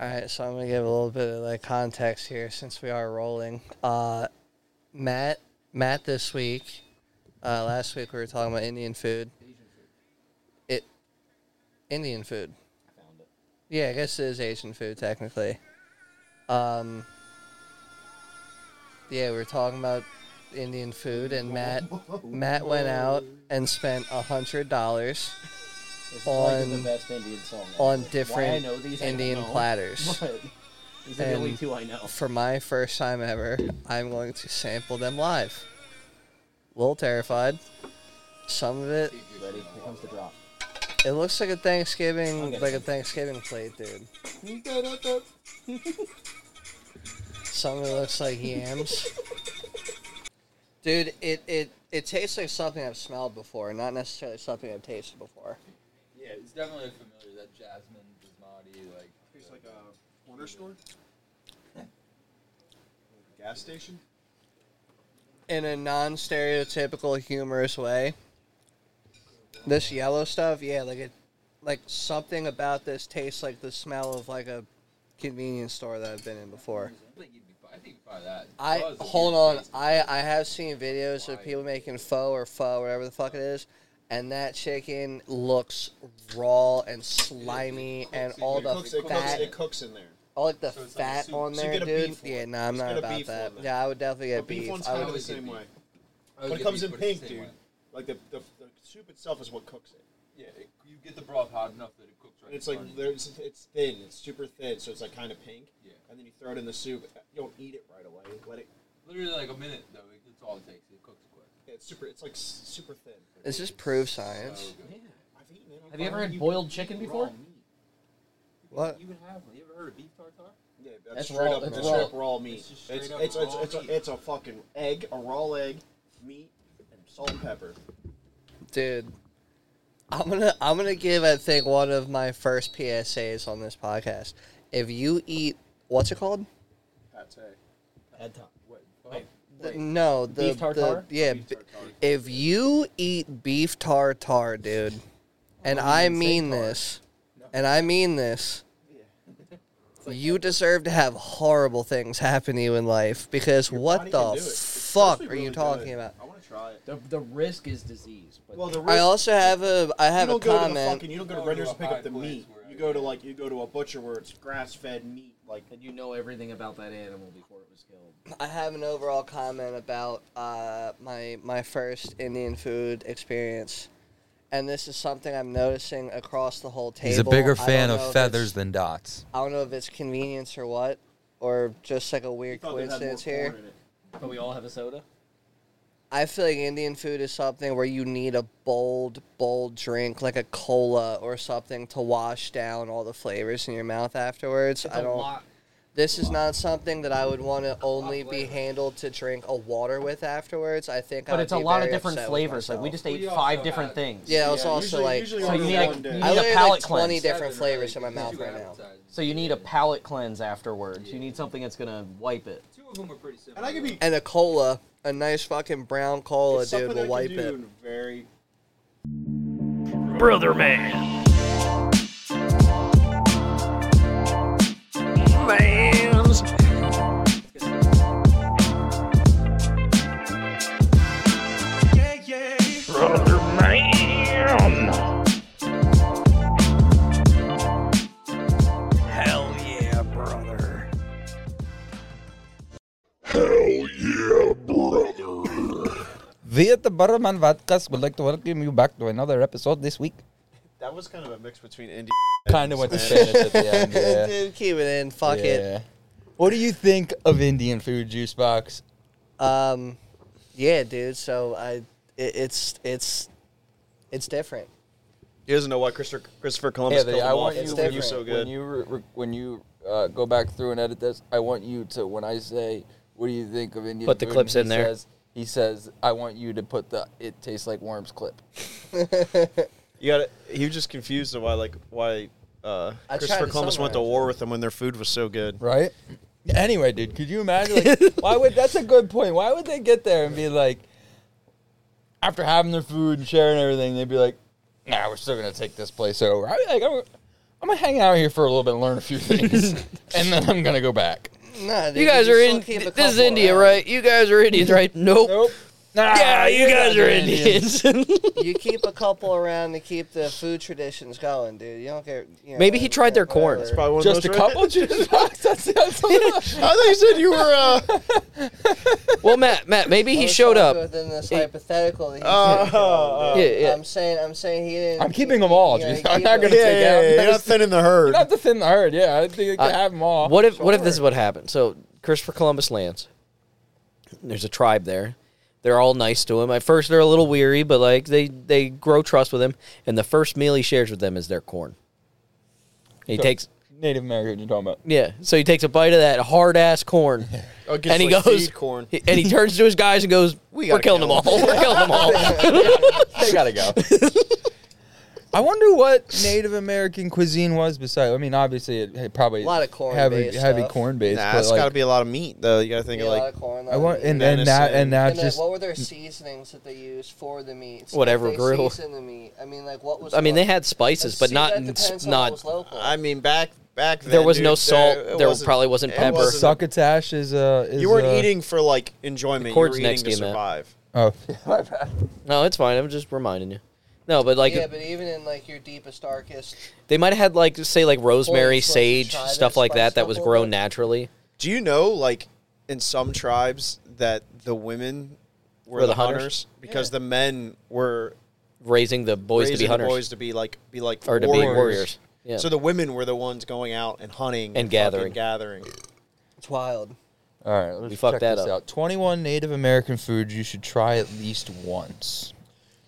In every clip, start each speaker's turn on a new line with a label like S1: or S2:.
S1: All right, so I'm gonna give a little bit of like context here since we are rolling. Uh, Matt, Matt, this week, uh, last week we were talking about Indian food. It, Indian food. Yeah, I guess it is Asian food technically. Um, yeah, we were talking about Indian food, and Matt, Matt went out and spent a hundred dollars
S2: This is like the
S1: on-
S2: best Indian song. ever.
S1: on
S2: Why I
S1: different
S2: know these, I don't
S1: Indian
S2: know,
S1: platters.
S2: But these are the only
S1: And-
S2: two I know.
S1: for my first time ever, I'm going to sample them live. A little terrified. Some of it,
S2: Ready? Here comes the drop.
S1: it looks like a Thanksgiving,
S2: get
S1: like a
S2: some.
S1: Thanksgiving plate, dude. Some of it looks like yams. Dude, it, it, it tastes like something I've smelled before, not necessarily something I've tasted before.
S3: Yeah, it's definitely familiar. That jasmine, basmati, like.
S4: Tastes like a corner store. Gas station.
S1: In a non stereotypical humorous way. This yellow stuff, yeah, like it like something about this tastes like the smell of like a convenience store that I've been in before.
S3: I think you'd be fine. I think you'd find that.
S1: I
S3: Buzz is
S1: hold on.
S3: weird taste.
S1: I I have seen videos of
S3: Why?
S1: people making pho or pho, whatever the fuck it is, and that chicken looks raw and slimy and all
S4: it,
S1: the
S4: cooks, it, cooks,
S1: fat,
S4: it cooks in there.
S1: all like the
S3: So it's like a
S1: fat
S3: soup.
S1: on
S4: So you
S1: there,
S4: get a
S1: dude.
S4: beef one.
S1: yeah, no, I'm
S4: Just
S1: not
S4: get a
S1: about
S4: beef one
S1: that.
S4: then.
S1: Yeah, I would definitely get
S4: But beef one's
S1: I
S4: kind of
S1: would-
S4: the
S3: always get
S4: same
S3: beef.
S4: way.
S3: I would
S4: But it
S3: get
S4: comes
S3: beef,
S4: in
S3: but it's
S4: pink,
S3: the same
S4: dude.
S3: way.
S4: Like the, the, the soup itself is what cooks it.
S3: Yeah, it, you get the broth hot enough that it cooks right.
S4: And it's
S3: in
S4: like
S3: front of you.
S4: there's it's thin, it's super thin, so it's like kind of pink.
S3: Yeah.
S4: And then you throw it in the soup. You don't eat it right away. Let it.
S3: literally like a minute though. It, it's all it takes. It cooks quick.
S4: It's super. It's like s- super thin.
S1: This is proof science.
S3: So good.
S2: Yeah.
S4: I've eaten it.
S2: Have you ever had
S4: can
S2: boiled
S4: eat
S2: chicken
S4: raw
S2: before?
S4: meat.
S1: What?
S3: You can have one. You ever heard of beef tartare?
S4: Yeah,
S2: That's
S4: that's, straight
S2: raw-
S4: up.
S2: that's
S4: That's straight
S2: raw.
S4: up raw meat.
S3: It's
S4: It's
S3: just
S4: it's
S3: straight up
S4: it's,
S3: raw
S4: it's,
S3: meat.
S4: a, it's a fucking egg, a raw egg, meat, and salt and pepper.
S1: dude. I'm gonna I'm gonna give I think one of my first PSAs on this podcast. If you eat what's it called?
S4: Pate.
S2: Pad thai.
S3: What?
S1: The- no, the,
S2: Beef tartare?
S1: the yeah.
S3: Beef
S1: b-
S3: tartare.
S1: If you eat beef tartare, dude, and I
S2: even say
S1: mean
S2: tar.
S1: this, and I mean this, you deserve to have horrible things happen to you in life because
S4: Your
S1: what
S4: body
S1: the
S4: can do it. It's
S1: fuck are
S4: actually
S1: you
S4: really
S1: talking
S4: good.
S1: about?
S3: I want to try it.
S2: The, the risk is disease. But
S4: Well, the
S1: I
S4: risk-
S1: also have a I
S4: you
S1: have a
S4: don't go to the
S1: comment.
S4: fucking. You don't go
S3: Oh,
S4: to
S3: to
S4: Render's
S3: a
S4: to pick up
S3: high
S4: the
S3: place
S4: meat.
S3: where
S4: You
S3: I-
S4: go to like you go to a butcher where it's grass fed meat. Like
S2: and you know everything about that animal before it was killed.
S1: I have an overall comment about uh, my my first Indian food experience, and this is something I'm noticing across the whole table.
S5: He's a bigger
S1: I don't
S5: fan
S1: know
S5: of
S1: if
S5: feathers
S1: it's-
S5: than dots.
S1: I don't know if it's convenience or what, or just like a
S4: you
S1: weird
S4: thought they had more
S1: coincidence here.
S4: corn in it.
S2: But we all have a soda.
S1: I feel like Indian food is something where you need a bold, bold drink like a cola or something to wash down all the flavors in your mouth afterwards.
S2: It's
S1: I
S2: a
S1: don't.
S2: lot.
S1: This is not something that I would want to only be handled to drink a water with afterwards. I think,
S2: But
S1: I'd
S2: it's a
S1: be
S2: lot of
S1: very
S2: different
S1: upset with
S2: flavors. Like we
S1: myself.
S2: just ate
S3: We also
S2: five
S3: had-
S2: different things.
S1: Yeah, I was
S4: Yeah,
S1: also
S4: usually-
S1: like,
S4: usually
S2: So
S4: order
S2: you need a-
S4: one day.
S2: you
S1: I
S2: need a
S1: literally
S2: palate
S1: like 20
S2: cleanse.
S1: different
S3: Seven,
S1: flavors in my
S3: really.
S1: mouth
S3: Two
S1: right now.
S3: appetizers.
S2: So you need a
S3: Yeah.
S2: palate cleanse afterwards. You
S3: Yeah.
S2: need something that's gonna wipe it.
S3: Two of them are pretty similar.
S4: And I could be.
S1: And a cola, a nice fucking brown cola,
S4: it's something
S1: dude,
S4: I
S1: will
S4: can
S1: wipe
S4: do
S1: it.
S4: in Very.
S6: Brother man. Mams. Brother man. Hell yeah, brother.
S5: We at the Burraman Vodcast would like to welcome you back to another episode this week.
S4: That was kind of a mix between Indian.
S5: Kind of what the finish at the end. Yeah.
S1: dude, keep it in. Fuck it.
S5: What do you think of Indian food juice box?
S1: Um, yeah, dude. So I, it, it's it's it's different.
S4: He doesn't know why Christopher Christopher Columbus
S5: Anthony, I want you
S1: It's
S5: when
S1: different.
S5: you
S4: so
S5: when
S4: good.
S5: you re- re- when you uh, go back through and edit this. I want you to when I say what do you think of Indian
S7: Put the
S5: food,
S7: clips
S5: and
S7: in
S5: he
S7: there.
S5: Says, he says I want you to put the it tastes like worms clip.
S4: You got it. He was just confused on why, like, why uh,
S1: I tried
S4: Christopher
S1: to
S4: Columbus went to
S1: summarize
S4: war with them when their food was so good.
S5: Right. Anyway, dude, could you imagine? Like, why would that's a good point? Why would they get there and be like, after having their food and sharing everything, they'd be like, "Nah, we're still gonna take this place over." I'd be like, I'm, I'm gonna hang out here for a little bit and learn a few things, and then I'm gonna go back.
S1: Nah, dude,
S7: You guys are
S1: still
S7: in.
S1: keep a
S7: This is
S1: couple
S7: India,
S1: around.
S7: right? You guys are Indians, right? Nope.
S5: Nope. Nah,
S7: Yeah, you guys are Indians.
S1: You keep a couple around to keep the food traditions going, dude. You don't care. You know,
S7: Maybe he tried their corn.
S1: whatever.
S4: Probably one of
S5: Just a
S4: those right
S5: couple. Just that's, that's a
S4: there.
S5: little-
S4: I thought you said you were. Uh,
S7: well, Matt, Matt, maybe he
S1: Let's
S7: showed
S1: not go
S7: up.
S1: Within this
S7: He-
S1: hypothetical, that he's
S4: Oh,
S1: thinking of, dude.
S7: yeah, yeah.
S1: I'm saying, I'm saying he didn't.
S5: Uh, I'm keeping them all,
S1: you know,
S5: dude.
S1: you
S5: I'm
S1: keep them-
S5: not gonna take out.
S4: you're not thinning the
S5: You
S4: herd.
S5: don't have to thin the herd. Yeah, I think you can
S7: Uh,
S5: have them all.
S7: What if what if this is
S5: Sure.
S7: what happened? So Christopher Columbus lands. There's a tribe there. They're all nice to him. At first they're a little weary, but like they they grow trust with him and the first meal he shares with them is their corn. He
S5: So-
S7: takes
S5: Native American? You're talking about?
S7: yeah, so he takes a bite of that hard ass corn.
S4: Oh, it gets,
S7: And he
S4: like,
S7: goes-
S4: seed corn.
S7: He- and he turns to his guys and goes, we are
S4: gotta
S7: killing them
S4: kill
S7: all. We're killing them all."
S5: They gotta go. I wonder what Native American cuisine was besides. I mean, obviously, it, it probably
S1: A lot of corn
S5: heavy,
S1: based
S5: heavy
S1: stuff.
S5: corn based.
S4: Nah,
S5: but
S4: it's
S5: like,
S4: got to be a lot of meat though. You got to think
S1: Yeah,
S4: of
S1: a lot
S4: like
S1: of corn. a lot
S5: I
S1: of
S5: want,
S1: meat.
S5: and, and
S4: Venison.
S5: that, and now
S1: And then
S5: just
S1: what were their seasonings that they used for the meats?
S7: Whatever
S1: Did they
S7: grew.
S1: Season the meat. I mean, like what was?
S7: I mean, they
S1: local?
S7: had spices,
S1: Uh,
S7: but
S1: see,
S7: not
S1: that depends on what
S7: not
S1: was local.
S4: I mean, back back then,
S7: There was
S4: dude,
S7: no salt.
S4: it
S7: There probably wasn't
S4: it
S7: pepper.
S4: wasn't-
S5: succotash is uh is
S4: you weren't
S5: uh,
S4: eating for like enjoyment. You were
S7: corn's
S4: eating
S7: next
S4: to
S7: to you, Matt.
S4: survive.
S5: Oh,
S7: No, it's fine. I'm just reminding you. No, but like
S1: yeah, but even in like your deepest, darkest,
S7: they might have had like say like rosemary,
S1: let's
S7: sage,
S1: try
S7: stuff
S1: this
S7: like
S1: spice
S7: that that
S1: up
S7: was
S1: a little
S7: grown
S1: bit.
S7: naturally.
S4: Do you know, like, in some tribes, that the women were, the, hunters, because the men were
S7: raising the boys to
S4: raising
S7: be hunters
S4: the boys to be like be like
S7: or to
S4: warriors.
S7: be warriors. Yeah.
S4: So the women were the ones going out and hunting
S7: And
S4: fucking
S7: gathering.
S4: gathering.
S1: it's wild.
S5: all right. Let's
S7: We fucked
S5: check
S7: that
S5: this
S7: up.
S5: out. Twenty one Native American foods you should try at least once.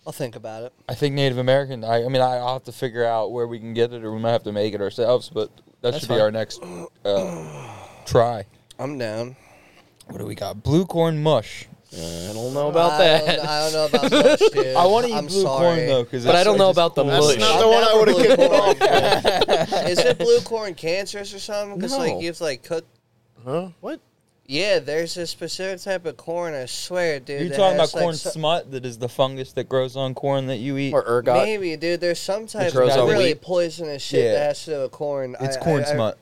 S1: I'll think about it.
S5: I think Native American. I, I mean, I, I'll have to figure out where we can get it, or we might have to make it ourselves. But that should be
S7: fine.
S5: our next uh, try.
S1: I'm down.
S5: What do we got? Blue corn mush.
S7: I don't know about
S1: I
S7: that.
S1: Don't, I don't know about much, dude.
S5: I want to eat
S1: I'm
S5: blue
S1: sorry.
S5: corn though, because
S7: but I don't know about the
S4: That's
S7: mush.
S4: not
S1: I've
S4: the one I
S1: never
S4: would have
S1: blue
S4: given off.
S1: corn. Is it blue corn cancerous or something? Because
S7: No.
S1: like you've like cooked.
S4: Huh? What?
S1: Yeah, there's a specific type of corn. I swear, dude.
S5: You're
S1: that
S5: talking about
S1: has, like,
S5: corn
S1: so-
S5: smut that is the fungus that grows on corn that you eat.
S7: or ergot.
S1: Maybe, dude. There's some type of
S7: grows on
S1: really
S7: wheat.
S1: poisonous shit
S5: Yeah.
S1: that has to do with corn.
S5: it's
S1: I-
S5: corn
S1: I- I-
S5: smut.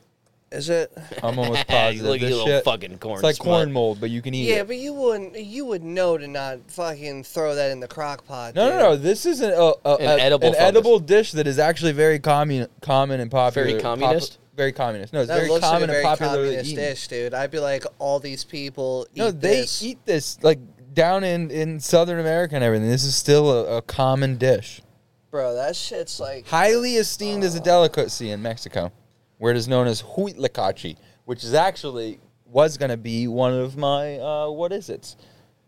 S1: Is it?
S5: I, am almost
S7: you
S5: positive.
S7: look at
S5: this
S7: you little
S5: shit-
S7: fucking corn.
S5: It's like
S7: smut.
S5: corn mold, but you can eat
S1: Yeah,
S5: it.
S1: but you wouldn't. You would know to not fucking throw that in the crock pot.
S5: No,
S1: dude.
S5: no, no. This isn't a, a,
S7: An
S5: a-
S7: edible
S5: an
S7: fungus.
S5: edible dish that is actually very commun, common and popular.
S7: Very
S5: pop-
S7: communist?
S5: very communist. No, it's
S1: That
S5: very
S1: looks like
S5: common
S1: a very
S5: and popularly
S1: communist
S5: eaten.
S1: dish, dude. I'd be like, all these people.
S5: No,
S1: eat
S5: they
S1: this.
S5: eat this like down in, in Southern America and everything. This is still a, a common dish,
S1: bro. That shit's like.
S5: highly esteemed as a delicacy in Mexico, where it is known as huitlacachi, which is actually was going to be one of my uh, what is it?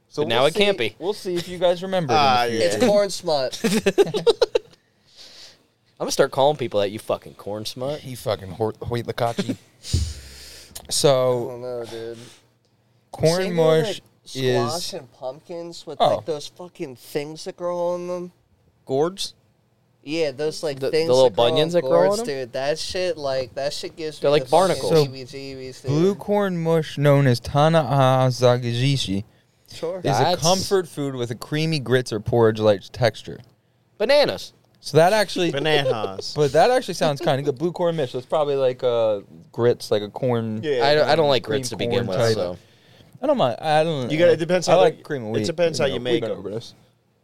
S5: So
S7: But now it
S5: see-
S7: can't be.
S5: We'll see if you guys remember. it in the
S4: Ah,
S5: future.
S1: It's corn smut.
S7: I'm gonna start calling people that you fucking corn smut.
S5: You fucking huitlacachi.
S1: I
S5: so
S1: don't know, dude.
S5: corn
S1: Same
S5: mush
S1: with, like, squash
S5: is
S1: and pumpkins with
S5: Oh.
S1: like those fucking things that grow on them.
S7: Gourds.
S1: Yeah, those like
S7: The- the
S1: things.
S7: little
S1: that grow
S7: bunions
S1: on
S7: that grow on
S1: gourds,
S7: them?
S1: dude. That shit, like that shit gives.
S7: They're
S1: me
S7: like
S1: the fucking
S7: barnacles.
S5: So,
S1: heebie-jeebies, dude.
S5: blue corn mush known as tanaazagajishi.
S1: Sure.
S5: Is a
S7: That's-
S5: comfort food with a creamy grits or porridge-like texture.
S7: Bananas.
S5: So that actually,
S4: Bananas.
S5: but that actually sounds kind of good. Blue corn mush. That's probably like uh, grits, like a corn.
S4: Yeah.
S7: I, don't, I don't like
S5: Cream
S7: grits to begin
S5: corn
S7: with.
S5: type.
S7: So
S5: I don't mind. I don't.
S4: You got- it depends
S5: I
S4: how
S5: like
S4: they-
S5: cream of
S4: it
S5: wheat.
S4: depends how you
S5: we've
S4: make
S5: been
S4: 'em.
S5: over this.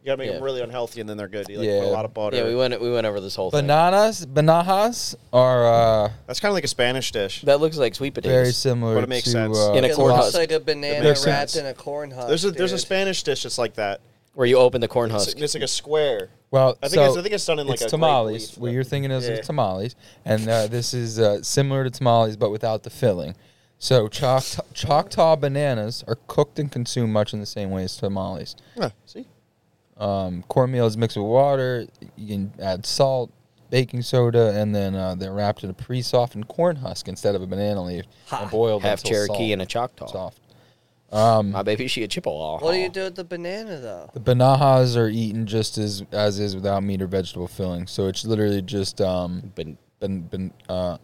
S4: you gotta make
S7: Yeah.
S4: them really unhealthy, and then they're good. You like put
S5: Yeah.
S4: a lot of butter.
S7: yeah, we went we went over this whole thing.
S5: Bananas, banajas are uh,
S4: That's kind of like a Spanish dish.
S7: That looks like sweet potatoes.
S5: very similar
S4: But it makes
S5: to
S4: sense.
S5: Uh,
S7: In a
S1: it
S7: corn
S1: looks
S7: husk.
S1: like a banana
S5: makes
S1: wrapped
S5: sense.
S1: in a corn husk.
S4: There's a there's a
S1: dude.
S4: Spanish dish that's like that.
S7: where you open the corn
S4: It's,
S7: husk.
S4: it's like a square.
S5: Well,
S4: I think
S5: so
S4: it's- I think it's done in, like,
S5: it's
S4: a grape
S5: tamales.
S4: leaf,
S5: What
S4: but-
S5: you're thinking is
S4: yeah.
S5: it's tamales, and uh, this is uh, similar to tamales but without the filling. So Choctaw, Choctaw bananas are cooked and consumed much in the same way as tamales.
S4: see,
S5: Um, cornmeal is mixed with water. You can add salt, baking soda, and then uh, they're wrapped in a pre-softened corn husk instead of a banana leaf and boiled
S7: half
S5: until
S7: Cherokee
S5: salt-
S7: and a Choctaw.
S5: soft.
S7: My baby, she a Chippewa.
S1: What do you do with the banana though?
S5: The banajas are eaten just as as is without meat or vegetable filling. So it's literally just um,
S7: Ban-
S5: been been uh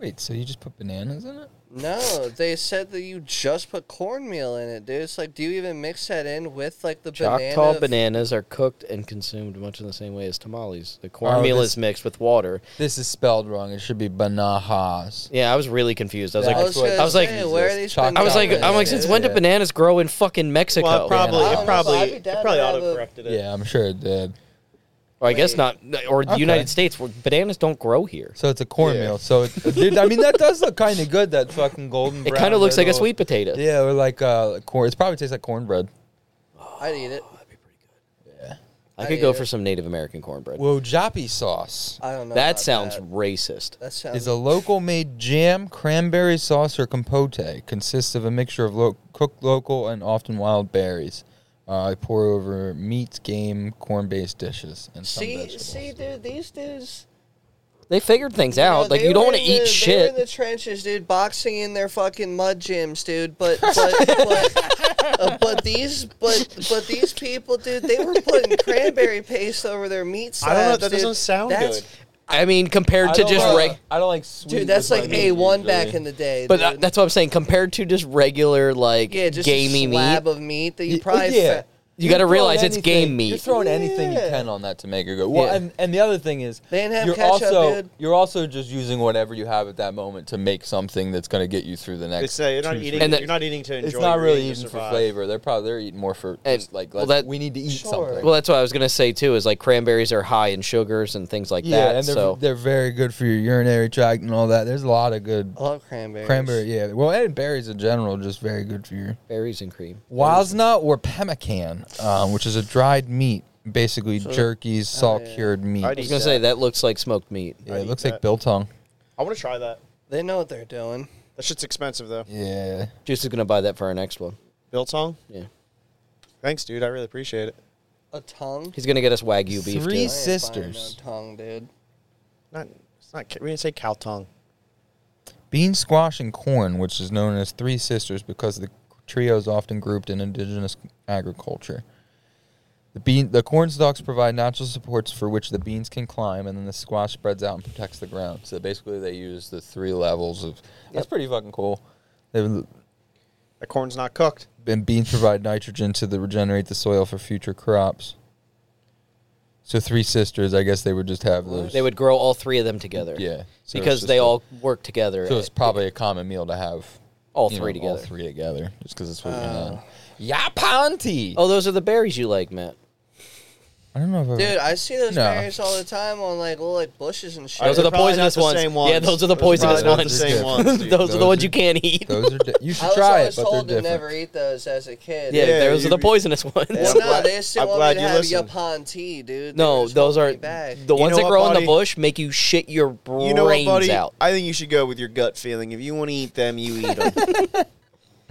S5: Wait, so you just put bananas in it?
S1: No, they said that you just put cornmeal in it, dude. It's like, do you even mix that in with like the
S7: Choctaw
S1: banana?
S7: bananas are cooked and consumed much in the same way as tamales.
S1: Oh,
S7: The cornmeal
S5: this-
S7: is mixed with water.
S5: This is spelled wrong. It should be bananas.
S7: Yeah, I was really confused. I was
S5: Yeah,
S1: I
S7: like,
S1: was, gonna
S7: I was like-
S1: say, where are these
S5: Choctaw
S7: I was like,
S1: bananas?
S7: I'm like, since when did
S5: Yeah.
S7: bananas grow in fucking Mexico?
S4: Well, it probably,
S1: I don't
S4: it
S1: know,
S4: probably,
S1: so I'd be
S4: it
S1: down to
S4: probably
S1: have
S4: auto
S1: a-
S4: corrected it.
S5: Yeah, I'm sure it did.
S7: Or I guess not. Or the
S5: Okay.
S7: United States, where bananas don't grow here.
S5: So it's a cornmeal. So it, dude, I mean, that does look kind of good. That fucking golden.
S7: It
S5: brown
S7: kind of looks like a
S5: little-
S7: sweet potato.
S5: Yeah, or like uh, corn. It probably tastes like cornbread.
S1: I'd eat it.
S7: I
S1: I
S7: could go
S1: ate
S7: for
S1: it.
S7: some Native American cornbread.
S5: Well, Wojapi sauce
S1: I don't know.
S7: that
S1: about
S7: sounds
S1: That,
S7: racist.
S1: that
S5: is
S1: sounds.
S5: a local made jam, cranberry sauce, or compote. Consists of a mixture of lo- cooked local and often wild berries. Uh, I pour over meats, game, corn-based dishes, and some
S1: see,
S5: vegetables.
S1: see, dude, these dudes.
S7: They figured things
S1: you know,
S7: out. like
S1: they
S7: you don't
S1: were
S7: want to
S1: in
S7: eat
S1: the- They were in
S7: shit.
S1: the trenches, dude, boxing in their fucking mud gyms, dude. But but but, uh, but these but but these people, dude, they were putting cranberry paste over their meat
S4: I
S1: slabs.
S4: don't know. That
S1: dude.
S4: doesn't sound
S1: That's-
S4: good.
S7: I mean, compared
S2: I
S7: to
S2: don't
S7: just
S2: like-
S7: reg.
S2: I don't like sweet.
S1: Dude, that's like A one back in the day.
S7: But uh,
S1: dude.
S7: that- that's what I'm saying. Compared to just regular like
S1: yeah, just
S7: gamey
S1: a
S7: meat,
S1: slab of meat that
S5: Y-
S1: you probably
S5: well, yeah.
S1: fa-
S7: you got to
S5: You're
S7: realize
S5: throwing
S7: it's
S5: anything-
S7: game
S5: You're
S7: meat.
S5: throwing anything you can on that to make it go. Well,
S7: Yeah.
S5: and, and the other thing is,
S1: They didn't have
S5: you're
S1: ketchup,
S5: also
S1: dude.
S5: you're also just using whatever you have at that moment to make something that's going to get you through the next.
S4: They say you're not
S5: two,
S4: eating.
S5: three-
S7: And that-
S4: you're not eating to enjoy.
S5: It's not
S4: you're
S5: really
S4: to
S5: eating for
S4: survive.
S5: flavor. They're probably they're eating more for
S7: And-
S5: just like
S7: well,
S5: let's-
S7: that-
S5: we need to eat
S1: Sure.
S5: something.
S7: Well, that's what I was gonna say too. Is like cranberries are high in sugars and things like
S5: yeah,
S7: that.
S5: and they're
S7: so
S5: they're very good for your urinary tract and all that. There's a lot of good
S1: I
S4: Oh,
S1: love cranberries.
S5: cranberry. Yeah, well, and berries in general, just very good for your
S7: berries and cream.
S5: Wasna or pemmican, um, which is a dried meat, basically jerky, salt cured meat.
S4: I'd
S7: I was
S4: eat
S7: gonna
S4: that.
S7: say that looks like smoked meat.
S5: Yeah,
S4: I'd
S5: it
S4: eat
S5: looks
S4: that.
S5: like biltong.
S4: I want to try that.
S1: They know what they're doing.
S4: That shit's expensive though.
S5: Yeah.
S7: Juice is gonna buy that for our next one.
S4: Biltong.
S7: Yeah,
S4: Thanks, dude. I really appreciate it.
S1: A tongue.
S7: he's gonna get us wagyu beef.
S5: Three
S7: Three.
S1: I ain't
S5: sisters.
S1: buying no tongue, dude.
S4: Not. It's not. We didn't say cow tongue.
S5: Bean squash and corn, which is known as Three Sisters because the trio is often grouped in indigenous agriculture. The bean, the corn stalks provide natural supports for which the beans can climb, and then the squash spreads out and protects the ground. So basically, they use the three levels of. That's pretty fucking cool. They've,
S4: That corn's not cooked.
S5: and beans provide nitrogen to the regenerate the soil for future crops. So Three Sisters, I guess they would just have those.
S7: They would grow all three of them together.
S5: yeah, so it's
S7: because
S5: just
S7: they
S5: a-
S7: all work together.
S5: So it's probably a common meal to have
S7: all
S5: you
S7: three
S5: know,
S7: together. Uh,
S5: All three together, just because it's what you're on. Yapanti.
S7: Oh, those are the berries you like, Matt.
S5: I don't know if I've
S1: Dude, I see those
S5: No.
S1: berries all the time on like little like bushes and shit.
S7: Those are
S4: They're
S7: the
S4: probably not
S7: poisonous
S4: the
S7: ones.
S4: same ones.
S7: Yeah, those are the
S4: Those are
S7: poisonous
S4: probably not the
S7: ones.
S4: same ones, dude.
S7: those are the
S5: Those
S7: ones
S5: are-
S7: you can't eat.
S5: those are. Di- you
S1: I
S5: should
S1: was
S5: try it,
S1: always
S5: but they're
S1: told to
S5: different.
S1: never eat those as a kid.
S7: Yeah,
S4: Yeah,
S7: those
S4: you-
S7: are the poisonous ones.
S1: Well,
S4: I'm
S1: no,
S4: glad-
S1: they still
S4: I'm
S1: want
S4: glad
S1: me
S4: you
S1: to have
S4: listened.
S1: Yapon tea, dude. They
S7: No,
S1: just
S7: those
S1: hold
S7: are
S1: me back.
S7: the ones
S4: know
S7: that
S4: what,
S7: grow in
S4: buddy?
S7: the bush. Make you shit your brains
S4: You know what, buddy?
S7: out.
S4: I think you should go with your gut feeling. If you want to eat them, you eat them.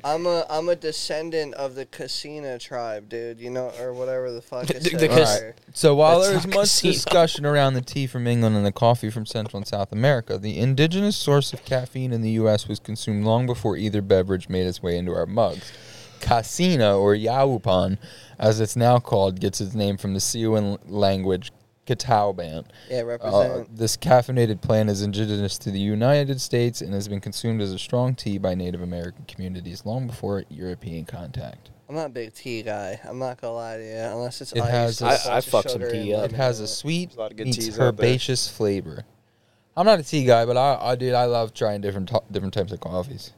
S1: I'm a I'm a descendant of the Casino tribe, dude. You know, or whatever the fuck.
S7: The-
S1: Is
S7: the
S5: All
S7: Cas-
S5: right. So while
S7: That's
S5: there is
S7: not
S5: much
S7: casino.
S5: discussion around the tea from England and the coffee from Central and South America, the indigenous source of caffeine in the U.S. was consumed long before either beverage made its way into our mugs. Casino, or Yahupan, as it's now called, gets its name from the Siouan language Catawban.
S1: yeah,
S5: Uh,
S1: represent.
S5: this caffeinated plant is indigenous to the United States and has been consumed as a strong tea by Native American communities long before European contact.
S1: I'm not a big tea guy. I'm not gonna lie to you, unless it's
S5: It
S1: iced with
S5: has a-
S1: a bunch
S7: I- I
S1: of
S7: fuck some
S1: sugar
S7: tea
S1: and
S7: up.
S5: It
S1: lemon
S5: has
S1: in
S5: a
S1: it.
S5: sweet
S4: There's a lot of good
S5: meets
S4: teas out there.
S5: herbaceous flavor. I'm not a tea guy, but I, I dude, I love trying different to- different types of coffees.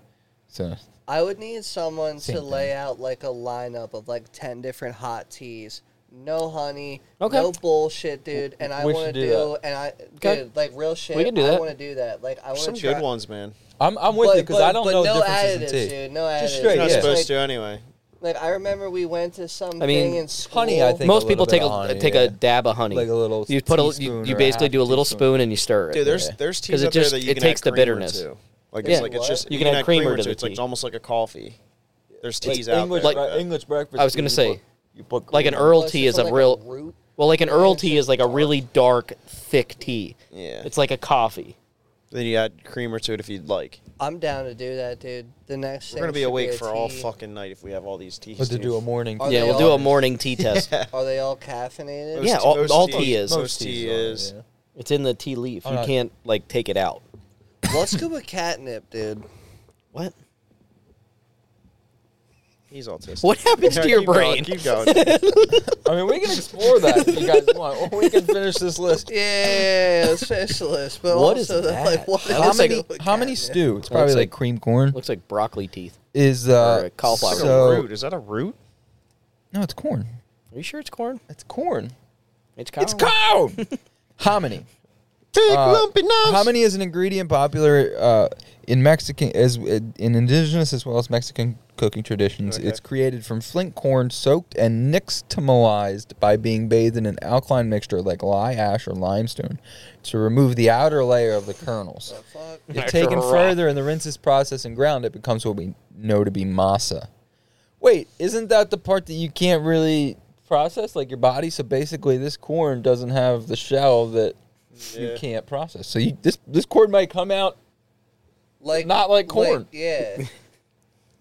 S5: So
S1: I would need someone
S5: Same
S1: to
S5: thing.
S1: lay out like a lineup of like ten different hot teas. No honey,
S7: Okay.
S1: no bullshit, dude. And I
S5: we
S1: want to
S5: should
S1: do,
S5: do
S1: and I,
S7: Okay.
S1: dude, like real shit.
S7: can do
S1: I
S7: that.
S1: want to do that. Like I want
S4: Some
S1: to try.
S4: good ones, man.
S5: I'm I'm with
S1: but,
S5: you because
S1: but-
S5: I don't
S1: but
S5: know
S1: no
S5: differences
S1: additives,
S5: in tea.
S1: dude. No
S5: Just
S1: additives.
S5: straight,
S4: You're not
S5: yeah.
S1: Just
S4: supposed
S1: like,
S4: to anyway.
S1: Like I remember we went to something in school.
S5: honey, I think
S7: Most
S5: a little
S7: people
S5: bit
S7: take a
S5: of honey,
S7: take
S5: yeah.
S7: a dab of honey.
S5: Like a little
S7: You put a you,
S5: teaspoon
S7: you
S5: or
S7: basically
S5: half
S7: do a little
S5: teaspoon.
S7: spoon and you stir it.
S4: Dude, there's
S5: Yeah.
S4: there's
S7: 'Cause
S4: teas
S7: it
S4: out there
S7: just-
S4: that you
S7: it
S4: can
S7: takes
S4: add
S7: the
S4: creamer
S7: bitterness.
S4: to. Like
S7: Yeah.
S4: it's like it's just you can add creamer to.
S7: the
S4: It's like
S7: tea.
S4: it's almost like a coffee. There's
S5: Like
S4: teas out there.
S5: English,
S4: like
S5: bre-
S4: that.
S5: English breakfast.
S7: I was gonna
S5: tea,
S7: say,
S5: you put- you put
S7: like an
S5: cream in.
S7: Earl
S1: Plus
S7: tea
S1: it's
S7: is a
S1: like
S7: real
S1: root.
S7: well, like an
S1: Yeah,
S7: Earl
S1: it's
S7: tea
S1: just
S7: is like a really dark, thick tea.
S4: Yeah.
S7: It's like a coffee.
S4: Then you add creamer to it if you'd like.
S1: I'm down to do that, dude. The next
S4: We're
S1: thing
S4: gonna be
S1: should
S4: awake
S1: a
S4: for all
S1: tea.
S4: fucking night if we have all these teas.
S5: But to
S4: dude.
S5: do a morning.
S1: Are
S5: tea.
S1: they
S7: Yeah, we'll
S1: all-
S7: do a morning tea test.
S1: Are they all caffeinated?
S4: Most-
S7: Yeah, all-
S4: most
S7: all
S4: teas-
S7: tea is.
S4: Most tea
S5: are,
S4: is.
S5: yeah.
S7: It's in the tea leaf.
S5: Oh,
S7: you
S5: no.
S7: can't like take it out.
S1: Let's go with catnip, dude.
S7: What?
S4: He's autistic.
S7: What happens
S4: Yeah,
S7: to your
S4: keep going,
S7: brain?
S4: keep going.
S5: I mean, we can explore that if you guys want, or we can finish this list.
S1: Yeah, let's finish the list. But
S7: What is
S1: also,
S7: that?
S1: like, what
S7: That
S1: is
S5: How
S7: looks like-
S5: many?
S1: up with
S5: How many
S1: catnip?
S5: stew? It's probably
S7: Looks
S5: like,
S7: like-
S5: cream corn.
S7: Looks like broccoli teeth.
S5: Is uh
S7: or a cauliflower.
S4: so,
S5: So
S4: rude. Is that a root?
S5: no, it's corn.
S7: Are you sure it's corn?
S5: It's corn.
S7: It's corn.
S5: It's corn. how many?
S4: Big
S5: Uh,
S4: lumpy knobs.
S5: How many is an ingredient popular uh, in Mexican as uh, in indigenous as well as Mexican cooking traditions?
S4: Okay.
S5: It's created from flint corn soaked and nixtamalized by being bathed in an alkaline mixture like lye ash or limestone to remove the outer layer of the kernels.
S1: The fuck?
S5: If taken further in the rinses process and ground, it becomes what we know to be masa. Wait, isn't that the part that you can't really process, like your body? So basically, this corn doesn't have the shell that you
S4: Yeah.
S5: can't process. So you, this this corn might come out.
S1: Like
S5: Not like corn.
S1: yeah,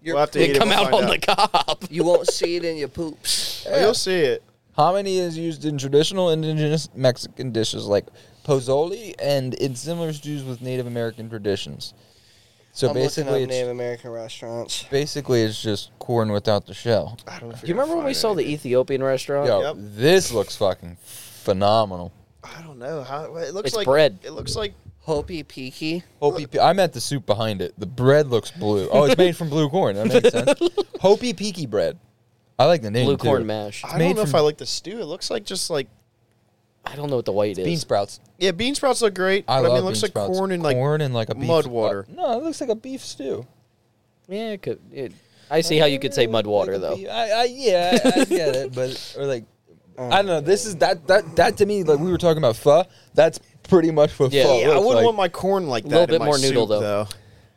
S4: We'll have to eat
S7: They
S4: it,
S7: come
S4: we'll
S7: out
S4: find
S7: on the cob.
S1: you won't see it in your poops.
S4: Oh, You'll see it.
S5: Hominy is used in traditional indigenous Mexican dishes like pozole and in similar stews with Native American traditions. So
S1: I'm looking up
S5: basically,
S1: Native
S5: it's,
S1: American restaurants.
S5: basically it's just corn without the shell.
S4: I don't know if
S7: Do you remember when we saw the Ethiopian
S1: Oh,
S7: restaurant?
S5: Yo,
S4: Yep.
S5: this looks fucking phenomenal.
S4: I don't know how it looks
S7: It's
S4: like
S7: bread.
S4: It looks like
S1: Hopi Piki.
S5: Hopi, Pe- I'm at the soup behind it. The bread looks blue. Oh, it's made from blue corn. That makes sense. Hopi Piki bread. I like the name.
S7: Blue
S5: too.
S7: corn mash.
S4: I
S5: made
S4: don't know if
S5: from-
S4: I like the stew. It looks like just like
S7: I don't know what the white is.
S5: Bean sprouts.
S4: yeah, bean sprouts look great.
S5: I
S4: but
S5: love
S4: I mean, it looks
S5: bean
S4: like
S5: sprouts.
S4: corn and like
S5: corn and like a beef
S4: mud water.
S5: No, it looks like a beef stew.
S7: Yeah, it could, it, I see how you could say mud water
S5: Like a
S7: though.
S5: beef- I, I, yeah, I, I get it, but or like I don't know. This is that that that to me like we were talking about pho. That's pretty much what
S7: Yeah.
S5: pho.
S4: Yeah, I
S5: looks
S4: wouldn't
S5: like.
S4: want my corn like that.
S7: Little
S4: in
S7: bit
S4: my
S7: more noodle,
S4: soup,
S7: though.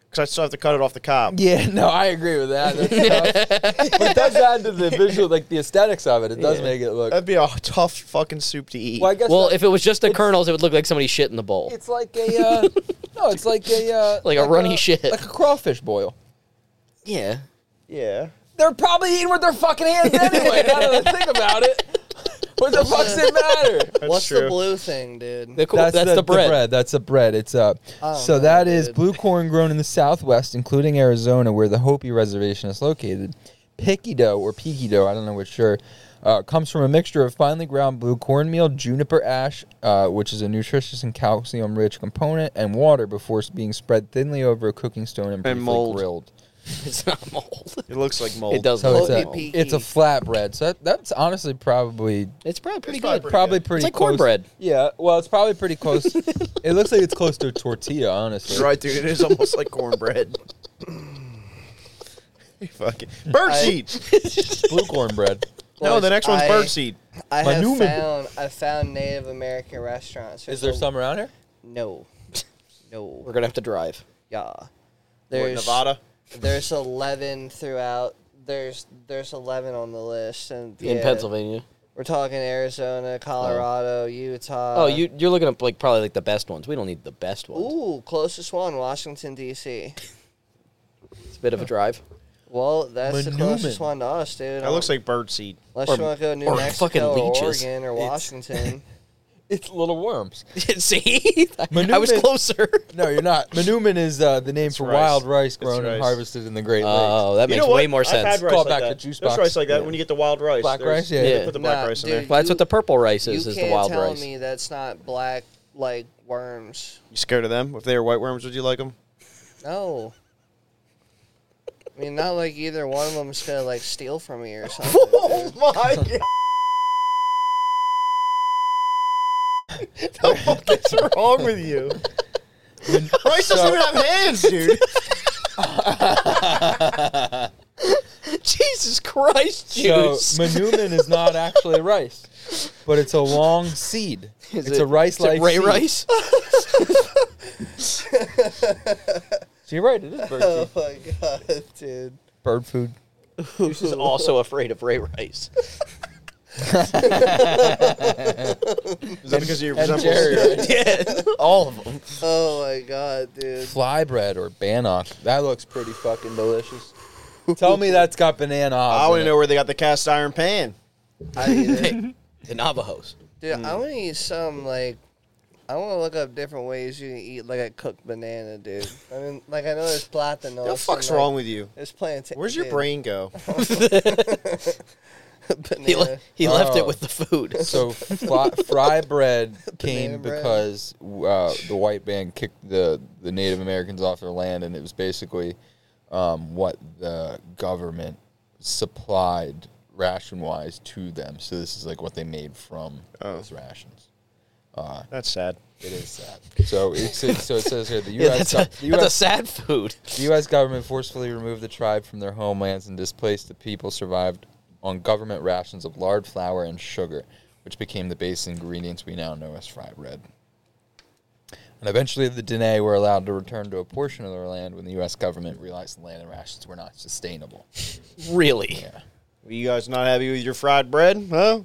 S4: because I still have to cut it off the cob.
S5: Yeah, no, I agree with that. That's tough. but it does add to the visual, like the aesthetics of it. It does
S7: Yeah.
S5: make it look.
S4: That'd be a tough fucking soup to eat.
S5: well, I guess
S7: Well,
S5: that-
S7: if it was just the
S5: it's-
S7: kernels, it would look like somebody shit in the bowl.
S5: It's like a uh, no. It's like a uh,
S7: Like a runny shit.
S5: like a crawfish boil.
S7: Yeah.
S4: yeah,
S5: They're probably eating with their fucking hands anyway. now that I think about it, what the fuck's it matter?
S4: that's
S1: What's
S4: true.
S1: the blue thing, dude?
S7: The cool- that's, the, bread. Oh,
S5: That's the bread. It's uh,
S1: I don't
S5: so
S1: know,
S5: that is
S1: dude.
S5: blue corn grown in the Southwest, including Arizona, where the Hopi Reservation is located. Picky dough or peaky dough, I don't know which sure, uh, comes from a mixture of finely ground blue cornmeal, juniper ash, uh, which is a nutritious and calcium-rich component, and water before being spread thinly over a cooking stone and, briefly
S4: mold.
S5: grilled.
S7: It's not mold.
S4: it looks like mold.
S7: It does
S5: So it's
S7: look
S1: Hopi
S7: like
S5: a,
S7: mold.
S1: peaky.
S5: it's a flatbread. So that, that's honestly probably
S7: It's probably pretty
S4: It's
S7: good.
S4: probably
S5: probably
S4: good.
S5: pretty
S7: like
S5: close.
S7: cornbread.
S5: Yeah, well, it's probably pretty close. it looks like it's close to a tortilla, honestly.
S4: You're right, dude. It is almost like cornbread. You fucking birdseed.
S5: Blue cornbread.
S4: No, the
S1: Boys,
S4: next one's
S1: I-
S4: birdseed.
S1: I
S5: My
S1: have
S5: new menu.
S1: found I found Native American restaurants.
S5: Is
S4: Oh.
S5: there
S1: a-
S5: some around here?
S1: No,
S7: We're
S1: no,
S7: gonna have to drive.
S1: yeah.
S4: What,
S1: There's
S4: Nevada.
S1: There's eleven throughout. There's there's eleven on the list, and
S7: in
S1: yeah,
S7: Pennsylvania.
S1: We're talking Arizona, Colorado, Utah.
S7: oh, you you're looking up like probably like the best ones. We don't need the best ones.
S1: Ooh, closest one, Washington D.C.
S7: It's a bit of a drive.
S1: Well, that's the
S5: Manuman.
S1: closest one to us, dude.
S4: That looks like birdseed.
S1: Unless
S7: or-
S1: you want to go to New
S7: or fucking
S1: Mexico or
S7: leeches.
S1: Oregon or Washington.
S5: It's little worms.
S7: See, I was
S5: Manuman-
S7: closer.
S5: No, you're not. Manumin is uh, the name for
S4: rice.
S5: wild rice
S4: It's
S5: grown and
S4: rice.
S5: harvested in the Great Lakes.
S7: Oh, that
S4: You
S7: makes
S4: know
S7: way
S4: what?
S7: more
S4: I've had
S7: sense.
S4: rice
S5: Call
S4: like
S5: back
S4: that.
S5: the juice
S4: There's
S5: box.
S4: rice like that when you get the wild rice.
S5: Black
S4: There's-
S5: rice, yeah.
S4: they
S7: Yeah.
S4: Put the black
S1: Nah,
S4: rice in
S1: dude,
S4: there.
S7: Well, that's
S1: You-
S7: what the purple rice is.
S1: you
S7: Is the
S1: can't
S7: wild
S1: tell
S7: rice.
S1: me that's not black like worms.
S4: You scared of them? If they were white worms, would you like them?
S1: No. I mean, not like either one of them's gonna like steal from me or something. dude.
S4: my god! the fuck is wrong with you? Rice doesn't even have hands, dude.
S7: Jesus Christ,
S5: So
S7: juice.
S5: manumin is not actually rice, but it's a long seed.
S7: Is
S5: it's
S7: it-
S5: a rice
S7: is it
S5: like
S7: Ray
S5: seed.
S7: rice.
S5: So you're right. It is bird
S1: Oh
S5: seed.
S1: my god, dude.
S5: Bird food.
S7: Juice is also afraid of Ray rice.
S4: Is that because you
S5: And
S4: resemble?
S5: Jerry, right?
S7: yeah, all of them.
S1: Oh my god, dude.
S5: fly bread or bannock. That looks pretty fucking delicious. Tell me that's got banana.
S4: I
S5: hops
S4: want
S5: in
S4: to
S5: it.
S4: know where they got the cast iron pan.
S1: I need it.
S7: The Navajos.
S1: Dude, I want to eat some like I want to look up different ways you can eat like a cooked banana, dude. I mean, like I know there's plantain.
S4: What the fuck's wrong with you?
S1: There's plantain.
S4: Where's your
S1: dude,
S4: brain go?
S1: banana.
S7: He, le- he left it
S5: Oh.
S7: with the food.
S5: So fly, fry bread
S1: Banana
S5: came
S1: bread.
S5: because uh, the white man kicked the, the Native Americans off their land, and it was basically um, what the government supplied ration wise to them. So this is like what they made from
S7: Oh.
S5: those rations.
S4: That's sad.
S5: It is sad. So it's it, so it says here the
S7: yeah,
S5: U.S.
S7: that's, a,
S5: the
S7: that's a
S5: US
S7: sad food.
S5: The U.S. government forcefully removed the tribe from their homelands and displaced the people survived on government rations of lard, flour, and sugar, which became the base ingredients we now know as fry bread. And eventually, the Dene were allowed to return to a portion of their land when the U.S. government realized the land and rations were not sustainable.
S7: Really?
S4: You guys not happy with your fried bread, huh?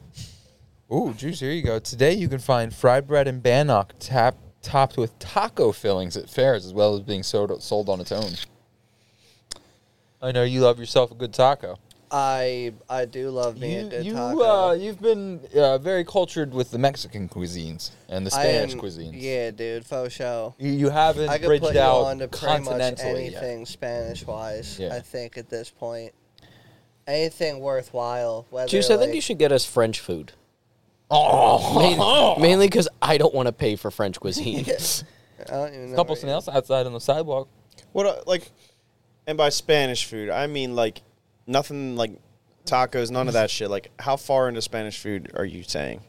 S5: Ooh, Juice, here you go. Today, you can find fried bread and bannock tap, topped with taco fillings at fairs, as well as being sold, sold on its own. I know you love yourself a good taco.
S1: I I do love me a good taco.
S5: Uh, you've been uh, very cultured with the Mexican cuisines and the
S1: I
S5: Spanish
S1: am-
S5: cuisines.
S1: Yeah, dude, faux show.
S5: You, you haven't
S1: I could
S5: bridged
S1: put you
S5: out
S1: on to pretty much
S5: continentally yet.
S1: anything Spanish wise.
S5: Yeah.
S1: I think at this point, anything worthwhile. Whether
S7: Juice, I think
S1: like-
S7: you should get us French food.
S5: Oh,
S7: Main- mainly because I don't want to pay for French cuisine.
S1: I don't even know.
S5: a couple
S1: where you-
S5: snails outside on the sidewalk.
S4: What uh, like? And by Spanish food, I mean like nothing like tacos, none of that shit. Like, how far into Spanish food are you saying?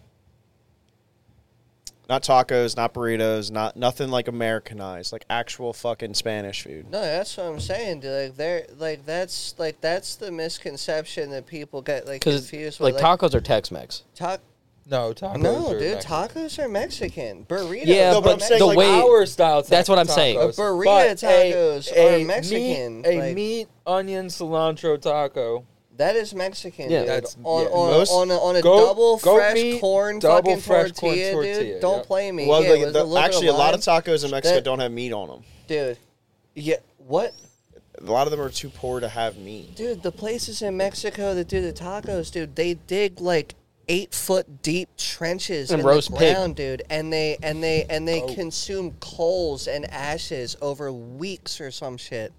S4: Not tacos, not burritos, not nothing like Americanized, like actual fucking Spanish food.
S1: No, that's what I'm saying, dude. Like they're like that's like that's the misconception that people get like
S7: Because
S1: confused
S7: like
S1: with
S7: tacos are Tex-Mex.
S1: taco.
S5: No, tacos.
S1: no,
S5: are
S1: dude,
S5: Mexican.
S1: tacos are Mexican. Burritos.
S7: Yeah,
S1: are
S4: No, but I'm
S1: Mexican.
S4: saying,
S7: the
S4: like,
S7: way
S5: Our style.
S7: That's what I'm
S5: tacos.
S7: saying.
S1: A burrito tacos
S5: a
S1: are Mexican.
S5: Meat, a
S1: like,
S5: meat, onion, cilantro taco.
S1: that is Mexican.
S7: Yeah,
S1: dude.
S5: that's-
S1: on
S5: yeah.
S1: on,
S4: Most-
S1: on a, on a
S5: goat-
S1: double
S5: goat
S1: fresh
S5: meat,
S1: corn
S5: double
S1: fucking
S5: fresh corn
S1: tortilla,
S5: tortilla,
S1: dude. Don't
S5: yep.
S1: play me.
S4: Well,
S1: yeah,
S4: like,
S1: with
S4: the-
S1: a little bit
S4: actually, a lot of
S1: lime.
S4: tacos in Mexico
S1: That-
S4: don't have meat on them.
S1: dude. Yeah, what?
S4: A lot of them are too poor to have meat.
S1: Dude, the places in Mexico that do the tacos, dude, they dig like eight foot deep trenches
S7: And
S1: in
S7: roast
S1: the
S7: pig. Oh.
S1: ground, dude, and they and they and they consume coals and ashes over weeks or some shit,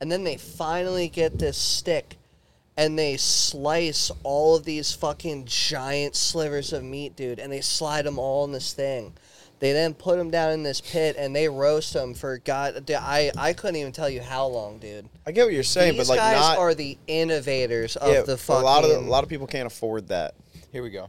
S1: and then they finally get this stick, and they slice all of these fucking giant slivers of meat, dude, and they slide them all in this thing. They then put them down in this pit and they roast them for God. dude, I I couldn't even tell you how long, dude.
S4: I get what you're saying,
S1: These
S4: but like
S1: guys
S4: not
S1: are the innovators of
S4: yeah,
S1: the fucking.
S4: a lot of the- a lot of people can't afford that.
S5: Here we go.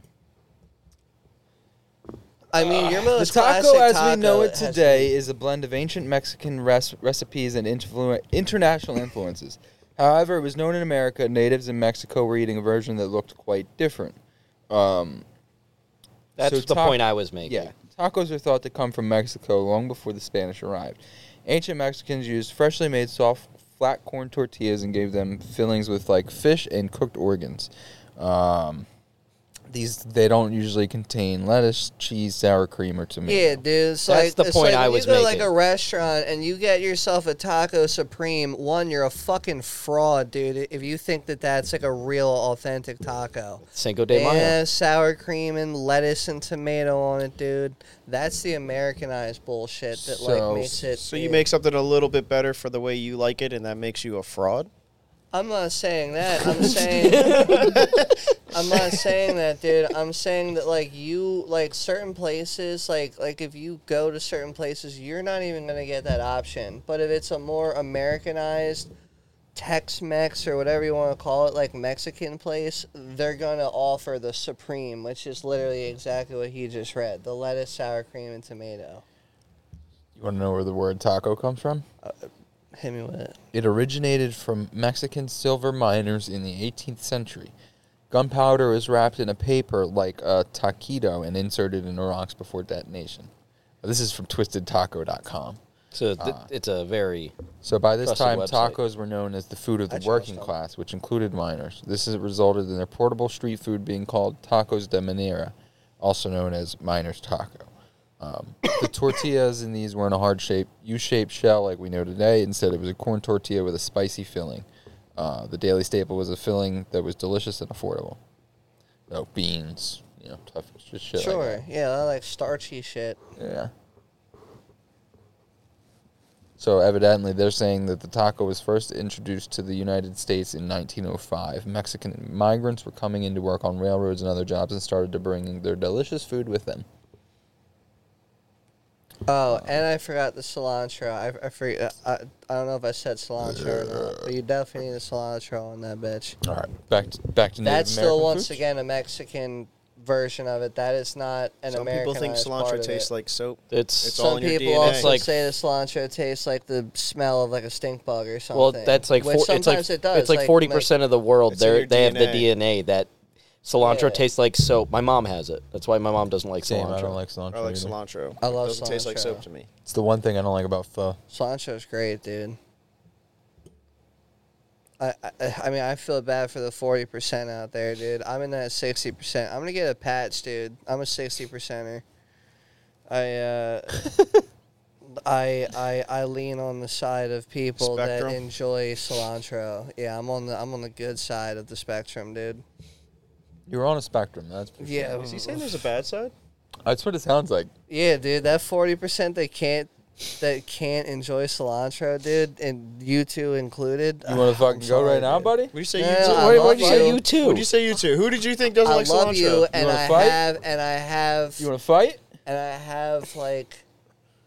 S1: I mean, your
S5: The
S1: most
S5: taco,
S1: classic
S5: as we know it
S1: has been-
S5: today, is a blend of ancient Mexican res- recipes and influ- international influences. However, it was known in America, natives in Mexico were eating a version that looked quite different.
S7: That's
S5: So
S7: the
S5: tac-
S7: point I was making.
S5: Yeah, tacos are thought to come from Mexico long before the Spanish arrived. Ancient Mexicans used freshly made soft, flat corn tortillas and gave them fillings with like fish and cooked organs. Um, these they don't usually contain lettuce, cheese, sour cream, or tomato.
S1: Yeah, dude. It's
S7: That's
S1: like,
S7: the
S1: it's
S7: point
S1: like
S7: I
S1: when
S7: was
S1: you go to, like
S7: making.
S1: a restaurant and you get yourself a taco supreme. One, you're a fucking fraud, dude. If you think that that's like a real authentic taco.
S7: Cinco de Mayo.
S1: Yeah, sour cream and lettuce and tomato on it, dude. That's the Americanized bullshit that
S5: So-
S1: like makes it.
S4: So you make something a little bit better for the way you like it, and that makes you a fraud.
S1: I'm not saying that. I'm saying I'm not saying that, dude. I'm saying that like you like certain places, like like if you go to certain places, you're not even gonna get that option. But if it's a more Americanized Tex Mex or whatever you want to call it, like Mexican place, they're gonna offer the Supreme, which is literally exactly what he just read. The lettuce, sour cream and tomato.
S5: You want to know where the word taco comes from?
S1: Hit me with it.
S5: It originated from Mexican silver miners in the 18th century. Gunpowder was wrapped in a paper like a taquito and inserted in rocks before detonation. This is from twistedtaco.com.
S7: So th- it's a very
S5: So by this
S7: Trusted
S5: time,
S7: website.
S5: tacos were known as the food of the
S1: I trust
S5: working
S1: them.
S5: class, which included miners. This has resulted in their portable street food being called tacos de manera, also known as miners taco. Um, the tortillas in these were in a hard shape, U-shaped shell like we know today. Instead, it was a corn tortilla with a spicy filling. Uh, the daily staple was a filling that was delicious and affordable. So beans, you you know, tough just shit. like
S1: Sure.
S5: that.
S1: yeah, I like starchy shit.
S5: yeah. So evidently, they're saying that the taco was first introduced to the United States in 1905. Mexican migrants were coming into work on railroads and other jobs and started to bring their delicious food with them.
S1: Oh, and I forgot the cilantro. I I, forget, I, I don't know if I said cilantro or not, but you definitely need a cilantro on that bitch.
S5: All right, back to, back to Native
S1: That's still
S5: American
S1: once
S5: foods.
S1: again a Mexican version of it. That is not an
S4: Some
S1: American.
S4: people think cilantro tastes like soap.
S7: It's,
S4: It's all in
S1: Some
S4: your
S1: people
S4: DNA.
S1: also
S7: like-
S1: say the cilantro tastes like the smell of like a stink bug or something.
S7: well, that's like
S1: Which
S7: four, it's like
S1: sometimes it does.
S7: it's like forty percent of the world.
S4: It's in
S7: They
S4: your
S7: they have the
S4: DNA.
S7: DNA that cilantro
S1: Yeah.
S7: tastes like soap. My mom has it. That's why my mom doesn't like
S5: Same,
S7: cilantro.
S5: I don't like cilantro.
S4: I like
S5: either.
S4: cilantro.
S1: I love
S4: it doesn't taste like
S1: cilantro.
S4: soap to me.
S5: It's the one thing I don't like about pho.
S1: Cilantro's great, dude. I, I I mean I feel bad for the forty percent out there, dude. I'm in that sixty percent. I'm gonna get a patch, dude. I'm a sixty percenter. I uh, I I I lean on the side of people
S4: Spectrum?
S1: that enjoy cilantro. Yeah, I'm on the I'm on the good side of the spectrum, dude.
S5: You're on a spectrum. That's for
S1: Yeah,
S5: sure.
S4: Is he saying there's a bad side?
S5: That's what it sounds like.
S1: Yeah, dude, that forty percent that can't that can't enjoy cilantro, dude, and you two included.
S5: You want
S1: I'm
S5: to fucking go
S1: sorry,
S5: right now,
S1: dude.
S5: buddy?
S4: Would you say
S1: No,
S4: you
S1: no,
S4: two?
S1: no, I
S4: Wait,
S1: love
S4: what'd you say?
S1: you.
S4: You two. What'd you say you two? Who did you think doesn't
S1: I
S4: like
S1: love
S4: cilantro?
S1: you, and
S5: wanna
S1: I
S5: fight?
S1: have, and I have,
S5: You want to fight?
S1: and I have like.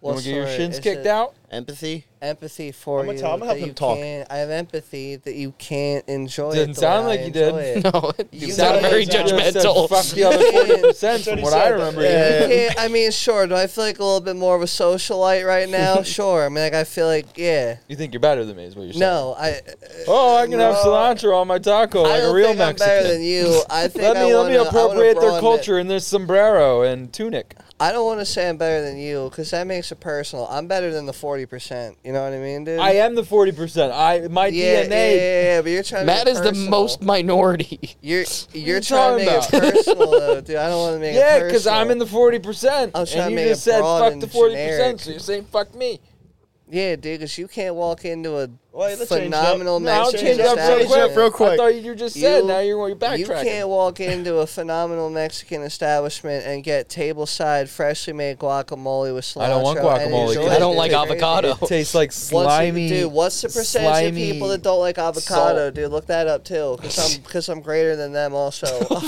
S5: You want
S1: what's
S5: to get your
S1: the word?
S5: shins
S1: Is
S5: kicked
S1: it
S5: out?
S4: Empathy.
S1: Empathy for
S4: I'ma
S1: you.
S4: tell- I'ma
S1: that
S4: help him
S1: you
S4: talk.
S1: can't- I have empathy that you can't enjoy.
S5: Didn't
S1: it the
S5: sound
S1: way
S5: like
S1: I
S5: you
S1: enjoy
S5: did.
S1: it.
S7: No, you
S1: You
S7: sound
S1: guys
S7: very
S1: are-
S7: judgmental.
S5: Fuck the other forty percent. From what I remember,
S4: Yeah.
S1: You can't- I mean, sure. Do I feel like a little bit more of a socialite right now? Sure. I mean, like I feel like, yeah.
S5: you think you're better than me. Is what you're saying?
S1: No, I.
S5: Oh, I can have
S1: No.
S5: cilantro on my taco
S1: I
S5: like
S1: don't
S5: a real
S1: think I'm
S5: Mexican.
S1: better than you. I think
S5: let
S1: I
S5: me
S1: wanna,
S5: let me
S1: I wanna
S5: appropriate their
S1: broaden it.
S5: culture and their sombrero and tunic.
S1: I don't want to say I'm better than you because that makes it personal. I'm better than the forty percent. You know what I mean, dude?
S5: I am the forty percent. I my
S1: Yeah, yeah,
S5: DNA.
S1: yeah, yeah, but you're trying. to
S7: Matt
S1: make it
S7: is the
S1: personal.
S7: most minority.
S1: You're you're
S5: you
S1: trying to make
S5: talking
S1: it
S5: about?
S1: personal, though, dude. I don't want to make it.
S5: Yeah, because I'm
S1: personal.
S5: in the forty percent,
S1: I'm
S5: and
S1: trying to
S5: you
S1: make
S5: just
S1: it
S5: said
S1: broad
S5: fuck
S1: and
S5: the forty percent.
S1: generic.
S5: So you're saying fuck me.
S1: Yeah, dude, because you can't walk into a
S4: Wait, let's change it up.
S1: phenomenal
S5: No, I'll
S1: Mexican
S5: change it up real
S1: establishment.
S5: quick.
S4: real quick.
S5: I thought you just said. now you're you're backtracking.
S1: You can't walk into a phenomenal Mexican establishment and get tableside freshly made guacamole with cilantro.
S5: I don't want
S1: and
S5: guacamole,
S1: enjoy
S5: dude.
S1: it.
S5: I
S7: don't
S1: It's
S7: like
S1: crazy.
S7: avocado.
S5: It tastes like
S1: Once you-
S5: slimy.
S1: dude, what's the percentage of
S5: slimy
S1: people that don't like avocado,
S5: salt.
S1: dude? Look that up too, because I'm because I'm greater than them also.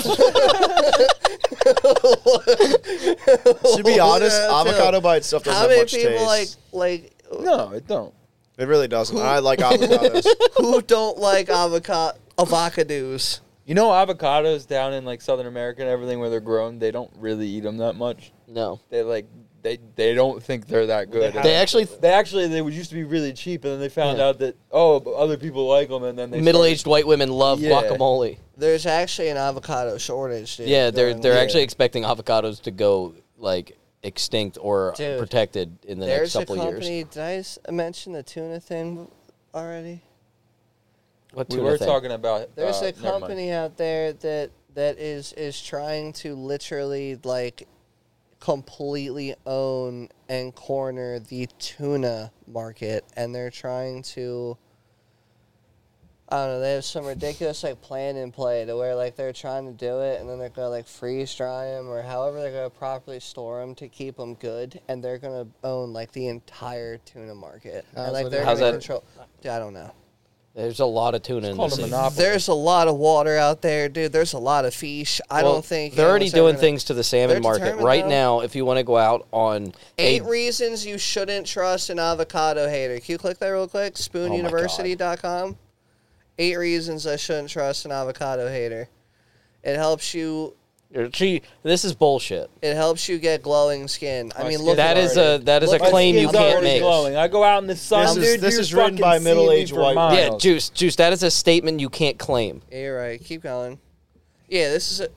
S4: To be honest,
S1: Yeah, too.
S4: avocado by itself doesn't
S1: How
S4: have
S1: many
S4: much
S1: people
S4: taste.
S1: like like
S5: No, it don't.
S4: It really doesn't. I like avocados.
S1: who don't like avocado avocados?
S5: You know avocados down in like Southern America and everything where they're grown, they don't really eat them that much.
S7: No,
S5: They like they they don't think they're that good.
S7: they actually
S5: Uh, They actually they would used to be really cheap, and then they found
S7: Yeah.
S5: out that oh, but other people like them, and then they
S7: middle-aged white women love
S5: Yeah.
S7: guacamole.
S1: There's actually an avocado shortage, dude.
S7: Yeah, they're
S1: going-
S7: they're actually expecting avocados to go like extinct or
S1: Dude,
S7: protected in the next
S1: There's a
S7: couple of years.
S1: company. Did I s- mention the tuna thing already?
S7: What
S5: started-
S7: tuna
S5: We were
S7: thing?
S5: talking about
S1: There's a
S5: uh, never mind.
S1: company out there that that is is trying to literally like completely own and corner the tuna market, and they're trying to. I don't know. They have some ridiculous like plan in play to where like they're trying to do it, and then they're gonna like freeze dry them or however they're gonna properly store them to keep them good, and they're gonna own like the entire tuna market. and, like they're
S7: How's
S1: gonna
S7: that-
S1: control. Dude, I don't know.
S7: There's a lot of tuna in the
S5: called a
S7: sea.
S5: monopoly.
S1: There's a lot of water out there, dude. There's a lot of fish. I
S7: Well,
S1: don't think
S7: they're already
S1: anyone's ever
S7: doing
S1: gonna-
S7: things to the salmon
S1: They're
S7: market
S1: determined,
S7: right
S1: though.
S7: now. If you want to go out on
S1: Eight
S7: a
S1: reasons you shouldn't trust an avocado hater. Can you click that real quick? SpoonUniversity.com. Eight reasons I shouldn't trust an avocado hater. It helps you.
S7: Gee, this is bullshit.
S1: It helps you get glowing skin. I
S5: My
S1: mean,
S5: skin
S1: look.
S7: Oh, That
S1: at
S7: is
S1: it.
S7: a that is a
S1: Look at
S7: claim
S1: it.
S7: you
S1: I'm
S7: can't
S1: already
S7: make.
S5: Glowing. I go out in the sun.
S4: This is-
S5: dude,
S4: this
S5: you
S4: is written
S5: fucking
S4: by
S5: see me
S4: middle-aged
S5: for
S4: white people.
S5: miles.
S7: Yeah, juice, juice. That is a statement you can't claim.
S1: Yeah, you're right. Keep going. Yeah, this is a.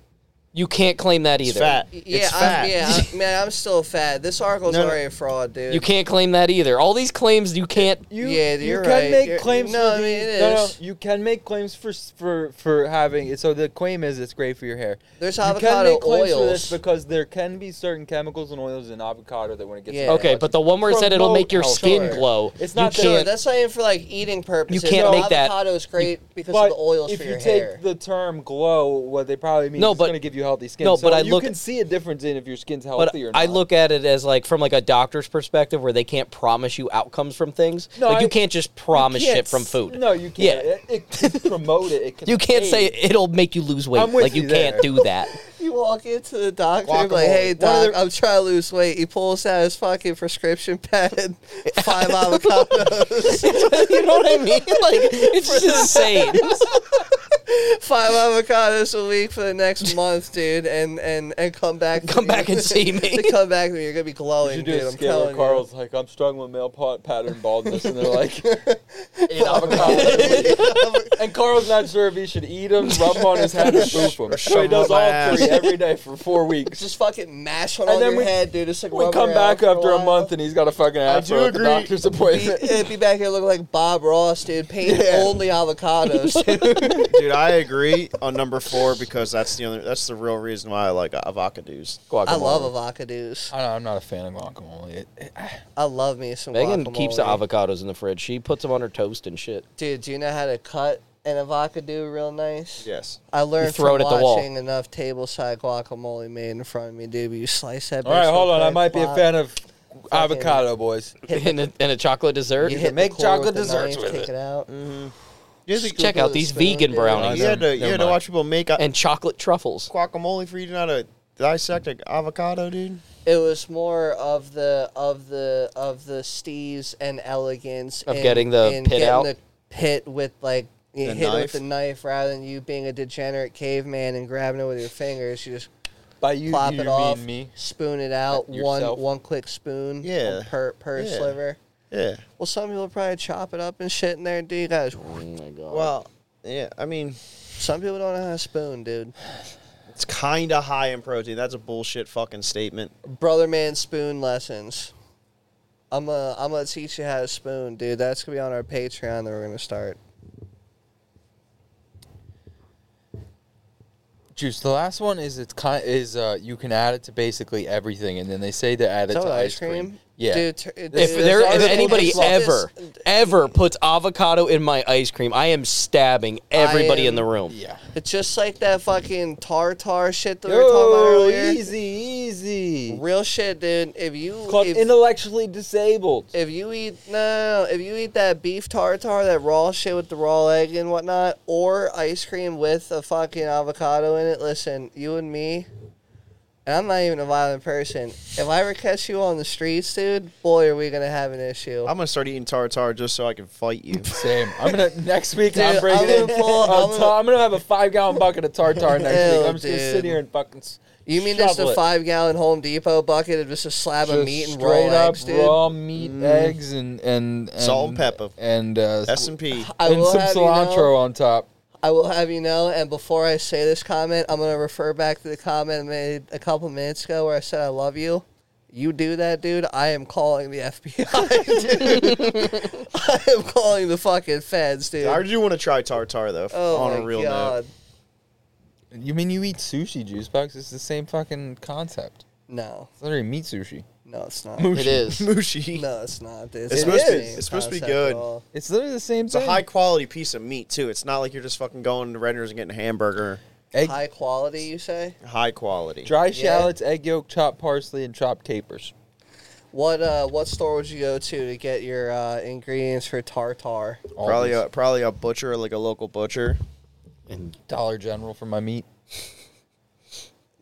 S7: You can't claim that either.
S4: It's fat.
S1: Yeah,
S4: it's fat.
S1: I'm, yeah, I'm, man. I'm still fat. This article's
S4: No, no.
S1: already a fraud, dude.
S7: You can't claim that either. All these claims you can't.
S5: You,
S1: Yeah,
S5: you
S1: you're
S5: can
S1: right.
S5: make
S1: You're-
S5: claims.
S1: no,
S5: for
S1: I mean,
S5: the-
S1: it
S5: no, no,
S1: is.
S5: you can make claims for s- for for having. So the claim is it's great for your hair.
S1: There's
S5: You can
S1: avocado
S5: make claims for this
S1: oils.
S5: because there can be certain chemicals and oils in avocado that when it gets
S1: Yeah.
S5: into
S7: Okay,
S5: your
S7: but the one where it said it'll
S5: promote
S7: make your
S5: health.
S7: skin
S1: Sure.
S7: glow.
S5: It's
S7: you
S5: not that-
S1: Sure,
S7: can't.
S1: that's not even for like eating purposes.
S7: can't
S1: No,
S7: make that-
S1: Avocado is great because
S5: but
S1: of the oils
S5: if
S1: for
S5: you
S1: your
S5: take
S1: hair.
S5: the term glow, what they probably mean
S7: No,
S5: is
S7: but
S5: going to give you healthy skin.
S7: No,
S5: So
S7: but I
S5: you
S7: look-
S5: can see a difference in if your skin's
S7: But
S5: healthy or not.
S7: I look at it as like from like a doctor's perspective where they can't promise you outcomes from things.
S5: No,
S7: like
S5: I-
S7: you can't just promise
S5: can't
S7: shit from
S5: s-
S7: food.
S5: No, you can't.
S7: Yeah.
S5: It, it can promote it. it can
S7: You can't say
S5: aid.
S7: it'll make you lose weight.
S5: I'm with
S7: Like you,
S5: you there.
S7: can't do that.
S1: You walk into the doctor,
S4: Guacamole.
S1: like, hey,
S4: One of
S1: doc, I'm trying to lose weight. He pulls out his fucking prescription pad, five avocados,
S7: you know what I mean? Like it's just insane.
S1: five avocados a week for the next month, dude, and and and come back, to
S7: Come
S1: me.
S7: back and see me.
S1: To come back to me, you're gonna be
S5: You
S1: glowing,
S5: should do
S1: dude.
S5: a
S1: I'm
S5: scale where
S1: telling
S5: Carl's like, I'm struggling with male pa- pattern baldness, and they're like,
S2: Eight avocados.
S1: Oh.
S5: and Carl's not sure if he should eat them, rub 'em on his head, or poop them. So
S4: shove
S5: he
S4: 'em up
S5: does
S4: my
S5: all three
S4: ass.
S5: every day for four
S1: you.
S5: weeks.
S1: Just fucking mash one
S5: And
S1: on
S5: then
S1: your
S5: we-
S1: head, dude. It's like
S5: We
S1: rubber
S5: come back
S1: out for
S5: after a
S1: while.
S5: month, and he's got a fucking afro
S4: do
S5: at the
S4: agree.
S5: doctor's
S1: Be,
S5: appointment.
S1: it'd be back here looking like Bob Ross, dude. Paint
S4: Yeah.
S1: only avocados. dude.
S4: Dude, I agree on number four because that's the only that's the real reason why I like avocados.
S1: I love avocados.
S5: I don't know, I'm not a fan of guacamole. It- it-
S1: I love me some.
S7: Megan
S1: guacamole.
S7: keeps the avocados in the fridge. She puts them on her toast and shit.
S1: Dude, do you know how to cut an avocado real nice?
S4: Yes.
S1: I learned
S7: throw
S1: from
S7: it at the wall.
S1: watching enough tableside guacamole made in front of me, dude. but You slice that.
S5: all right,
S1: bitch
S5: hold on.
S1: with
S5: I
S1: that
S5: might be a
S1: plop.
S5: fan of avocado, boys.
S7: And a, and a chocolate dessert.
S1: You
S5: can
S1: hit
S5: make
S1: the core
S5: chocolate
S1: with the
S5: desserts
S1: knife,
S5: with
S1: take
S5: it.
S1: it. out.
S4: You had to,
S7: Check out these vegan brownies
S4: you had to, you
S5: Never
S4: had to
S5: mind.
S4: watch people make a,
S7: and chocolate truffles.
S4: guacamole for you to know how to dissect an avocado, dude.
S1: It was more of the of the of the stees and elegance
S7: Of
S1: in-
S7: getting the
S1: in
S7: pit
S1: getting
S7: out?
S1: the pit with like you
S4: The
S1: hit it with
S4: knife?
S1: the knife rather than you being a degenerate caveman and grabbing it with your fingers. You just
S5: By you,
S1: plop
S5: you
S1: it off,
S5: mean me.
S1: spoon it out,
S5: Yourself.
S1: one one click spoon,
S4: Yeah.
S1: per per
S4: Yeah.
S1: sliver.
S4: Yeah.
S1: Well, some people probably chop it up and shit in there, dude. You guys,
S4: Well, yeah. I mean,
S1: some people don't know how to spoon, dude.
S4: it's kind of high in protein. That's a bullshit fucking statement.
S1: Brother man spoon lessons. I'm gonna I'm gonna teach you how to spoon, dude. That's gonna be on our Patreon that we're gonna start.
S5: Juice. The last one is it's kind is uh you can add it to basically everything, and then they say to add it
S1: So
S5: to
S1: ice cream,
S5: Yeah.
S1: Dude, tur- dude,
S7: If there,
S1: there's
S7: if anybody
S1: articles-
S7: ever,
S1: this-
S7: ever puts avocado in my ice cream, I am stabbing everybody in
S1: am-
S7: the room.
S5: Yeah.
S1: it's just like that fucking tartar shit that we were talking about earlier.
S5: Oh, easy, easy.
S1: Real shit, dude. If you
S5: Called
S1: if,
S5: intellectually disabled.
S1: if you eat no, if you eat that beef tartar, that raw shit with the raw egg and whatnot, or ice cream with a fucking avocado in it, listen, you and me, and I'm not even a violent person. If I ever catch you on the streets, dude, boy, are we gonna have an issue.
S4: I'm gonna start eating tartar just so I can fight you.
S5: Same. I'm gonna next week.
S1: Dude,
S5: I'm bringing
S1: I'm
S5: in.
S1: gonna pull-
S5: a
S1: I'm
S5: to-
S1: gonna-
S5: I'm gonna have a five gallon bucket of tartar next
S1: Ew,
S5: week. I'm just gonna sit
S1: dude.
S5: here and fucking. s-
S1: you mean just
S5: shovel
S1: a
S5: it.
S1: five gallon Home Depot bucket of just a slab
S5: Just
S1: of meat and
S5: straight
S1: raw
S5: up
S1: eggs, dude? Mm.
S5: raw meat, eggs, and, and and
S4: Salt and pepper.
S5: and uh,
S4: S and P.
S1: I
S5: and
S1: will
S5: some
S1: have you
S5: cilantro
S1: know-
S5: on top.
S1: I will have you know, and before I say this comment, I'm going to refer back to the comment I made a couple minutes ago where I said, I love you. You do that, dude. I am calling the FBI, dude. I am calling the fucking feds, dude.
S4: I do want to try tartar though.
S1: oh,
S4: on
S1: my
S4: a real
S1: God.
S5: You mean you eat sushi juice box? It's the same fucking concept.
S1: No,
S5: It's literally meat sushi.
S1: no, it's not.
S7: It is.
S4: note. Mushi.
S1: No, it's not. It's,
S4: It's
S1: not
S4: supposed
S1: the
S4: to be-
S1: same
S4: it's supposed to be
S1: concept
S4: good.
S1: at all.
S5: It's literally the same
S4: It's a
S5: thing.
S4: high quality piece of meat too. It's not like you're just fucking going to Renner's and getting a hamburger.
S5: egg,
S1: High quality, you say?
S4: High quality.
S5: dry
S1: Yeah.
S5: shallots, egg yolk, chopped parsley, and chopped capers.
S1: What uh, what store would you go to to get your uh, ingredients for tartar?
S5: All
S4: probably
S5: these.
S4: a probably a butcher like a local butcher.
S5: Dollar General for my meat.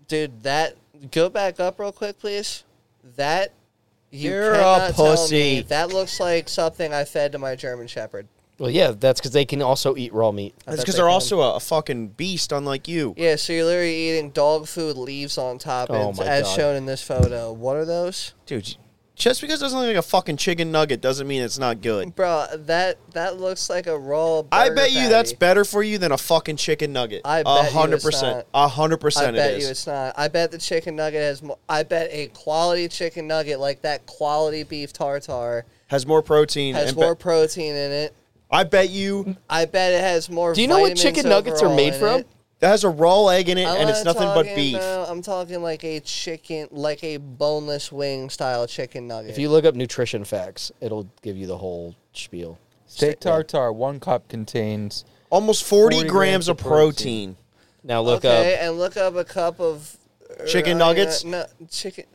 S1: dude, that go back up real quick, please. That you
S4: You're a
S1: cannot tell
S4: pussy.
S1: me that looks like something I fed to my German Shepherd.
S7: Well, yeah, that's because they can also eat raw meat.
S1: I
S4: That's
S1: bet
S4: because
S1: they
S4: they're
S1: can.
S4: also a, a fucking beast, unlike you.
S1: Yeah, so you're literally eating dog food leaves on top,
S7: Oh
S1: as,
S7: my
S1: as
S7: God.
S1: shown in this photo. What are those,
S4: Dude, just because it doesn't look like a fucking chicken nugget doesn't mean it's not good.
S1: bro? That that looks like a raw.
S4: I
S1: burger
S4: bet you that's
S1: patty.
S4: better for you than a fucking chicken nugget.
S1: I
S4: a
S1: bet you
S4: hundred
S1: it's
S4: percent.
S1: not.
S4: A hundred
S1: I
S4: percent
S1: bet
S4: it
S1: you
S4: is.
S1: it's not. I bet the chicken nugget has. Mo- I bet a quality chicken nugget like that quality beef tartar
S4: Has more protein.
S1: has
S4: and
S1: more
S4: Be-
S1: protein in it.
S4: I bet you
S1: I bet it has more.
S7: Do you know what
S1: vitamins
S7: chicken nuggets are
S1: overall
S7: made
S1: in
S7: from?
S1: it.
S4: that has a raw egg in it, and it's
S1: I'm
S4: nothing but
S1: talking
S4: beef.
S1: about- I'm talking like a chicken, like a boneless wing style chicken nugget.
S7: If you look up nutrition facts, it'll give you the whole spiel.
S5: Steak tartare, one cup contains
S4: Almost forty,
S5: 40
S4: grams,
S5: grams
S4: of
S5: of
S4: protein.
S7: Now look
S1: okay, and look up a cup of
S4: Chicken
S1: uh,
S4: nuggets?
S1: No, chicken.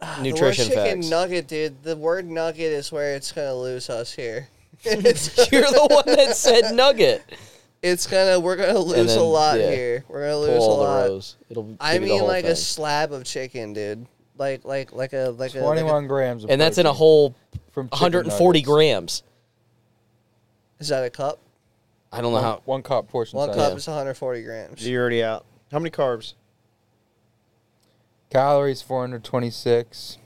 S7: up
S1: The word
S7: nutrition
S1: chicken
S7: facts.
S1: nugget, dude. The word nugget is where it's gonna lose us here. it's,
S7: You're the one that said nugget.
S1: it's gonna we're gonna lose
S7: then,
S1: a lot
S7: yeah,
S1: here. We're gonna lose
S7: Pull
S1: a
S7: the
S1: lot.
S7: rows. It'll.
S1: I
S7: give you the
S1: mean,
S7: whole
S1: like
S7: thing.
S1: a slab of chicken, dude. Like like like a like a, like a
S5: Twenty-one grams, of
S7: and that's in a
S5: protein
S7: whole
S5: from chicken
S7: 140
S5: nuggets.
S7: grams.
S1: is that a cup?
S7: I don't know how.
S5: One cup portion
S1: One
S5: size.
S1: cup is 140 grams.
S4: You're already out. How many carbs?
S5: Calories four hundred twenty-six.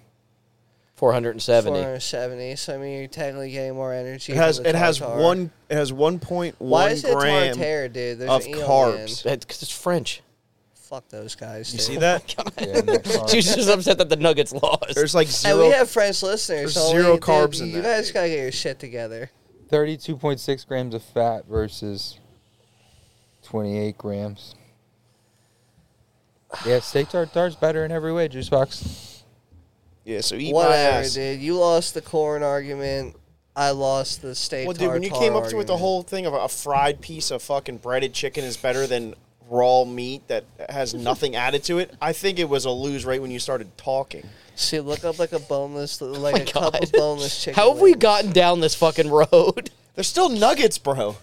S7: 470.
S1: 470. So I mean, you're technically getting more energy.
S4: It has
S1: from the
S4: it has
S1: tartar.
S4: one it has one point
S1: Why
S4: one
S1: is it
S4: gram.
S1: tartare, dude? There's
S4: of
S1: an E on the
S4: carbs.
S1: end.
S7: That's 'cause it's French.
S1: Fuck those guys.
S4: You
S1: dude.
S4: see that?
S5: Yeah, and that's fine.
S7: She's just upset that the Nuggets lost.
S4: There's like
S1: And
S4: zero.
S1: we have French
S4: there's
S1: listeners. so
S4: zero
S1: we- dude,
S4: carbs in
S1: You
S4: that,
S1: guys
S4: dude.
S1: gotta get your shit together.
S5: 32.6 grams of fat versus 28 grams. Yeah, steak tartare's better in every way, juice box.
S4: yeah, so eat my
S1: Whatever,
S4: ass.
S1: dude. You lost the corn argument. I lost the steak.
S4: Well, dude, when you
S1: tartare
S4: came up to it, the
S1: argument.
S4: whole thing of a fried piece of fucking breaded chicken is better than raw meat that has nothing added to it. I think it was a lose right when you started talking.
S1: See, look up like a boneless,
S4: Oh
S1: like a
S7: God.
S1: cup of boneless chicken.
S7: How have we
S1: wings.
S7: gotten down this fucking road?
S4: They're still nuggets, bro.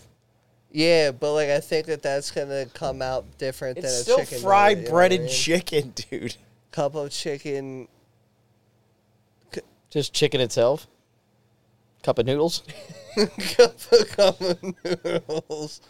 S1: Yeah, but like I think that that's gonna come out different
S4: It's
S1: than
S4: still
S1: a chicken.
S4: fried
S1: nugget, you know what I
S4: breaded
S1: mean?
S4: chicken, dude.
S1: Cup of chicken.
S7: Just chicken itself? Cup of noodles?
S1: cup of common noodles.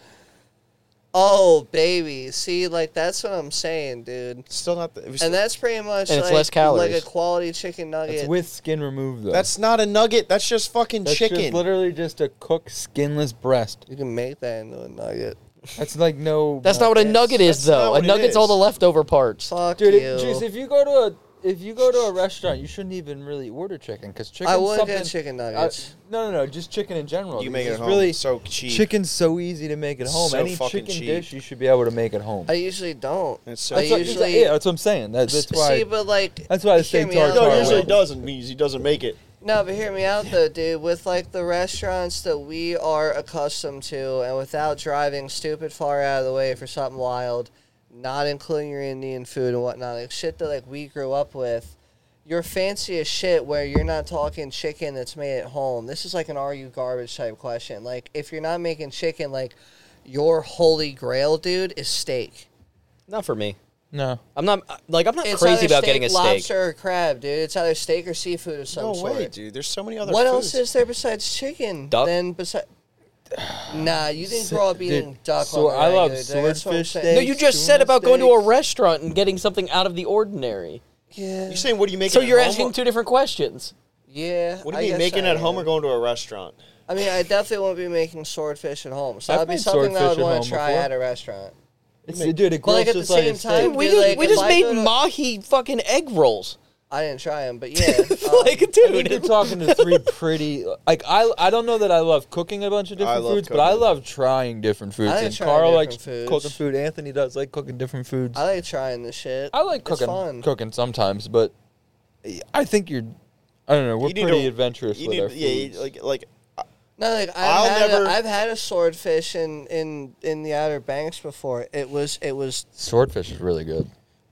S1: Oh baby, see, like that's what I'm saying, dude.
S4: It's still not. The, it was-
S1: And that's pretty much
S7: And it's
S1: like,
S7: less calories.
S1: like a quality chicken
S5: It's
S1: nugget.
S5: with skin removed, though.
S4: that's not a nugget. That's just fucking
S5: That's just
S4: chicken.
S5: literally just a cooked skinless breast.
S1: you can make that into a nugget.
S5: That's like no.
S7: That's not what a nugget is,
S4: That's not
S7: though. A
S4: what it
S7: nugget's
S4: is.
S7: all the leftover parts.
S1: Fuck
S5: Dude,
S1: you.
S5: it, juice, if you go to a if you go to a restaurant, you shouldn't even really order chicken because chicken.
S1: I would
S5: something,
S1: get chicken
S5: I-
S1: nuggets.
S5: no, no, no, just chicken in general.
S4: you
S5: because
S4: make it
S5: it's
S4: at home.
S5: Really,
S4: so cheap.
S5: chicken's so easy to make at home.
S4: So
S5: Any
S4: fucking
S5: chicken
S4: cheap.
S5: dish you should be able to make at home.
S1: I usually don't.
S4: It's so
S1: I
S5: That's what-
S1: usually
S5: yeah, that's what I'm saying. That, that's
S1: S-
S5: why.
S1: see, but like
S5: that's why I say
S1: hear me out,
S5: tartar
S1: though.
S5: far usually away.
S4: doesn't means he doesn't make it.
S1: No, but hear me out though, dude. With like the restaurants that we are accustomed to, and without driving stupid far out of the way for something wild, not including your Indian food and whatnot, like shit that like we grew up with, you're fancy as shit where you're not talking chicken that's made at home. This is like an are you garbage type question. Like if you're not making chicken, like your holy grail, dude, is steak.
S7: Not for me.
S5: no.
S7: I'm not uh, like I'm not
S1: It's
S7: crazy
S1: either
S7: about
S1: steak,
S7: getting a steak.
S1: lobster or crab, dude. It's either steak or seafood of some
S4: No
S1: sort.
S4: way, dude. There's so many other.
S1: What
S4: foods.
S1: else is there besides chicken?
S7: Duck?
S1: Then besides. Nah, you didn't
S5: So-
S1: grow up
S5: dude,
S1: eating duck.
S5: so
S1: on the
S5: I love
S1: regular, dude. That's what I'm
S5: swordfish
S1: saying.
S5: steak.
S7: No, you just said
S5: Tuna
S7: about going to a
S5: steaks.
S7: restaurant and getting something out of the ordinary.
S1: Yeah.
S4: You're saying what do you make?
S7: So
S4: at
S7: you're
S4: home
S7: asking
S4: or-
S7: two different questions.
S1: Yeah.
S4: What do
S1: I
S4: you mean
S1: guess
S4: making
S1: I
S4: at home
S1: am.
S4: or going to a restaurant?
S1: I mean, I definitely won't be making swordfish at home, so
S5: I've
S1: that'd be
S5: made
S1: something that I
S5: swordfish
S1: would
S5: at
S1: want
S5: home
S1: to try
S5: before.
S1: at a restaurant.
S5: It's, dude, it
S1: But, like,
S5: grows
S1: at the
S5: just like a
S1: same time,
S5: steak.
S7: We
S1: Dude,
S7: just,
S1: like,
S7: we
S1: if
S7: just
S1: I
S7: made
S1: go to-
S7: mahi fucking egg rolls.
S1: I didn't try them, but yeah.
S7: like,
S1: um,
S7: dude,
S5: I think you're talking to three pretty. Like I, I don't know that I love cooking a bunch of
S4: I
S5: different
S4: love
S5: foods, but I
S4: cooking.
S5: love trying different foods.
S1: like
S5: and
S1: trying
S5: Carl
S1: different
S5: likes
S1: foods.
S5: cooking food. Anthony does like cooking different foods.
S1: I
S5: I,
S1: like trying this shit.
S5: like
S1: It's
S5: cooking
S1: fun.
S5: cooking sometimes, but I think you're. I don't know. We're
S4: You need
S5: pretty
S4: to-
S5: adventurous
S4: You
S5: with
S4: need,
S5: our
S4: yeah, you-
S5: foods.
S4: like like
S1: No, like I've
S4: I'll
S1: had
S4: never-
S1: a, I've had a swordfish in, in in the Outer Banks before. It was it was
S5: Swordfish is really good.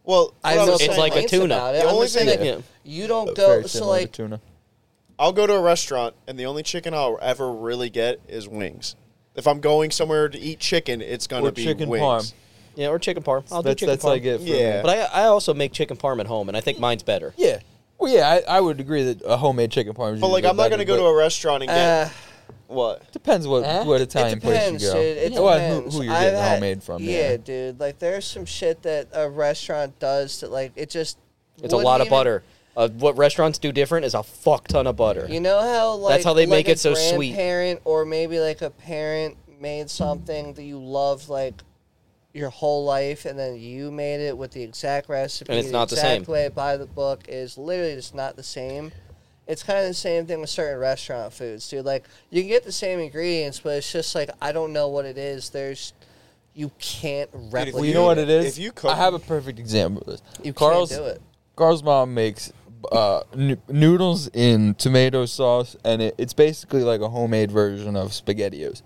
S4: well,
S1: I
S4: what
S1: have
S4: I
S1: no
S4: was saying,
S7: like a
S1: complaints
S7: tuna.
S1: about
S4: The
S1: it. I'm
S4: only
S1: just saying,
S4: thing-
S1: like,
S7: Yeah.
S1: you don't
S5: Very
S1: go so
S5: similar to
S1: like
S5: tuna.
S4: I'll go to a restaurant, and the only chicken I'll ever really get is wings. If I'm going somewhere to eat chicken, it's gonna
S5: Or
S4: be
S5: chicken
S4: wings.
S5: parm.
S7: Yeah, or chicken parm. I'll
S5: That's
S7: do chicken
S5: that's
S7: parm.
S5: like it. For me.
S4: Yeah.
S7: But I, I also make chicken parm at home, and I think mine's better.
S5: Yeah. Well, yeah, I, I would agree that a homemade chicken parm. is
S4: But like,
S5: usually
S4: I'm not
S5: better,
S4: gonna go
S5: but
S4: to a restaurant and get
S1: uh,
S4: what.
S5: Depends what
S7: Eh?
S5: what
S1: it
S5: Italian
S1: depends,
S5: place you go.
S1: dude. It
S5: Well, who-
S1: depends.
S5: Who, you're
S1: I've
S5: getting
S1: had-
S5: homemade from?
S1: Yeah, dude. Like there's some shit that a restaurant does that like it just
S7: It's a
S1: wouldn't
S7: lot of
S1: even-
S7: butter. Uh, what restaurants do different is a fuck ton of butter.
S1: You know how like
S7: how they
S1: like
S7: make
S1: a
S7: it so sweet.
S1: Parent or maybe like a parent made something that you loved like your whole life, and then you made it with the exact recipe.
S7: And it's not the
S1: exact
S7: same.
S1: way by the book is literally just not the same. It's kind of the same thing with certain restaurant foods, dude. Like you can get the same ingredients, but it's just like I don't know what it is. There's you can't replicate.
S5: Well, you know what
S1: it.
S5: it is.
S4: if you cook-
S5: I have a perfect example of this.
S1: You
S5: Carl's
S1: can't do it.
S5: Carl's mom makes uh, n- noodles in tomato sauce, and it, it's basically like a homemade version of spaghettios.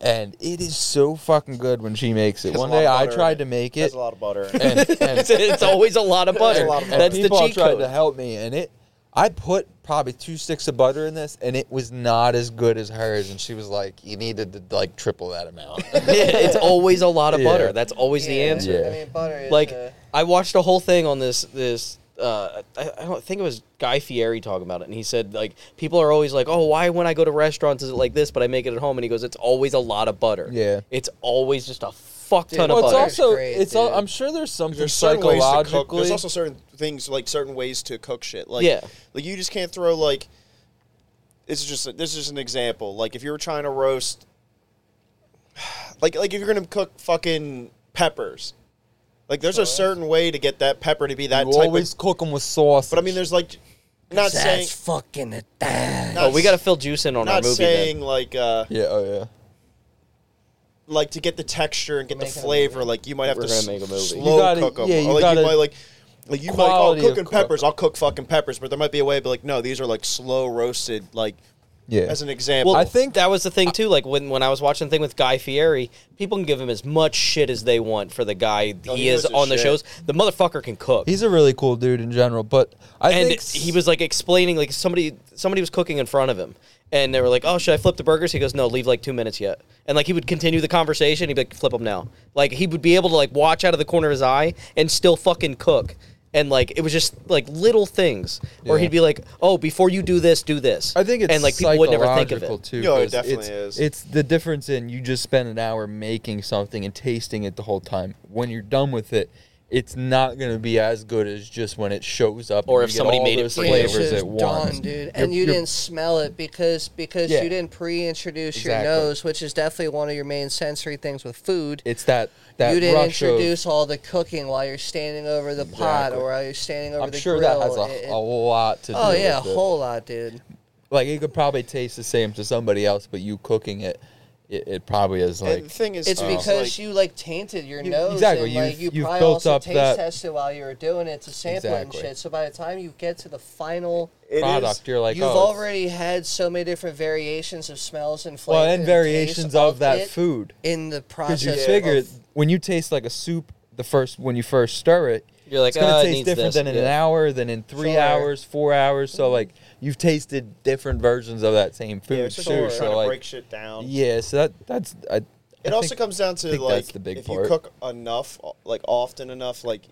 S5: and it is so fucking good when she makes it.
S4: Has a
S5: One
S4: lot
S5: day
S4: of
S5: I
S4: butter
S5: tried
S4: in
S5: to
S4: it.
S5: make
S4: Has
S5: it,
S4: a lot of butter. in it.
S5: and, and
S7: it's, it's always a lot of butter.
S4: a lot of
S5: and
S4: butter.
S7: That's the
S5: people
S7: cheat
S5: tried
S7: code.
S5: to help me, and it. I put probably two sticks of butter in this, and it was not as good as hers. And she was like, "You needed to like triple that amount."
S7: it's always a lot of
S5: Yeah.
S7: butter. That's always the
S1: Yeah,
S7: answer.
S5: Yeah.
S1: I mean, butter is
S7: Like
S1: a-
S7: I watched a whole thing on this this uh, I, I don't think it was Guy Fieri talking about it, and he said like people are always like, oh, why when I go to restaurants is it like this, but I make it at home, and he goes, it's always a lot of butter.
S5: Yeah.
S7: it's always just a fuck
S1: Dude,
S7: ton
S5: well,
S7: of
S5: it's
S7: butter.
S1: butter's
S5: also
S1: great,
S5: it's. All,
S1: dude.
S5: I'm sure there's something
S4: There's certain ways to cook.
S5: psychologically.
S4: There's also certain things like certain ways to cook shit. Like,
S7: Yeah.
S4: like you just can't throw like. This is just this is just an example. Like if you were trying to roast, like like if you're gonna cook fucking peppers, like there's a certain way to get that pepper to be that
S5: you
S4: type.
S5: always
S4: of,
S5: cook them with sauce.
S4: but I mean, there's like not
S1: that's
S4: saying.
S1: fucking a dad.
S4: Not,
S7: oh, we got to fill juice in on our
S4: Not
S7: movie.
S4: saying
S7: Then.
S4: like uh
S5: yeah, oh yeah.
S4: like to get the texture and get the
S1: Making a
S4: flavor. Like you might have
S7: We're
S4: to
S7: gonna
S4: s-
S7: make a movie.
S4: slow
S5: You gotta-
S4: cook them.
S5: yeah, you
S4: like
S5: gotta-
S4: you might like. Like you might, oh,
S5: quality of
S4: cooking
S5: cook.
S4: peppers. I'll cook fucking peppers, but there might be a way to be like, no, these are like slow roasted. Like
S5: Yeah.
S4: as an example,
S7: Well,
S5: I think-
S7: that was the thing too. Like when, when I was watching the thing with Guy Fieri, people can give him as much shit as they want for the guy
S4: Oh,
S7: he,
S4: he
S7: is
S4: knows his
S7: on the
S4: shit.
S7: shows. The motherfucker can cook.
S5: He's a really cool dude in general, but I
S7: and
S5: think s-
S7: he was like explaining like somebody somebody was cooking in front of him and they were like oh should i flip the burgers he goes no leave like two minutes yet and like he would continue the conversation he'd be like flip them now like he would be able to like watch out of the corner of his eye and still fucking cook and like it was just like little things or
S5: Yeah.
S7: he'd be like oh before you do this do this
S5: I think it's
S7: and like people would never think of
S5: psychological, Too,
S7: it
S4: No, it
S5: 'cause
S4: definitely
S5: it's,
S4: is.
S5: It's the difference in you just spend an hour making something and tasting it the whole time. When you're done with it, it's not going to be as good as just when it shows up.
S7: Or
S5: and
S7: if
S5: you get
S7: somebody
S5: all
S7: made it
S5: those
S7: for you.
S5: flavors
S1: It's
S5: at
S1: just
S5: once,
S1: done, dude.
S5: You're-
S1: And you
S5: you're-
S1: didn't smell it because because
S5: Yeah.
S1: you didn't pre-introduce
S5: Exactly.
S1: your nose, which is definitely one of your main sensory things with food.
S5: It's that that
S1: you didn't
S5: rush of-
S1: introduce all the cooking while you're standing over the pot
S5: Exactly.
S1: or while you're standing over
S5: I'm
S1: the
S5: sure
S1: grill.
S5: that has
S1: It-
S5: a,
S1: it-
S5: a lot to do.
S1: oh yeah, a
S5: with it.
S1: whole lot, dude.
S5: Like it could probably taste the same to somebody else, but you cooking it, it, it probably is like.
S4: and the thing is,
S1: It's
S4: too,
S1: because
S4: like,
S1: you like tainted your
S5: uh, You-
S1: nose.
S5: exactly,
S1: And, like,
S5: you've-
S1: you
S5: you've
S1: probably
S5: built
S1: also
S5: up
S1: taste
S5: that-
S1: tested while you were doing it to sample it and
S5: Exactly.
S1: shit. So by the time you get to the final
S4: it is-
S5: product, you're like,
S1: You've
S5: oh, it's-
S1: already had so many different variations of smells and flavors.
S5: well, and variations
S1: tastes
S5: of that
S1: it
S5: food.
S1: in the process.
S5: Because you
S1: of-
S5: figure when you taste like a soup, the first when you first stir it,
S7: You're like,
S5: it's gonna
S7: "Ah, it
S5: taste
S7: needs
S5: different
S7: this,"
S5: than in an
S7: yeah.
S5: hour, than in three
S1: Sure.
S5: hours, four hours. So like you've tasted different versions of that same
S4: yeah,
S5: food
S4: it's just
S5: too.
S4: trying
S5: So
S4: to
S5: like
S4: break shit down.
S5: yeah, so that that's I, it
S4: it also comes down to
S5: think
S4: like
S5: that's the big
S4: if
S5: part.
S4: you cook enough, like often enough, like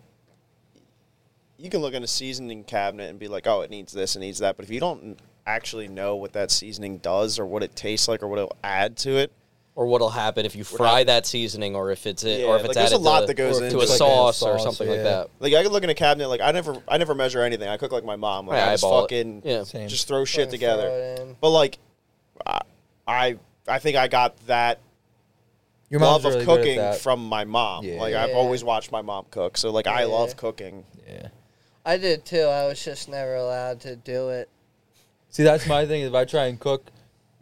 S4: you can look in a seasoning cabinet and be like, oh, it needs this, it needs that. But if you don't actually know what that seasoning does or what it tastes like or what it'll add to it,
S7: or what'll happen if you fry that seasoning or if it's it
S4: Yeah,
S7: or if it's
S4: like, there's
S7: added
S4: a lot
S7: to,
S4: that goes
S7: to
S4: into
S7: a
S4: it. Like a
S7: sauce or
S5: sauce,
S7: something like
S5: yeah.
S7: that
S4: Like I could look in a cabinet. Like I never, I never measure anything. I cook like my mom. Like
S7: Yeah,
S4: I just
S7: eyeball it.
S4: fucking
S7: Yeah.
S5: Same.
S4: just throw
S1: Throw
S4: shit
S1: it
S4: together.
S1: in.
S4: But like, I, I, I think I got that
S5: your
S4: love
S5: mom's really
S4: of
S5: good at
S4: cooking
S5: that.
S4: from my mom.
S5: Yeah.
S4: Like I've
S1: Yeah.
S4: always watched my mom cook, so like I
S1: Yeah.
S4: love cooking.
S5: yeah.
S1: I did too. I was just never allowed to do it.
S5: See, that's my thing. If I try and cook,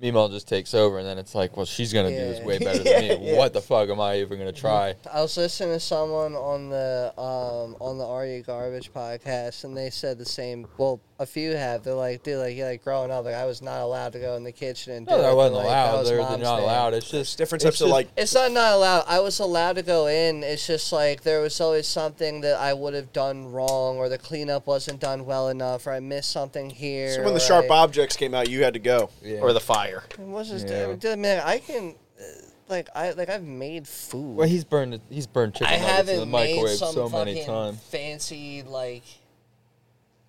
S5: Mimo just takes over, and then it's like, well, she's gonna do this
S1: Yeah.
S5: way better
S4: Yeah,
S5: than me.
S4: yeah.
S5: What the fuck am I even gonna try?
S1: I was listening to someone on the um on the Are You Garbage podcast, and they said the same. Well, a few have. They're like, dude, like, yeah, like growing up, like I was not allowed to go in the kitchen and do
S5: No,
S1: it.
S5: I wasn't
S1: Like, that
S5: allowed.
S1: was
S5: They're, they're
S1: mom's
S5: not
S1: thing.
S5: allowed. It's just
S4: It's different
S5: it's
S4: types of
S5: just-
S4: like.
S1: It's not not allowed. I was allowed to go in. It's just like there was always something that I would have done wrong, or the cleanup wasn't done well enough, or I missed something here.
S4: So when
S1: or
S4: the sharp
S1: I-
S4: objects came out, you had to go.
S5: Yeah.
S7: or the fire
S1: What's this?
S5: Yeah.
S1: Dude, man, I can, uh, like, I like I've made food.
S5: Well, he's burned. He's burned chicken
S1: I
S5: nuggets in the
S1: haven't made
S5: microwave
S1: some
S5: so many
S1: fucking
S5: times.
S1: fancy like.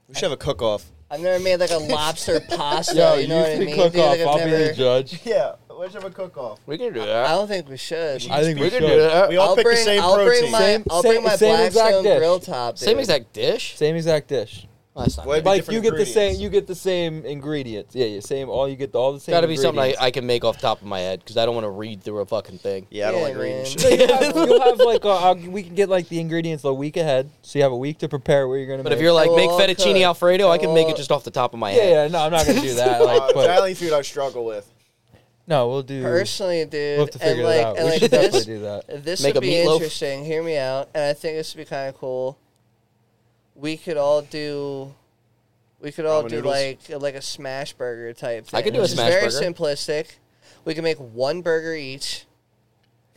S4: We should have a cook off.
S1: I've never made like a lobster pasta.
S5: Yo,
S1: you know what I mean?
S5: cook
S1: dude?
S5: off.
S1: Like, I've
S5: I'll be
S1: never-
S5: the judge.
S4: Yeah, we should have a cook off.
S7: we uh, can do
S1: I
S7: that
S1: don't think we should.
S5: I think we, should.
S4: We all
S1: I'll
S4: pick
S1: bring,
S4: the same
S1: I'll
S4: protein.
S1: bring my,
S5: Same-
S1: I'll
S5: same-
S1: bring my
S5: same exact
S1: Blackstone
S5: dish.
S1: grill top. Dude.
S7: same exact dish
S5: Same exact dish.
S7: Oh, that's not
S4: What?
S7: good.
S5: Like
S4: different
S5: you get the same.
S4: ingredients.
S5: You get the same ingredients. Yeah, yeah. Same. All you get all the same.
S7: Got to be something I,
S5: ingredients.
S7: I can make off the top of my head because I don't want to read through a fucking thing.
S4: Yeah, I don't
S1: Yeah,
S4: like reading
S1: man.
S4: shit.
S5: So you'll have, you'll have like a, I'll- we can get like the ingredients a week ahead, so you have a week to prepare what you're gonna.
S7: But
S5: make.
S7: if you're like
S1: They'll
S7: make
S1: all
S7: fettuccine
S1: cook.
S7: alfredo, I can
S1: They'll
S7: make it
S1: all-
S7: just off the top of my
S5: yeah,
S7: head.
S5: yeah, no, I'm not gonna do that.
S4: Uh,
S5: Like, but
S4: Italian food I struggle with.
S5: no, we'll do.
S1: Personally, dude,
S5: We'll have to
S1: and
S5: figure
S1: like,
S5: it out.
S1: and
S5: We
S1: like
S5: should
S1: this,
S5: definitely do that.
S1: This
S7: Make
S1: would
S7: a
S1: be
S7: meatloaf.
S1: interesting. Hear me out, and I think this would be kind of cool. We could all do, we could all
S4: Ramen
S1: do
S4: noodles?
S1: like like a smash burger type. Thing,
S7: I could do a
S1: which is
S7: smash
S1: very
S7: burger.
S1: simplistic. We can make one burger each.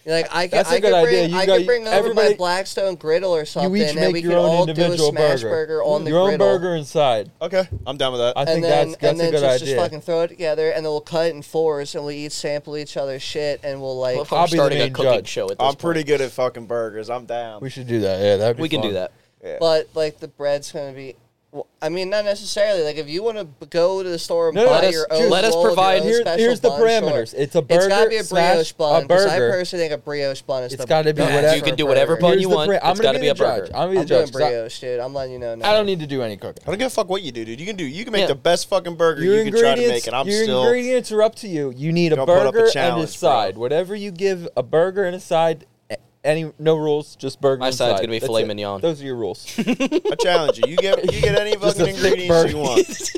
S1: Like I could,
S5: That's a
S1: I could
S5: good
S1: bring,
S5: idea. You
S1: I
S5: got-
S1: could bring over my
S5: everybody-
S1: Blackstone griddle or something,
S5: You each
S1: and
S5: make
S1: we could
S5: your own
S1: all do a
S5: individual
S1: smash
S5: burger.
S1: burger, on the
S5: your
S1: griddle.
S5: own burger inside.
S4: Okay, I'm down with that.
S5: I
S1: and
S5: think
S1: then
S5: that's that's
S1: and then
S5: a good
S1: just,
S5: idea.
S1: just fucking throw it together, and then we'll cut it in fours, and we each sample each other's shit, and we'll like.
S7: Motherfucker,
S5: I'll be the
S7: starting a
S5: main
S7: cooking
S5: judge.
S7: show at this
S4: I'm
S7: point.
S4: pretty good at fucking burgers. I'm down.
S5: we should do that. Yeah, that'd be
S7: We can
S5: fun.
S7: do that.
S1: But like the bread's gonna be. well, I mean, not necessarily. Like, if you want to go to the store and
S5: No, no,
S1: buy
S5: let us
S1: your
S5: choose.
S1: own,
S7: Let us
S1: roll, your
S7: provide-
S1: own
S5: Here-
S1: special
S5: here's the
S1: bun, sure.
S5: parameters. It's a
S1: It's gotta be a
S5: burger slash
S1: brioche
S5: a
S1: bun. 'cause I
S5: burger.
S1: personally think a brioche bun is.
S5: It's
S1: the
S5: gotta be
S1: best
S5: whatever.
S1: for
S5: You
S7: can
S1: a
S7: do
S1: burger.
S7: whatever bun
S5: Here's
S7: you
S5: the
S7: want.
S5: pra- I'm
S7: It's
S5: gonna
S7: gotta
S5: be
S7: be
S5: the
S7: a burger.
S5: judge. I'm gonna be
S1: I'm
S5: the judge.
S1: doing
S5: 'cause I-
S1: brioche, dude. I'm letting you know now.
S5: I don't need to do any cooking.
S4: I don't give a fuck what you do, dude. You can do. You can make
S7: Yeah.
S4: the best fucking burger
S5: Your
S4: you can try to make,
S5: ingredients,
S4: and I'm
S5: your
S4: still.
S5: ingredients are up to you. You need a
S4: Don't put up a
S5: burger and a
S4: challenge,
S5: side.
S4: bro.
S5: Whatever you give a burger and a side, a- any no rules, just burger.
S7: My
S5: and
S7: side's
S5: side.
S7: gonna be
S5: That's
S7: filet
S5: it.
S7: mignon.
S5: Those are your rules.
S4: I challenge you. You get you get any
S5: Just
S4: fucking
S5: a thick
S4: ingredients
S5: burger.
S4: you want.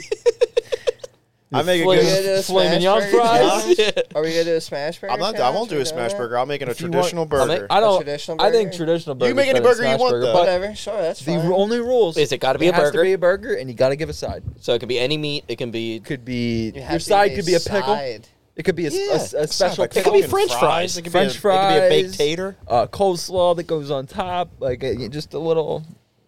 S4: I make a
S5: Flavor-
S1: We're gonna do
S4: good.
S1: a
S5: Filet
S1: smash
S5: mignon
S1: burger
S5: fries?
S1: challenge?
S7: Yeah.
S1: Are we gonna do a smash burger?
S4: I'm not. I
S1: challenge?
S4: won't do
S1: We're
S4: a
S1: doing
S4: smash
S1: that?
S4: burger. I'll make it a
S5: If you
S4: traditional
S5: want-
S4: burger.
S5: I don't.
S1: traditional
S5: I think
S1: burger?
S5: traditional burger.
S4: You make any burger you want, though.
S1: Whatever. Sure, that's
S5: The
S1: fine.
S5: only rules
S7: Is it gotta be a
S5: has to
S7: burger?
S5: be a burger, and you got to give a side.
S7: So it can be any meat. It can be.
S5: Could be
S1: You have
S5: your
S1: to
S5: side
S1: get
S5: could be a pickle.
S1: side.
S5: It could be a, s- a s-
S7: Yeah.
S5: a
S4: It's not
S5: special
S4: like
S5: pickle.
S7: could be
S4: fucking
S7: French fries.
S4: It could
S5: French
S4: be a, It could be a baked
S5: fries.
S4: tater.
S5: uh, coleslaw that goes on top, like uh, just a little.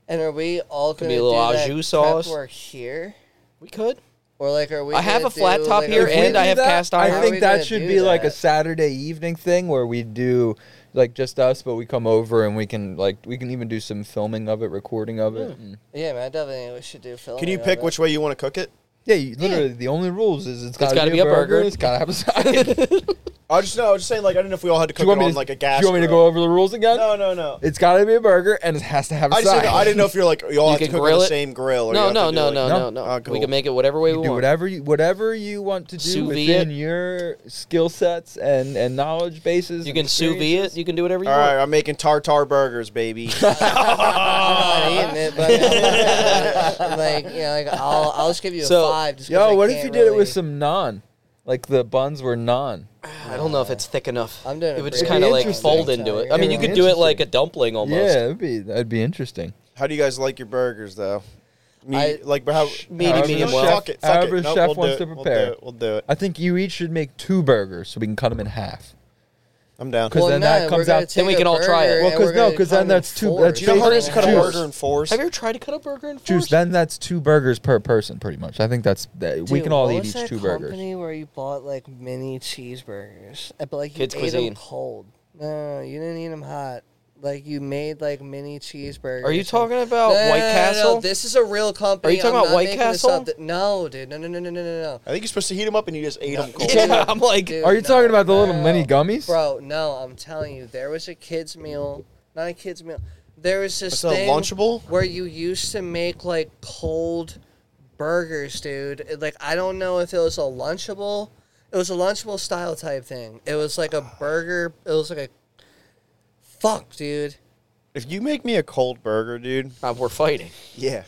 S1: And are we all
S7: Could
S1: gonna
S7: be a
S1: do
S7: little au
S1: that
S7: jus
S1: prep
S7: sauce.
S1: work here,
S7: We could.
S1: or like are we?
S7: I have
S1: gonna
S7: a flat
S1: do,
S7: top
S1: like,
S7: here
S1: are we
S7: and I
S1: gonna
S7: have
S5: do that,
S7: cast iron.
S5: I
S1: How are
S5: think
S1: we
S5: that
S1: gonna
S5: should
S1: do
S5: be like a
S1: that?
S5: Saturday evening thing where we do like just us, but we come over and we can like we can even do some filming of it, recording of it. and-
S1: do- Yeah, man, I definitely think we should do film.
S4: Can you pick which way you want to cook it?
S5: yeah, you, literally the only rules is it's got to
S7: gotta
S5: be a burger. and It's got to have a side.
S4: I just no. I was just saying. Like I didn't know if we all had to
S5: do
S4: cook
S5: you
S4: it
S5: want me
S4: on
S5: to,
S4: like a gas.
S5: Do you want me to
S4: grill.
S5: go over the rules again?
S4: No, no, no.
S5: It's got to be a burger and it has to have a
S4: I just
S5: side.
S4: didn't know, I didn't know if you're like you all
S7: You
S4: have to
S7: can
S4: cook
S7: grill
S4: on
S7: it?
S4: the same grill. Or you
S7: No,
S4: have to
S7: no,
S4: do,
S7: no,
S4: like-
S7: no,
S5: No?
S7: no, no.
S4: Oh,
S7: We
S4: cool.
S7: can make it whatever way
S5: You
S7: we
S5: do
S7: want.
S5: whatever you whatever you want to do
S7: Sous vide it.
S5: within your skill sets and and knowledge bases.
S7: You
S5: and
S7: can sous vide it.
S5: experiences.
S7: You can do whatever you
S4: All
S7: want.
S4: right, I'm making tartar burgers, baby.
S1: I'm not eating it, but I'm like, you know, like I'll I'll just give you a
S7: So,
S1: five. Just 'cause
S5: Yo,
S1: I
S5: what if
S1: can't
S5: you did it with
S1: really-
S5: some naan? Like the buns were naan.
S7: I don't know if it's thick enough.
S1: I'm doing
S7: it
S1: a
S7: would just
S5: burger.
S7: kind of
S5: It'd be
S7: like
S5: interesting.
S7: fold into it. I
S1: It'd
S7: mean,
S1: be
S7: you could do it
S5: interesting.
S7: like a dumpling almost.
S5: Yeah, that'd be that'd be interesting.
S4: How do you guys like your burgers, though? Me,
S1: I-
S4: like, but how
S7: medium,
S4: However-
S7: medium
S4: fuck
S7: well.
S4: it, fuck
S5: However
S4: it. Nope,
S5: chef
S4: we'll do
S5: wants
S4: it,
S5: to
S4: we'll do
S5: prepare.
S4: it, We'll do, it,
S5: I think you each should make two burgers so we can cut them in half.
S4: I'm down.
S5: 'Cause then that
S1: no,
S5: comes
S1: we're gonna take
S5: out-
S7: Then we
S1: a
S7: can all try it.
S1: burger
S5: Well,
S1: and
S5: 'cause
S1: we're
S5: no,
S1: gonna
S5: 'cause then
S1: cut 'em in
S5: that's two-
S1: fours.
S5: that's
S4: You know how hard it is to cut a
S5: Juice.
S4: burger in fours?
S7: Have you ever tried to cut a burger in fours?
S5: Juice. Then that's two burgers per person, pretty much. I think that's that, we
S1: Dude,
S5: can all
S1: what
S5: eat
S1: was
S5: each
S1: that
S5: two burgers.
S1: Company where you bought like mini cheeseburgers, Uh, but like you
S7: Kids
S1: ate
S7: Cuisine.
S1: them cold. No, no, no, you didn't eat them hot. Like you made like mini cheeseburgers.
S7: Are you
S1: and-
S7: talking about
S1: No, no,
S7: White
S1: no, no, no,
S7: Castle?
S1: This is a real company.
S7: Are you
S1: I'm
S7: talking about
S1: not
S7: White
S1: making this
S7: Castle?
S1: up. Th- No, dude. No, no, no, no, no, no, no.
S4: I think you're supposed to heat them up and you just ate them cold.
S7: Yeah, I'm like-
S1: dude,
S5: Are you
S1: no,
S5: talking about the little
S1: no.
S5: mini gummies?
S1: Bro, no, I'm telling you, there was a kids meal, not a kids meal. There was this
S4: It's not
S1: thing
S4: Lunchable?
S1: where you used to make like cold burgers, dude. It- like I don't know if it was a lunchable. It was a lunchable style type thing. It was like a burger. It was like a fuck, dude.
S4: If you make me a cold burger, dude,
S7: Uh, we're fighting.
S4: yeah,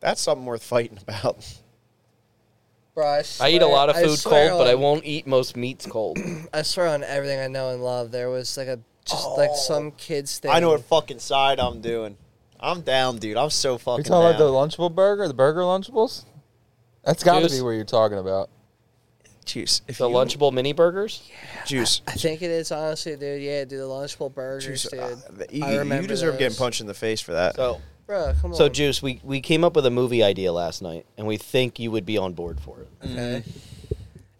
S4: that's something worth fighting about.
S1: Bro, I,
S7: I eat a
S1: swear-
S7: lot of
S1: I
S7: food
S1: swear
S7: cold, but I
S1: on-
S7: won't eat most meats cold.
S1: I swear on everything I know and love. There was like a just like some kids thing.
S4: Oh. I know what fucking side I'm doing. I'm down, dude. I'm so
S5: You're
S4: fucking
S5: talking
S4: down.
S5: about the Lunchable burger, the burger Lunchables? That's got to
S7: Juice.
S5: be what you're talking about.
S4: juice. If
S7: the
S4: you-
S7: Lunchable mini burgers?
S4: juice.
S1: I think it is honestly, dude. Yeah, dude, the Lunchable burgers,
S4: Juice.
S1: dude.
S4: Uh, you,
S1: I
S4: you
S1: remember
S4: deserve
S1: those.
S4: getting punched in the face for that.
S7: So,
S1: Bro, come on.
S7: so Juice, we, we came up with a movie idea last night, and we think you would be on board for it.
S1: Okay.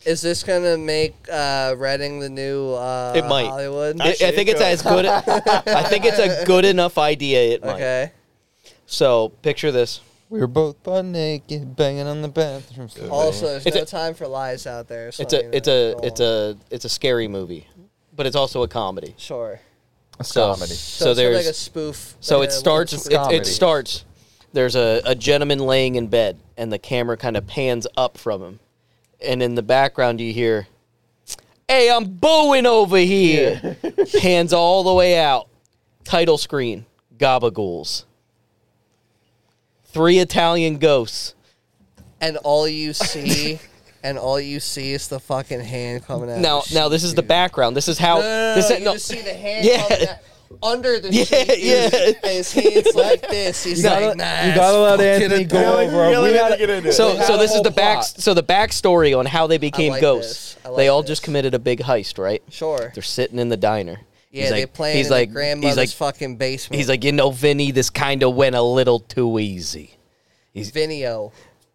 S1: Is this gonna make uh, Reading the new uh,
S7: It might.
S1: Hollywood?
S7: I- I
S4: Actually,
S7: think it's
S4: go.
S7: as good. I think it's a good enough idea. It might.
S1: okay.
S7: So picture this.
S5: We were both butt naked, banging on the bathroom floor.
S1: Also, there's
S7: It's
S1: no
S7: a-
S1: time for lies out there. So
S7: It's
S1: you know,
S7: a it's a
S1: go
S7: it's
S1: on.
S7: a it's a scary movie, but it's also a comedy.
S1: sure.
S5: It's
S7: So
S5: comedy.
S1: So,
S7: so,
S1: it's sort of
S7: there's
S1: like a spoof.
S7: so
S1: like
S7: it
S1: a-
S7: starts
S1: it's
S7: it,
S1: a
S7: it
S5: comedy.
S7: starts. There's a, a gentleman laying in bed, and the camera kind of pans up from him, and in the background you hear, "Hey, I'm booing over here." Pans all the way out. Title screen: Gabagools. Three Italian ghosts.
S1: and all you see, and all you see is the fucking hand coming out.
S7: Now,
S1: of the
S7: now this is the background. This is how.
S1: No, no, no,
S7: this
S1: Oh, no,
S7: is-
S1: you
S7: no.
S1: just see the hand
S7: Yeah.
S1: coming out under the
S7: Yeah,
S1: sheet.
S7: yeah.
S1: And his hand's like this. He's
S5: You gotta,
S1: like, nah.
S5: you gotta let
S1: it's
S5: Anthony
S1: fucking
S5: go
S1: adorable."
S5: over. it.
S4: really
S5: We
S4: had to
S5: gotta-
S4: get into it.
S7: So,
S5: They
S7: so
S5: had
S7: this
S5: a
S7: is the
S5: whole
S7: back.
S5: plot.
S7: So the backstory on how they became
S1: like
S7: ghosts.
S1: this. I
S7: they
S1: like
S7: all
S1: this.
S7: just committed a big heist, right?
S1: Sure.
S7: They're sitting in the diner,
S1: Yeah,
S7: he's
S1: they
S7: like,
S1: play
S7: he's
S1: in
S7: like,
S1: the grandmother's
S7: he's like,
S1: fucking basement.
S7: he's like, you know, Vinny, this kind of went a little too easy.
S1: Vinio.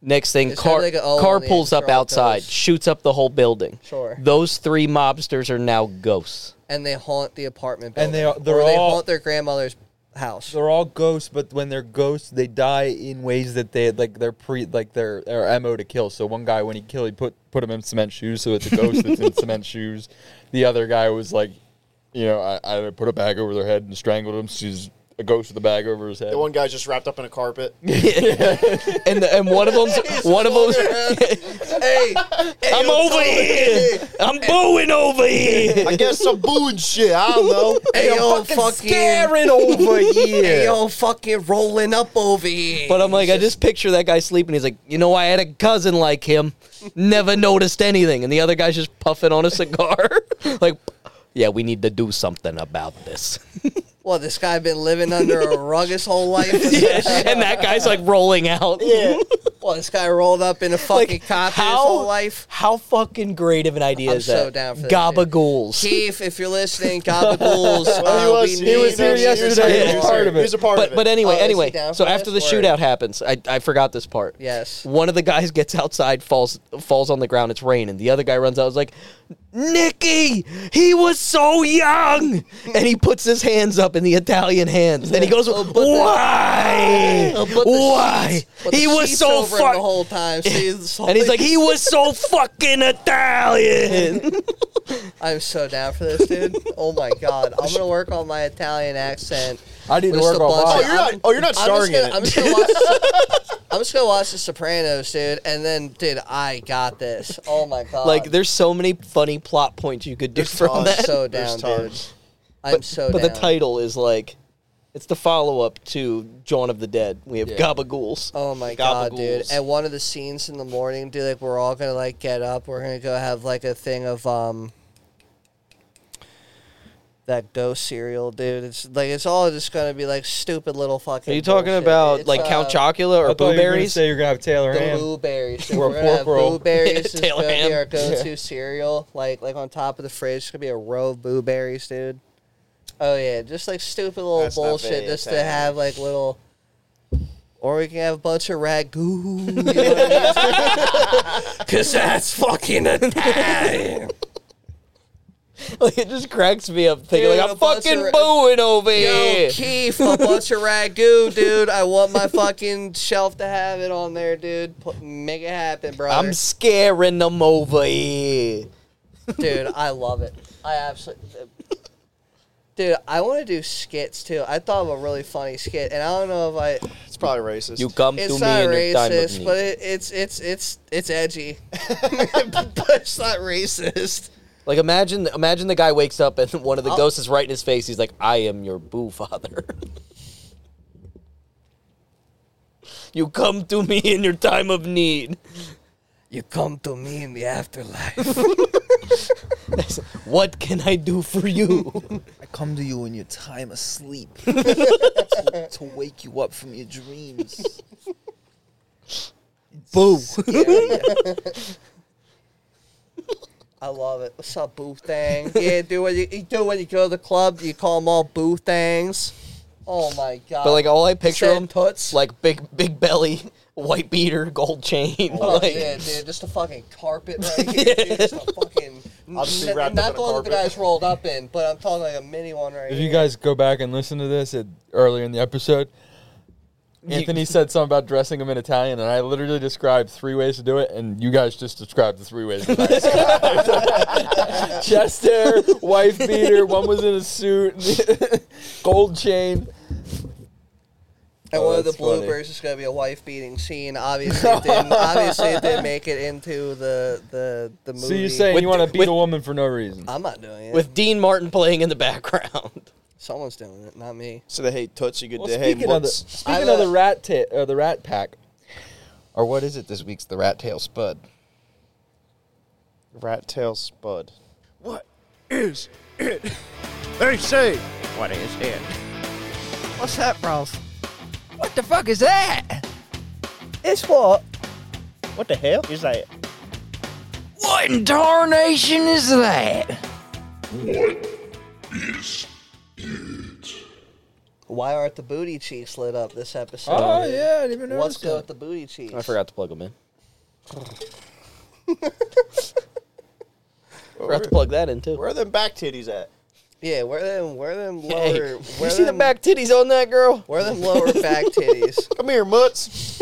S7: Next thing,
S1: It's
S7: car,
S1: like a- oh,
S7: car
S1: yeah,
S7: pulls up
S1: they're all
S7: outside,
S1: ghosts.
S7: shoots up the whole building.
S1: Sure.
S7: Those three mobsters are now ghosts.
S1: and they haunt the apartment building.
S5: And they are- they're
S1: or they
S5: all-
S1: haunt their grandmother's house.
S5: They're all ghosts, but when they're ghosts, they die in ways that they like their pre like their their mo to kill. So one guy, when he killed, he put put him in cement shoes, so it's a ghost that's in cement shoes. The other guy was like, you know, I, I put a bag over their head and strangled him. She's a ghost with a bag over his head.
S4: The one guy's just wrapped up in a carpet.
S7: and the, and one of them's one of them's
S1: hey,
S7: I'm over here. I'm booing over here.
S4: I guess some boo and shit. I don't know.
S1: hey, yo, fucking,
S5: scaring over here.
S1: Hey, yo, fucking rolling up over here.
S5: um,
S7: But I'm like, I just picture that guy sleeping. He's like, you know, I had a cousin like him, never noticed anything, and the other guy's just puffing on a cigar. like, yeah, we need to do something about this.
S1: well, this guy been living under a rug his whole life.
S7: and that guy's like rolling out.
S4: Yeah.
S1: Well, this guy rolled up in a fucking cop his whole life.
S7: How fucking great of an idea
S1: I'm
S7: is
S1: so
S7: that?
S1: down for that
S7: Gabagools.
S1: Keith, if you're listening, Gabagools,
S4: Well,
S1: uh, we need
S5: was here
S1: you.
S5: yesterday.
S4: He
S5: Yeah.
S4: was
S5: Part of it.
S4: He was a part
S7: But
S4: of it.
S7: but anyway,
S1: Oh, is he
S7: anyway.
S1: down
S7: So
S1: for
S7: after the
S1: this?
S7: shootout happens, I, I forgot this part.
S1: Yes.
S7: One of the guys gets outside, falls falls on the ground. It's rain, and the other guy runs out. Is like, Nicky, he was so young, and he puts his hands up in the Italian hands. Then he goes, Why?
S1: but the
S7: Why?
S1: But
S7: He
S1: the
S7: was
S1: sheets
S7: so
S1: over him the
S7: fucking.
S1: whole time. She's
S7: And he's like, he was so fucking Italian.
S1: I'm so down for this, dude. Oh my god, I'm gonna work on my Italian accent.
S5: I need to
S1: Just
S5: work
S1: a
S5: on
S1: bunch
S4: oh,
S1: of-
S5: mine.
S4: you're not.
S1: I'm-
S4: Oh, you're not
S1: I'm just
S4: starring
S1: gonna,
S4: in
S1: I'm
S4: it.
S1: just gonna watch. I'm just gonna watch The Sopranos, dude, and then, dude, I got this. Oh my god,
S7: like, there's so many funny plot points you could do from
S1: I'm
S7: that.
S1: so down,
S4: There's
S1: dude.
S4: times.
S1: I'm so
S7: but
S1: down.
S7: the title is like it's the follow up to Dawn of the Dead. We have Gabagools.
S1: Oh my god, dude!
S4: Gobble-ghouls.
S1: And one of the scenes in the morning, dude, like we're all gonna like get up. We're gonna go have like a thing of um that ghost cereal, dude. It's like it's all just gonna be like stupid little fucking.
S7: Are you talking
S1: bullshit.
S7: about
S1: It's,
S7: like
S1: uh,
S7: Count Chocula
S5: I thought you
S7: or
S5: were gonna
S7: Blueberries?
S5: say you're gonna have Taylor
S1: The
S5: Ham.
S1: blueberries.
S5: Or
S1: We're gonna have
S5: pork roll.
S1: blueberries. It's
S7: Taylor
S1: gonna
S7: ham.
S1: be our go-to cereal. Like like on top of the fridge, it's gonna be a row of blueberries, dude. Oh yeah, just like stupid little
S4: That's not
S1: bullshit.
S4: very
S1: Just to
S4: Italian.
S1: have like little. Or we can have a bunch of ragu. You know what I mean?
S7: Because that's fucking Italian. like it just cracks me up thinking
S1: Dude,
S7: like
S1: a
S7: I'm
S1: bunch
S7: fucking
S1: of-
S7: booing over
S1: Yo,
S7: here.
S1: Keith, a bunch of ragu, dude. I want my fucking shelf to have it on there, dude. Put, make it happen, brother.
S7: I'm scaring them over here.
S1: dude, I love it. I absolutely. Dude, I want to do skits too. I thought of a really funny skit, and I don't know if I.
S4: It's probably racist.
S7: You come
S1: It's
S7: to me
S1: not
S7: in a time of
S1: racist,
S7: need.
S1: but it, it's it's it's it's edgy. but it's not racist.
S7: like imagine, imagine the guy wakes up and one of the
S1: I'll-
S7: ghosts is right in his face. He's like, "I am your boo father." you come to me in your time of need.
S1: You come to me in the afterlife.
S7: What can I do for you?
S8: I come to you in your time of sleep to, to wake you up from your dreams.
S7: boo.
S1: I love it. What's up, boo thang? Yeah, do when you, you do when you go to the club, you call them all boo thangs. Oh my god!
S7: But like all I picture
S1: Said
S7: him,
S1: toots.
S7: like big big belly, white beater, gold chain.
S1: Oh,
S7: like,
S1: yeah, dude, just a fucking carpet right here. dude, just a fucking.
S4: Obviously
S1: n-
S4: wrapped
S1: not
S4: up in
S1: the
S4: a
S1: one that the
S4: carpet.
S1: guy's rolled up in, but I'm talking like a mini one right
S5: If
S1: here.
S5: you guys go back and listen to this it, earlier in the episode, Anthony said something about dressing him in Italian, and I literally described three ways to do it, and you guys just described the three ways. That I described. Chest hair, wife beater. One was in a suit, gold chain.
S1: and
S5: Oh,
S1: one of the
S5: that's funny.
S1: bloopers is gonna be a wife beating scene. Obviously, it didn't, obviously it didn't make it into the the the movie.
S5: So you're saying
S7: With-
S5: you want to beat
S7: with-
S5: a woman for no reason?
S1: I'm not doing it.
S7: with Dean Martin playing in the background.
S1: Someone's doing it, not me.
S4: so they hate Tootsie. Good
S5: Well,
S4: they hate
S5: speaking of the
S4: Mutts.
S5: speaking
S1: I,
S5: of the
S1: uh,
S5: rat ta- uh, the rat pack,
S8: or what is it this week's The Rat Tail Spud?
S4: Rat tail Spud.
S6: What is it? They say. What is it? What's that, bros? What the fuck is that?
S1: It's what?
S4: What the hell is that?
S6: What in tarnation is that?
S1: Why aren't the booty cheeks lit up this episode?
S5: Oh, yeah, I didn't even
S1: What's
S5: notice
S1: good
S5: that.
S1: with the booty cheeks?
S7: I forgot to plug them in. forgot to plug that in too.
S4: Where are them back titties at?
S1: Yeah, where them where them lower
S7: Hey,
S1: where
S7: you see the
S1: them-
S7: back titties on that girl?
S1: where them lower back titties?
S4: Come here, mutts.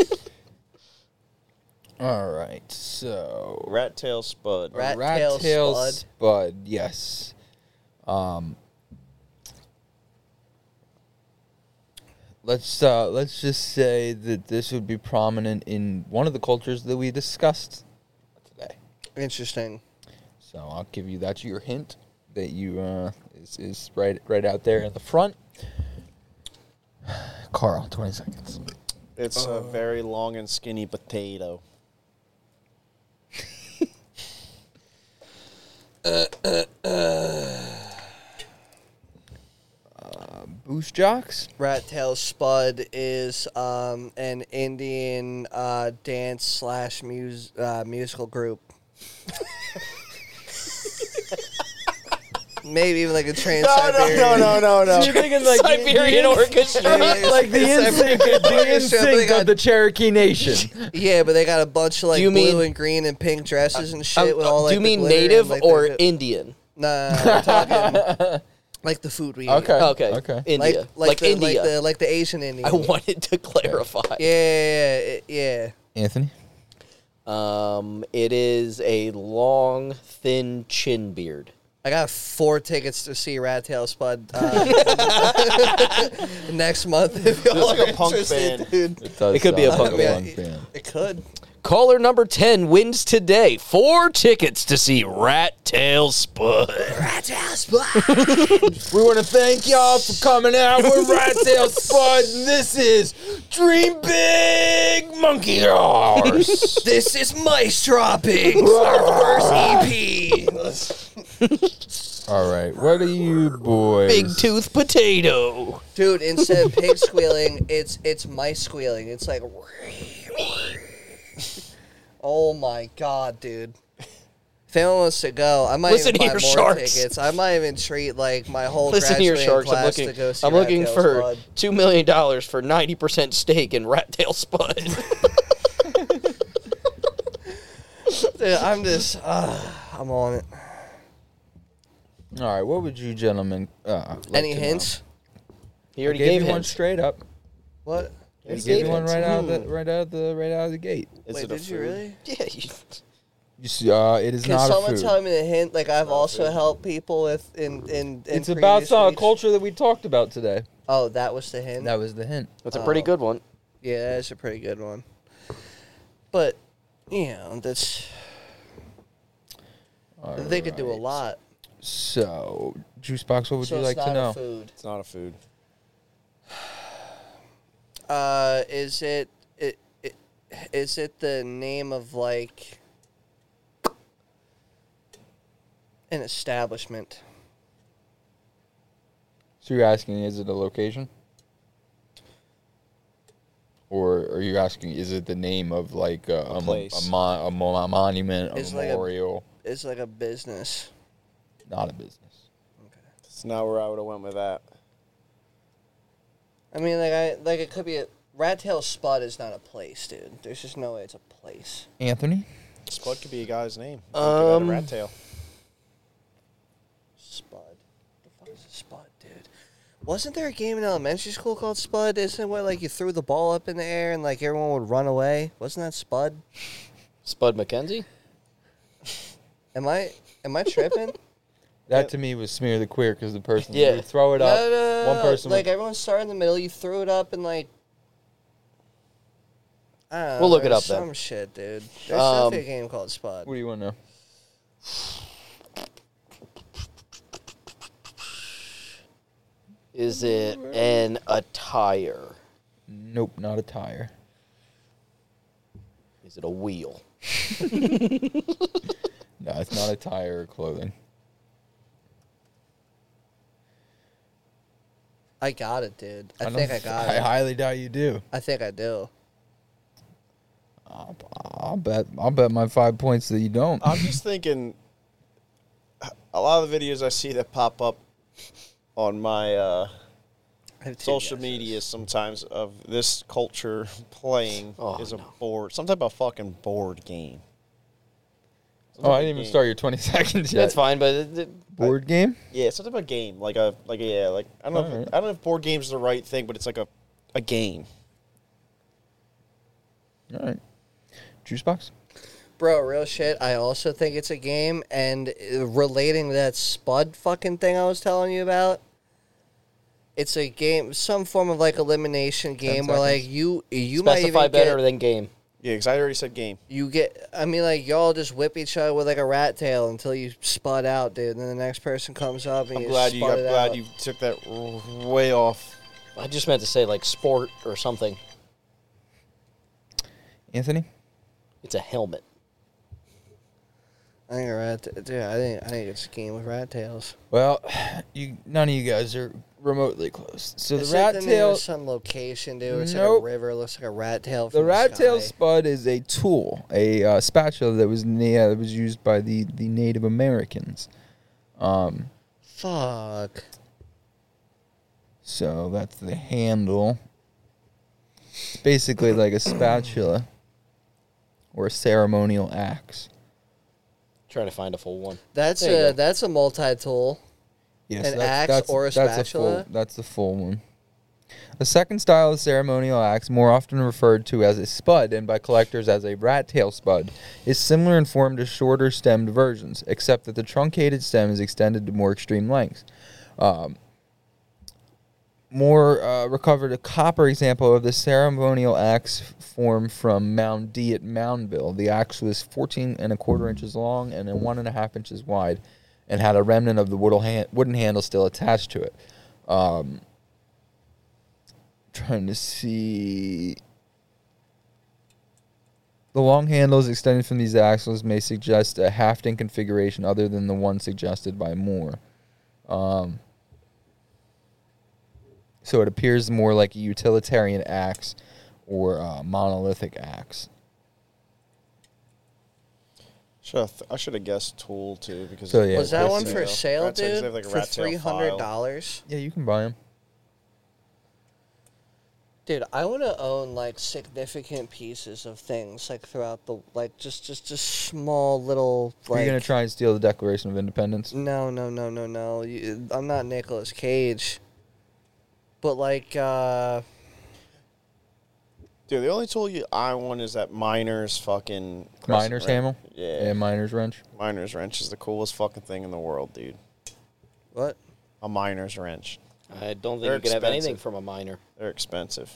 S5: All right, so
S4: Rat tail spud.
S1: Rat tail spud.
S5: spud, Yes. Um. Let's uh, let's just say that this would be prominent in one of the cultures that we discussed today.
S1: Interesting.
S5: So I'll give you that's your hint that you uh, is is right right out there at the front. Carl, twenty seconds.
S4: It's a very long and skinny potato.
S5: Boost jocks.
S1: Rat tail spud is um, an Indian uh, dance slash mus- uh, musical group. Maybe even like a trans Siberian.
S4: no, no.
S7: thinking like Siberian orchestra.
S1: like the
S5: Cherokee Nation.
S1: yeah, but they got a bunch of like
S7: Do you
S1: blue
S7: mean-
S1: and green and pink dresses and shit
S7: Um,
S1: with all like.
S7: do you
S1: the
S7: mean
S1: glitter and,
S7: native
S1: like,
S7: or
S1: the-
S7: Indian?
S1: Nah, we're talking like the food we eat.
S5: Okay.
S7: Okay.
S5: Okay.
S7: India.
S1: Like
S7: Like,
S1: like, the,
S7: India.
S1: like the like the Asian Indian.
S7: I wanted to clarify.
S1: yeah, yeah, yeah, yeah.
S5: Anthony.
S7: Um, it is a long, thin chin beard.
S1: I got four tickets to see Rat Tail Spud uh, next month. If y'all
S4: It's like
S1: are
S4: a punk
S1: interested,
S4: band.
S1: dude.
S5: does
S7: It could be a
S5: sound
S7: punk
S5: like a
S1: band.
S5: band.
S1: It could.
S7: Caller number 10 wins today. Four tickets to see Rat Tail Spud. Rat Tail Spud.
S5: We want to thank y'all for coming out. We're Rat Tail Spud, and this is Dream Big Monkey Horse.
S1: This is Mice Droppings, our first E EP.
S5: All right, what are you boys?
S7: Big Tooth Potato.
S1: Dude, instead of pig squealing, it's it's mice squealing. It's like. oh my god, dude. If anyone wants to go, I might
S7: Listen
S1: even buy
S7: here,
S1: more
S7: sharks.
S1: tickets. I might even treat like my whole
S7: Listen here,
S1: graduating
S7: sharks. I'm
S1: class
S7: looking,
S1: to go see
S7: I'm looking
S1: Rat Tail
S7: for
S1: Spud.
S7: $2 million for 90% stake in Rat Tail Spud.
S1: Dude, I'm just, uh, I'm on it.
S5: All right, what would you gentlemen? Uh, like
S1: Any
S5: to
S1: hints?
S7: he
S5: Know? I
S7: already
S5: gave,
S7: gave,
S5: you one
S7: hints.
S5: straight up.
S1: What?
S5: I
S7: He
S5: gave
S7: gave
S5: you one
S7: hints.
S5: right out of the right out of the right out of the gate.
S4: Is it
S1: Wait,
S4: a
S1: did you
S4: food?
S1: really?
S7: Yeah, you,
S5: You see, uh, it is
S1: Can
S5: not a
S1: someone
S5: food.
S1: tell me the hint? Like I've also helped people with in in. in
S5: it's about
S1: previous
S5: uh,
S1: weeks.
S5: culture that we talked about today.
S1: Oh, that was the hint.
S5: That was the hint.
S7: that's a pretty
S1: Oh.
S7: good one.
S1: Yeah, that's a pretty good one. But you know, that's they could do a
S5: Alright.
S1: lot.
S5: So, Juicebox, what would
S1: so
S5: you
S1: it's
S5: like
S1: not
S5: to know?
S1: A food.
S4: It's not a food.
S1: Uh, is it, it it is it the name of like an establishment?
S5: So you're asking, is it a location? Or are you asking, is it the name of like uh, a, a, mo-
S4: place.
S5: a, mon- a, mo- a monument, a
S1: It's like a-
S5: memorial?
S1: It's like a business.
S5: Not a business.
S4: It's not where I would have went with that.
S1: I mean, like I like it could be a Rat Tail Spud is not a place, dude. There's just no way it's a place.
S5: Anthony?
S4: Spud could be a guy's name. It could
S7: Um,
S4: have a rat tail.
S1: Spud. The fuck is a Spud, dude? Wasn't there a game in elementary school called Spud? Isn't it where like you threw the ball up in the air and like everyone would run away? Wasn't that Spud?
S7: Spud McKenzie?
S1: Am I am I tripping?
S5: That to me was smear the queer because the person
S7: Yeah.
S5: you would throw it
S1: no,
S5: up.
S1: no, no, no,
S5: one
S1: no.
S5: person
S1: like
S5: would,
S1: everyone started in the middle. You threw it up and like. I don't know,
S7: We'll look
S1: there
S7: it
S1: was
S7: up
S1: Some
S7: then.
S1: shit, dude. There's
S7: Um,
S1: definitely a game called Spud.
S5: What do you want to know?
S7: Is it an attire?
S5: Nope, not a tire.
S7: Is it a wheel?
S5: No, it's not a tire or clothing.
S1: I got it, dude. I,
S5: don't-
S1: think I got
S5: I
S1: it.
S5: highly doubt you do.
S1: I think I do.
S5: I'll, I'll bet. I'll bet my five
S7: Uh,
S5: points that you don't.
S4: I'm just thinking a lot of the videos I see that pop up on my uh,
S1: I have two
S4: social
S1: guesses.
S4: media sometimes of this culture playing
S7: Oh,
S4: is a
S7: no.
S4: board, some type of fucking board game. Some
S5: Oh,
S4: type
S5: I
S4: of
S5: didn't even
S4: game.
S5: start your 20 seconds yet.
S7: That's fine, but it, it-
S5: Board game?
S4: Yeah, it's something about game, like a like a, yeah, like I don't know, if,
S5: Alright.
S4: I don't know if board games is the right thing, but it's like a a game.
S5: All right. Juice box?
S1: Bro, real shit. I also think it's a game, and uh, relating to that Spud fucking thing I was telling you about, it's a game, some form of like elimination game where like you you might
S7: specify
S1: even
S7: better
S1: get,
S7: than game.
S4: Yeah, because I already said game.
S1: you get. I mean, like y'all just whip each other with like a rat tail until you spud out, dude. And then the next person comes up and
S4: I'm
S1: you
S4: glad you.
S1: spud
S4: I'm
S1: it
S4: glad
S1: out.
S4: you took that r- way off.
S7: I just meant to say like sport or something.
S5: Anthony?
S7: It's a helmet.
S1: I think a rat. ta- Dude, I think I think it's a game with rat tails.
S5: Well, you none of you guys are remotely close. So
S1: It's
S5: the
S1: like
S5: rat
S1: the name
S5: tail
S1: of some location, dude. It's
S5: Nope.
S1: like a river. It looks like a rat tail.
S5: The
S1: from
S5: rat tail
S1: sky.
S5: spud is a tool, a uh, spatula that was na- uh, that was used by the, the Native Americans. Um,
S1: Fuck.
S5: so that's the handle. It's basically like a spatula or a ceremonial axe.
S7: Trying to find a full one.
S1: That's
S7: There you
S1: a
S7: go.
S1: that's a multi tool.
S5: Yes,
S1: An axe or a spatula?
S5: That's, full, that's the full one. The second style of ceremonial axe, more often referred to as a spud and by collectors as a rat tail spud, is similar in form to shorter stemmed versions, except that the truncated stem is extended to more extreme lengths. Um, Moore uh, recovered a copper example of the ceremonial axe f- form from Mound D at Moundville. The axe was 14 and a quarter inches long and then one and a half inches wide, and had a remnant of the woodle han- wooden handle still attached to it. Um, trying to see. The long handles extended from these axles may suggest a hafting configuration other than the one suggested by Moore. Um, so it appears more like a utilitarian axe or a monolithic axe.
S4: Should I should have guessed tool too because
S5: So, yeah,
S1: Was that
S5: it's-
S1: one
S4: Rat
S1: for
S4: tail.
S1: sale,
S4: Rat tails,
S1: dude?
S4: they have, like, a
S1: for
S4: rat tail
S1: three hundred
S4: file.
S1: dollars,
S5: Yeah, you can buy them.
S1: dude. I want to own like significant pieces of things like throughout the like just just just small little
S5: Are
S1: like.
S5: you gonna try and steal the Declaration of Independence?
S1: No, no, no, no, no. You, I'm not Nicolas Cage. But like, uh,
S4: Dude, the only tool you I want is that miner's fucking crescent
S5: Miner's
S4: wrench.
S5: hammer.
S4: Yeah.
S5: Yeah, miner's wrench.
S4: Miner's wrench is the coolest fucking thing in the world, dude.
S1: what?
S4: A miner's wrench.
S7: I don't think
S4: They're
S7: you can have anything
S4: expensive.
S7: from a minor.
S4: They're expensive.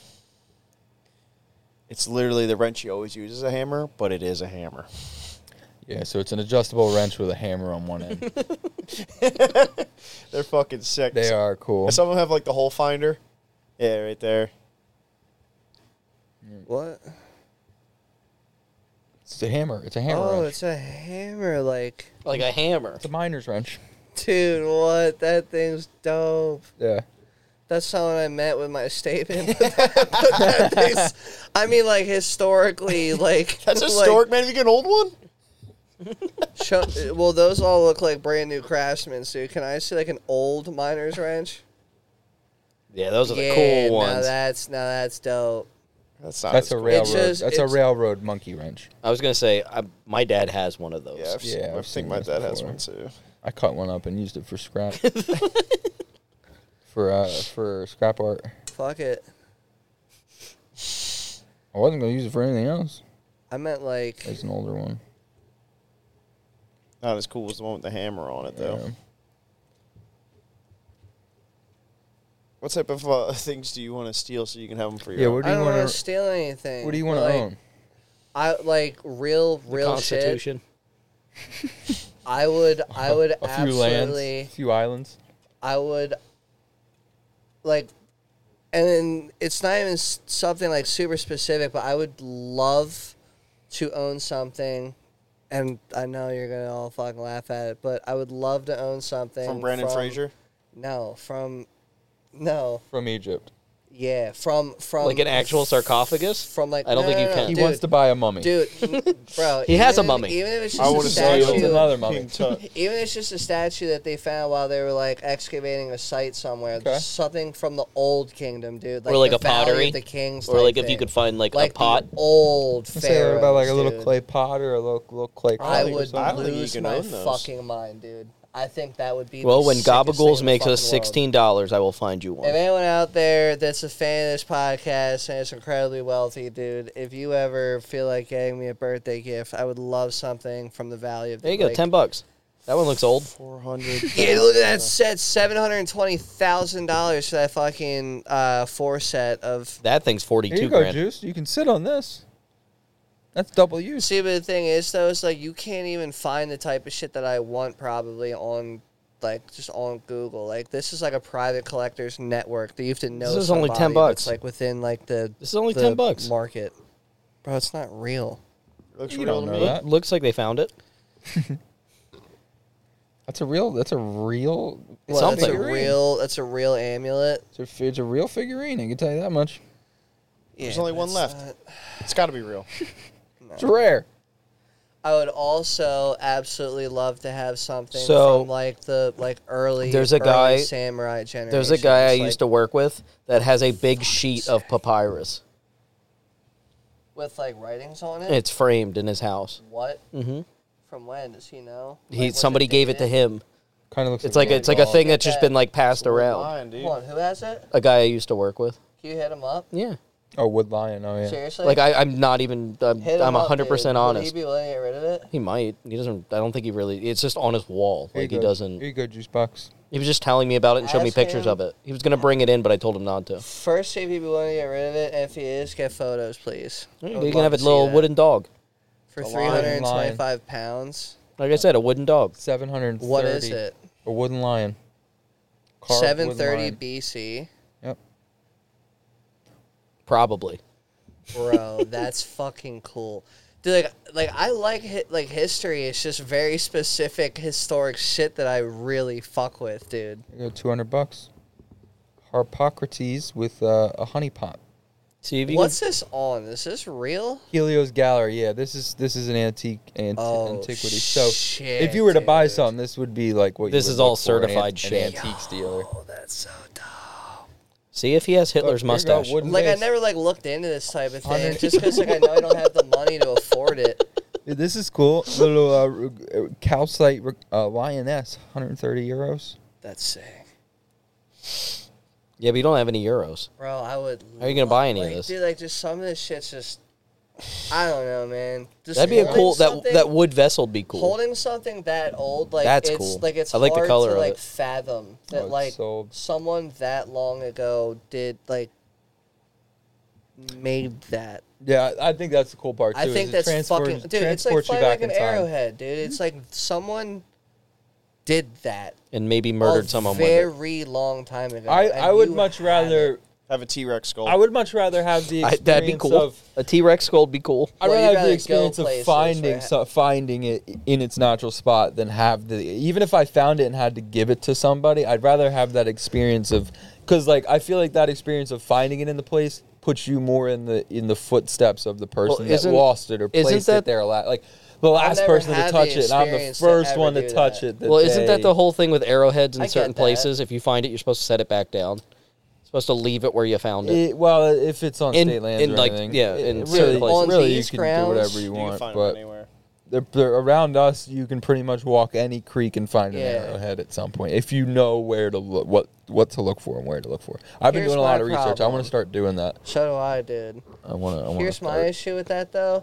S4: It's literally the wrench you always use as a hammer, but it is a hammer.
S5: Yeah, so it's an adjustable wrench with a hammer on one end.
S4: They're fucking sick.
S5: they are cool.
S4: And some of them have like the hole finder. Yeah, right there.
S1: What?
S5: It's a hammer. It's a hammer.
S1: Oh,
S5: wrench.
S1: it's a hammer, like,
S7: Like a hammer.
S5: It's a miner's wrench.
S1: dude. What? That thing's dope.
S5: Yeah.
S1: That's not what I meant with my statement. but that- but that thing's- I mean, like historically, like
S4: That's
S1: like,
S4: historic, man. If you get an old one,
S1: show- well, those all look like brand new craftsmen. So can I see like an old miner's wrench?
S7: Yeah, those are the
S1: yeah,
S7: cool
S1: Now
S7: ones.
S1: that's now that's dope.
S4: that's not.
S5: That's
S4: as
S5: a
S4: cool.
S5: railroad.
S1: just-
S5: That's a
S1: it's-
S5: railroad monkey wrench.
S7: I was gonna say I, my dad has one of those.
S4: Yeah, I've seen-
S5: Yeah,
S4: I
S5: I've seen
S4: think my
S5: those
S4: dad has
S5: before.
S4: one too.
S5: I cut one up and used it for scrap. for uh, for scrap art.
S1: Fuck it.
S5: I wasn't gonna use it for anything else.
S1: I meant like
S5: It's an older one.
S4: Not as cool as the one with the hammer on it though.
S5: Yeah.
S4: What type of uh, things do you want to steal so you can have them for your?
S5: Yeah,
S4: own?
S5: what do
S1: I
S5: you
S1: don't
S5: wanna-
S1: want to steal anything.
S5: What do you want to
S1: Like,
S5: own?
S1: I like real,
S7: The
S1: real shit.
S7: Constitution.
S1: I would, I would
S5: a few lands,
S1: absolutely.
S5: a few islands.
S1: I would like, and then it's not even s- something like super specific, but I would love to own something. And I know you're gonna all fucking laugh at it, but I would love to own something
S4: from Brandon Fraser?
S1: No, from no,
S5: from Egypt.
S1: Yeah, from from
S7: Like an actual sarcophagus?
S1: From like
S7: I don't
S1: no,
S7: think
S1: no,
S7: you
S1: no,
S7: can.
S5: He
S1: dude,
S5: wants to buy a mummy.
S1: Dude, he- bro,
S7: He has
S1: even
S7: a
S1: if-
S7: mummy.
S1: Even if it's
S4: I
S1: just
S4: want
S1: a
S4: to see
S5: It's
S1: statue,
S5: another mummy.
S1: even if it's just a statue that they found while they were like excavating a site somewhere,
S5: Okay.
S1: something from the old kingdom, dude, like
S7: Or like
S1: the
S7: a
S1: Valley of
S7: pottery?
S1: the kings,
S7: or
S1: type
S7: like if you
S1: thing.
S7: could find like,
S1: like
S7: a pot.
S1: the old
S5: Let's say
S1: pharaohs,
S5: about like a little
S1: dude.
S5: clay pot or a little, little clay.
S1: I
S5: pot or
S1: would
S5: something.
S4: I don't think you
S1: lose
S4: can
S1: my
S4: own those.
S1: fucking mind, dude. I think that would be
S7: Well,
S1: the
S7: when
S1: sickest thing
S7: Gobblegools
S1: in the
S7: makes us
S1: fucking world.
S7: sixteen dollars, I will find you
S1: If
S7: one.
S1: anyone out there that's a fan of this podcast and is incredibly wealthy, dude, if you ever feel like getting me a birthday gift, I would love something from the Valley of the
S7: There you go,
S1: Lake.
S7: ten bucks. That one looks old.
S4: Four hundred.
S1: Yeah, look at that set. Seven hundred and twenty thousand dollars for that fucking uh, four set of.
S7: That thing's forty
S5: Here you
S7: two
S5: go,
S7: grand.
S5: Juice. You can sit on this. That's double use.
S1: See, but the thing is, though, is like you can't even find the type of shit that I want probably on, like, just on Google. Like, this is like a private collectors network that you have to know.
S7: This is only 10
S1: somebody that's,
S7: bucks.
S1: Like within like the.
S7: This is only
S1: the
S7: 10 bucks.
S1: Market, bro. It's not real.
S4: Looks
S5: You
S4: real
S5: don't
S4: to
S5: know
S4: me.
S5: that.
S7: Look, looks like they found it.
S5: That's a real. That's a real.
S1: Well, That's a
S5: figurine.
S1: real. That's a real amulet.
S5: It's a, f- it's a real figurine. I can tell you that much.
S1: Yeah,
S4: There's only
S1: but
S4: one
S1: it's
S4: left.
S1: not-
S4: It's got to be real.
S5: It's rare.
S1: I would also absolutely love to have something
S7: So-
S1: from like the like early.
S7: There's a
S1: early
S7: guy-
S1: samurai generation.
S7: There's a guy I used to work with that has a
S1: Oh,
S7: big sheet of papyrus.
S1: with like writings on it.
S7: It's framed in his house.
S1: what
S7: Mm-hmm.
S1: from when does he know? Like,
S7: He
S1: was
S7: somebody gave it to
S1: dated?
S7: him.
S5: Kind of looks.
S7: It's like
S5: a
S7: it's like a
S5: dog.
S7: thing that's just
S1: that.
S7: been like passed around.
S4: Mine, dude.
S1: Hold on, who has it?
S7: A guy I used to work with.
S1: Can you hit him up?
S7: Yeah.
S5: Oh, wood lion. Oh yeah.
S1: Seriously?
S7: Like I, I'm not even. I'm
S1: Hit him
S7: I'm
S1: up,
S7: hundred percent
S1: dude.
S7: honest.
S1: Would he be willing to get rid of it?
S7: He might. He doesn't. I don't think he really. It's just on his wall.
S5: Here you
S7: Like he
S5: go.
S7: doesn't.
S5: Here you go, juice box.
S7: He was just telling me about it and showed me
S1: Ask
S7: pictures
S1: him.
S7: of it. He was gonna bring it in, but I told him not to.
S1: First, see if he'd be willing to get rid of it, and if he is, get photos, please. I would
S7: You can
S1: love
S7: have a
S1: to see
S7: little
S1: that.
S7: wooden dog.
S1: for
S5: lion.
S1: three hundred and twenty-five pounds.
S7: Like I said, a wooden dog.
S5: Seven hundred.
S1: What is it?
S5: A wooden lion. Carved
S1: Seven
S5: wooden
S1: thirty
S5: lion.
S1: BC.
S5: Yep.
S7: Probably.
S1: bro that's fucking cool dude like like i like hi- like history it's just very specific historic shit that i really fuck with dude
S5: Here you go. Two hundred bucks. Harpocrates with uh, a honey pot.
S7: See if you
S1: what's this on is this real
S5: Helios Gallery. Yeah, this is this is an antique ant-
S1: Oh,
S5: antiquity. So
S1: shit,
S5: if you were to buy
S1: dude.
S5: something, this would be like what. you
S7: This
S5: would
S7: is all
S5: look for in an-
S7: certified
S5: an
S7: shit.
S5: antiques dealer.
S1: oh that's so dumb
S7: can- see if he has Hitler's
S5: Look, here you go,
S7: mustache.
S5: wooden
S1: like i
S5: vase.
S1: never like looked into this type of thing
S5: Hundred-
S1: just because like i know i don't have the money to afford it
S5: Dude, This is cool. Little uh, r- uh, calcite r- uh, lioness, 130 euros.
S1: that's sick
S7: Yeah, but you don't have any euros.
S1: bro i would
S7: How are you gonna
S1: love-
S7: buy any of
S1: like,
S7: this?
S1: dude like just some of this shit's just i don't know man just
S7: That'd be a
S1: holding
S7: cool. That
S1: something-
S7: that wood vessel'd be cool.
S1: holding something that old like
S7: That's
S1: it's
S7: cool.
S1: like it's
S7: I like the
S1: hard
S7: color
S1: to
S7: of
S1: like
S7: it.
S1: fathom
S5: Oh,
S1: that
S5: it's
S1: like
S5: so-
S1: someone that long ago did like made that
S5: Yeah, I I think that's the cool part too.
S1: i
S5: is
S1: think
S5: it
S1: that's
S5: transport-
S1: fucking dude it's like
S5: transports you
S1: flying like an
S5: back in time.
S1: arrowhead dude it's like someone did that
S7: and maybe murdered
S1: a
S7: someone with it.
S1: very long time ago
S5: I,
S1: and
S5: I would
S1: you
S5: much
S1: had
S5: rather
S1: it.
S4: Have a T Rex skull.
S5: I would much rather have the
S7: I,
S5: experience
S7: that'd be cool.
S5: of
S7: a T Rex skull'd be cool.
S5: I'd
S1: Well, you'd
S5: rather have
S1: rather
S5: the
S1: go
S5: experience of
S1: places
S5: finding
S1: where-
S5: so, finding it in its natural spot than have the even if I found it and had to give it to somebody, I'd rather have that experience of because like I feel like that experience of finding it in the place puts you more in the in the footsteps of the person that
S7: isn't-
S5: lost it or
S7: isn't
S5: placed
S7: that-
S5: it there. La- like the last
S1: never
S5: person to
S1: had
S5: touch
S1: the
S5: it, and I'm the
S1: experience to
S5: first
S1: ever
S5: one to
S1: do
S5: touch
S1: that.
S5: it.
S7: Well, isn't that
S5: they-
S7: the whole thing with arrowheads in
S1: I get
S7: certain
S1: that.
S7: places? If you find it, you're supposed to set it back down. supposed to leave it where you found it.
S5: It- well, if it's on
S7: In-
S5: state lands
S7: in,
S5: or
S7: like,
S5: anything,
S7: yeah,
S5: it-
S7: in
S5: it
S7: certain
S5: really,
S1: places.
S5: really, you
S1: these
S5: can
S1: grounds,
S5: do whatever you,
S1: you
S4: you
S5: want,
S4: can find
S5: but
S4: them anywhere.
S5: they're, they're around us. You can pretty much walk any creek and find an
S1: Yeah.
S5: arrowhead at some point if you know where to look, what what to look for, and where to look for. I've been
S1: Here's
S5: doing a lot
S1: my
S5: of research. I want
S1: problem.
S5: to start doing that.
S1: so do i dude
S5: I want to. I want
S1: here's
S5: to
S1: my issue with that though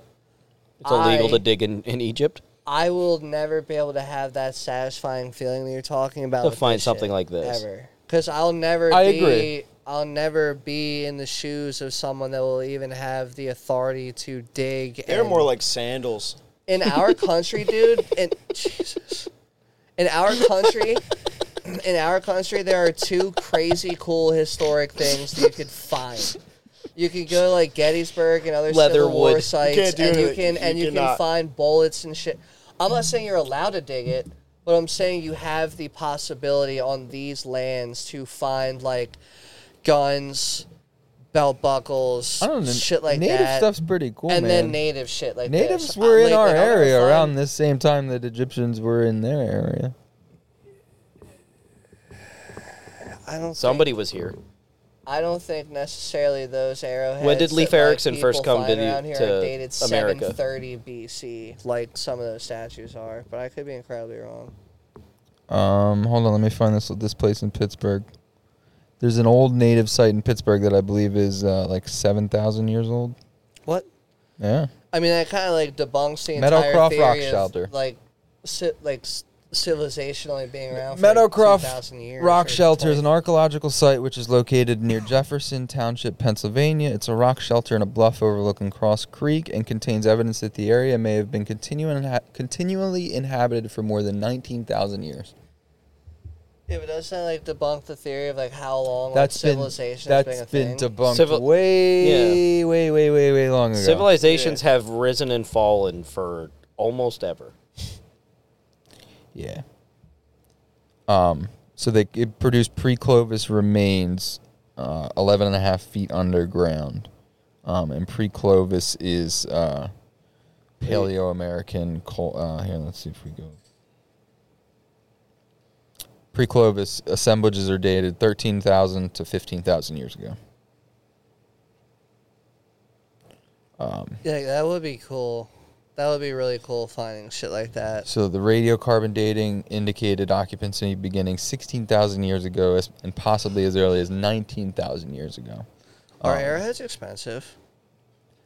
S7: it's illegal
S1: I-
S7: to dig in, in Egypt
S1: I will never be able to have that satisfying feeling that you're talking about.
S7: To
S1: with
S7: find
S1: this
S7: something
S1: shit,
S7: like this.
S1: ever, because I'll never.
S5: I
S1: be,
S5: agree.
S1: I'll never be in the shoes of someone that will even have the authority to dig.
S4: They're
S1: and-
S4: more like sandals.
S1: in our country, dude. In Jesus, in our country, in our country, there are two crazy cool historic things that you could find. You can go to like Gettysburg and other Civil
S7: Leatherwood.
S1: War
S7: You
S1: sites,
S4: can't do
S1: and you
S4: it.
S1: can
S4: You
S1: and you can
S4: cannot.
S1: find bullets and shit. I'm not saying you're allowed to dig it, but I'm saying you have the possibility on these lands to find like guns, belt buckles,
S5: I don't know.
S1: shit like
S5: native
S1: that.
S5: stuff's pretty cool,
S1: and
S5: man.
S1: then native shit like
S5: Natives
S1: this.
S5: were
S1: I'm
S5: in
S1: like,
S5: our
S1: like, I'm gonna
S5: area
S1: find-
S5: around the same time that Egyptians were in their area.
S1: I don't.
S7: Somebody was here.
S1: Think, I don't think necessarily those arrowheads.
S7: When did Leif
S1: that, like,
S7: Erikson first
S1: people
S7: come to
S1: find
S7: the-
S1: around here
S7: to
S1: are dated
S7: America?
S1: 730 BC, like some of those statues are, but I could be incredibly wrong.
S5: Um, hold on, let me find this this place in Pittsburgh. There's an old native site in Pittsburgh that I believe is uh, like seven thousand years old.
S1: What?
S5: Yeah,
S1: I mean, that kind of like debunks the entire
S5: Meadowcroft
S1: theory
S5: Rock
S1: of
S5: Shelter.
S1: like, ci- like s- civilization only being around for like
S5: Meadowcroft
S1: 2,000 years.
S5: Rock
S1: or
S5: Shelter is
S1: 20.
S5: an archaeological site which is located near Jefferson Township, Pennsylvania. It's a rock shelter in a bluff overlooking Cross Creek and contains evidence that the area may have been continuing continually inhabited for more than nineteen thousand years.
S1: Yeah, but doesn't that like debunk the theory of like how long like,
S5: That's been
S1: civilization has
S5: that's
S1: been a
S5: been
S1: thing?
S5: debunked
S7: Civil-
S5: way, way, way, way, way long ago.
S7: Civilizations have risen and fallen for almost ever.
S5: Yeah. Um. So they it produced pre-Clovis remains, uh, 11 and a half feet underground, um, and pre-Clovis is uh, Paleo-American. Col- uh, here, let's see if we go. Pre-Clovis assemblages are dated 13,000 to 15,000 years ago. Um,
S1: yeah, that would be cool. That would be really cool finding shit like that.
S5: So the radiocarbon dating indicated occupancy beginning 16,000 years ago as- and possibly as early as 19,000 years ago.
S1: Are
S5: Um,
S1: arrowheads expensive?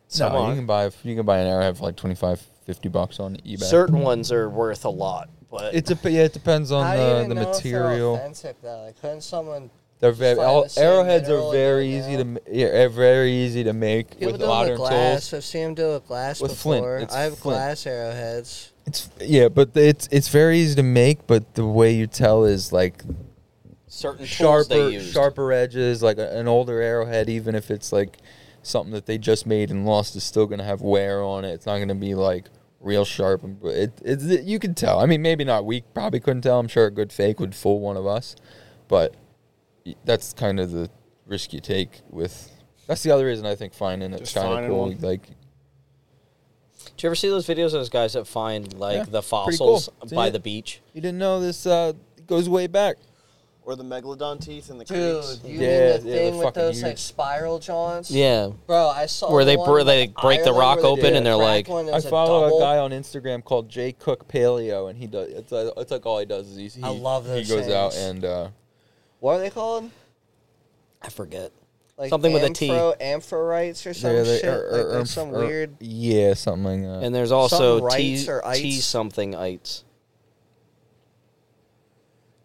S7: Some
S5: No,
S7: are.
S5: you can buy you can buy an arrowhead for like 25 50 bucks on eBay.
S7: Certain ones are worth a lot, but
S5: It dep- yeah, it depends on
S1: How do you
S5: the,
S1: even
S5: the
S1: know if they're
S5: material.
S1: authentic though? Like, couldn't someone?
S5: They're very
S1: find
S5: all,
S1: the same
S5: arrowheads are
S1: mineral and
S5: very
S1: do it
S5: easy
S1: now?
S5: to ma- yeah, are very easy to make
S1: People
S5: with
S1: do it
S5: modern
S1: with glass.
S5: tools.
S1: I've seen them do it with glass
S5: With flint.
S1: before.
S5: It's
S1: I have
S5: flint.
S1: glass arrowheads.
S5: It's yeah, but it's it's very easy to make, but the way you tell is like
S7: certain tools they
S5: sharper
S7: use.
S5: sharper edges like a, an older arrowhead even if it's like something that they just made and lost is still going to have wear on it it's not going to be like real sharp and br- it, it's it, you can tell i mean maybe not we probably couldn't tell i'm sure a good fake would fool one of us but y- that's kind of the risk you take with that's the other reason i think finding it's
S4: Just
S5: kind of
S4: finding
S5: cool
S4: one.
S5: like
S7: Do you ever see those videos of those guys that find like
S5: Yeah,
S7: the
S5: pretty cool.
S7: fossils
S5: See
S7: by
S5: it?
S7: the beach?
S5: you didn't know this uh goes way back
S4: Or the megalodon teeth and the
S1: Dude,
S4: creeks.
S1: you
S5: Yeah, yeah,
S1: mean the
S5: they're
S1: thing with
S5: fucking
S1: those like
S5: huge.
S1: spiral jaws?
S7: Yeah.
S1: Bro, I saw
S7: Where they
S1: one
S7: br-
S1: in
S7: they break the
S1: Ireland
S7: rock
S1: where they
S7: open
S1: did
S7: and they're
S1: crack
S7: like-
S1: one, it
S5: I
S1: was a
S5: follow a,
S1: double.
S5: guy on Instagram called Jay Cook Paleo, and he does. It's, like- it's like all he does is he.
S1: I love those
S5: He goes out
S1: things.
S5: and uh,
S1: What are they called?
S7: I forget.
S1: Like
S7: Something with a T.
S1: amphro- Amphorites or some
S5: they're- they-
S1: shit.
S5: er-
S1: like
S5: er-
S1: there's
S5: erm-
S1: some
S5: er-
S1: weird.
S5: Yeah, something like that.
S7: And there's also
S1: Something
S7: T,
S1: rights or
S7: T
S1: ites?
S7: something ites.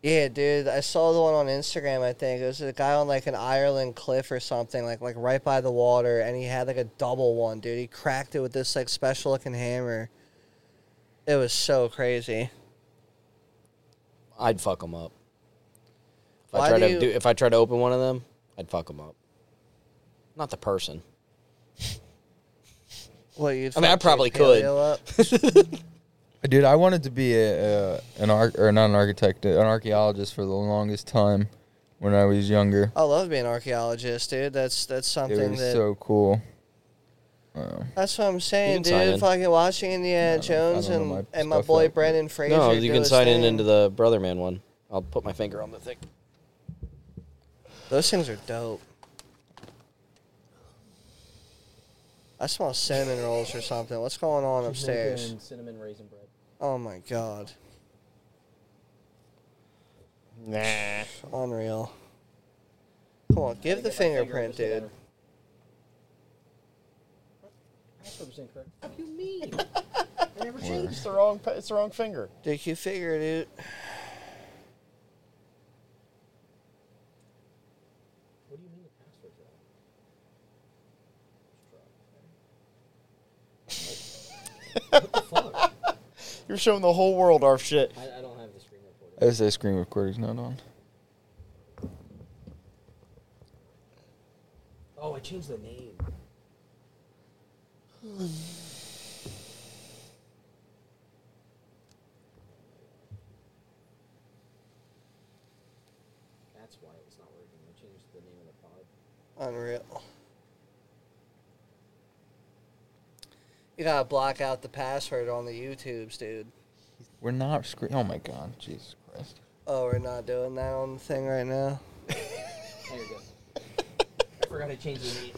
S1: Yeah, dude, I saw the one on Instagram. I think it was a guy on like an Ireland cliff or something, like like right by the water, and he had like a double one, dude. He cracked it with this like special looking hammer. It was so crazy.
S7: I'd fuck them up. If I
S1: Why
S7: tried
S1: do
S7: to
S1: you-
S7: do, if I tried to open one of them, I'd fuck them up. Not the person.
S1: What you'd
S7: I mean, I
S1: fuck Jay
S7: probably could.
S1: Paleo up?
S5: Dude, I wanted to be a, a an arch or not an architect, an archaeologist for the longest time when I was younger.
S1: I love being an archaeologist, dude. That's that's
S5: It
S1: something
S5: was
S1: that
S5: so cool. Wow.
S1: that's what I'm saying,
S7: can sign in.
S1: dude. Fucking watching Indiana
S5: No, I don't- I
S1: Jones
S5: don't
S1: and,
S5: know my
S1: and my
S5: stuff
S1: boy
S5: like that.
S1: Brendan Fraser.
S7: No, you
S1: do
S7: can
S1: his
S7: sign in
S1: thing.
S7: into the brother man one. I'll put my finger on the thing.
S1: Those things are dope. I smell cinnamon rolls or something. What's going on upstairs?
S2: Cinnamon raisin bread.
S1: Oh my god.
S4: Nah.
S1: Unreal. Come on, give the
S2: Get my finger
S1: fingerprint,
S2: almost to
S1: dude.
S2: that. That's 100% correct.
S4: I never changed. It's the wrong. pe- It's the wrong finger.
S1: Did you figure it out?
S2: What do you mean the password's wrong?
S4: You're showing the whole world our shit.
S2: I, I don't have the screen recorded.
S5: As that screen recorder's not on.
S2: Oh, I changed the name. That's why it's not working. I changed the name of the pod.
S1: Unreal. you gotta block out the password on the YouTubes, dude.
S5: We're not scre- Oh my god, Jesus Christ.
S1: Oh, we're not doing that on the thing right now.
S2: There you go. I forgot to change the name.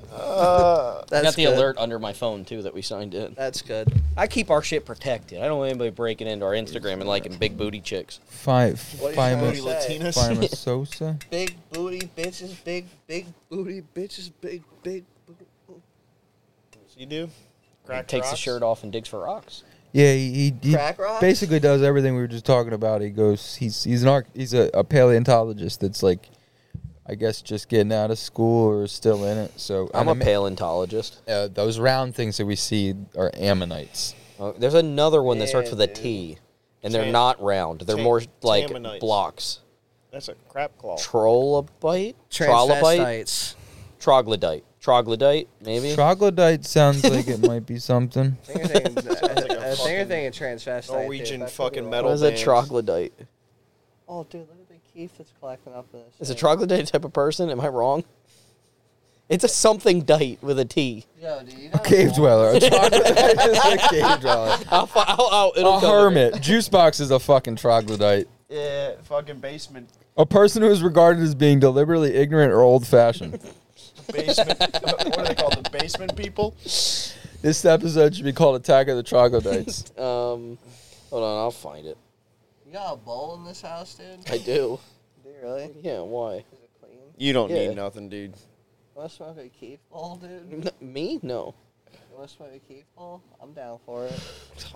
S1: That's
S7: I got the
S1: good.
S7: alert under my phone too that we signed in.
S1: That's good.
S7: I keep our shit protected. I don't want anybody breaking into our Instagram and liking big booty chicks.
S5: Five.
S1: What are you trying to
S5: Fima,
S1: say?
S4: Latinas.
S5: Fima Sosa.
S1: Big booty bitches, big big booty bitches, big big. Booty.
S4: You do?
S7: Crack takes the shirt off and digs for rocks.
S5: Yeah, he, he, he
S1: Crack rocks?
S5: basically does everything we were just talking about. He goes, he's he's an arch, he's a, a paleontologist that's like, I guess just getting out of school or still in it. So
S7: I'm a
S5: and ama-
S7: paleontologist.
S5: uh, those round things that we see are ammonites.
S7: Uh, there's another one that starts
S1: Yeah,
S7: with a
S1: dude.
S7: T, and they're
S4: Tam-
S7: not round. They're
S4: Tam-
S7: more like
S4: Tamanites.
S7: blocks.
S4: That's a crap claw.
S7: Trollobite, trollobite,
S1: Transvestites.
S7: troglodyte, troglodyte, maybe.
S5: Troglodyte sounds like it might be something.
S1: I think you're thinking, I, I think you're
S4: fucking
S1: thinking transvestite. dude,
S4: Norwegian
S1: but I could be
S4: fucking
S1: wrong.
S4: metal.
S7: what is a
S4: band.
S7: troglodyte?
S1: Oh, dude, look at the Keith that's collecting up in this.
S7: Is a
S1: thing.
S7: troglodyte type of person? Am I wrong? It's a something dite with a T.
S1: Yo, dude, you gotta
S5: Cave dweller. A troglodyte is a cave dweller.
S7: I'll, fi- I'll, I'll, it'll
S5: A
S7: come to me.
S5: hermit. Juicebox is a fucking troglodyte.
S4: Yeah, fucking basement.
S5: A person who is regarded as being deliberately ignorant or old fashioned.
S4: Basement. what are they called? The basement people?
S5: this episode should be called Attack of the Troglodytes.
S7: Um, hold on, I'll find it.
S1: You got a bowl in this house, dude?
S7: I do.
S1: Do you really?
S7: Yeah, why?
S1: Is it clean?
S4: You don't
S7: Yeah.
S4: need nothing, dude.
S1: Wanna smoke a Keith bowl, dude?
S7: N- me? No.
S1: Wanna smoke a Keith bowl? I'm down for it.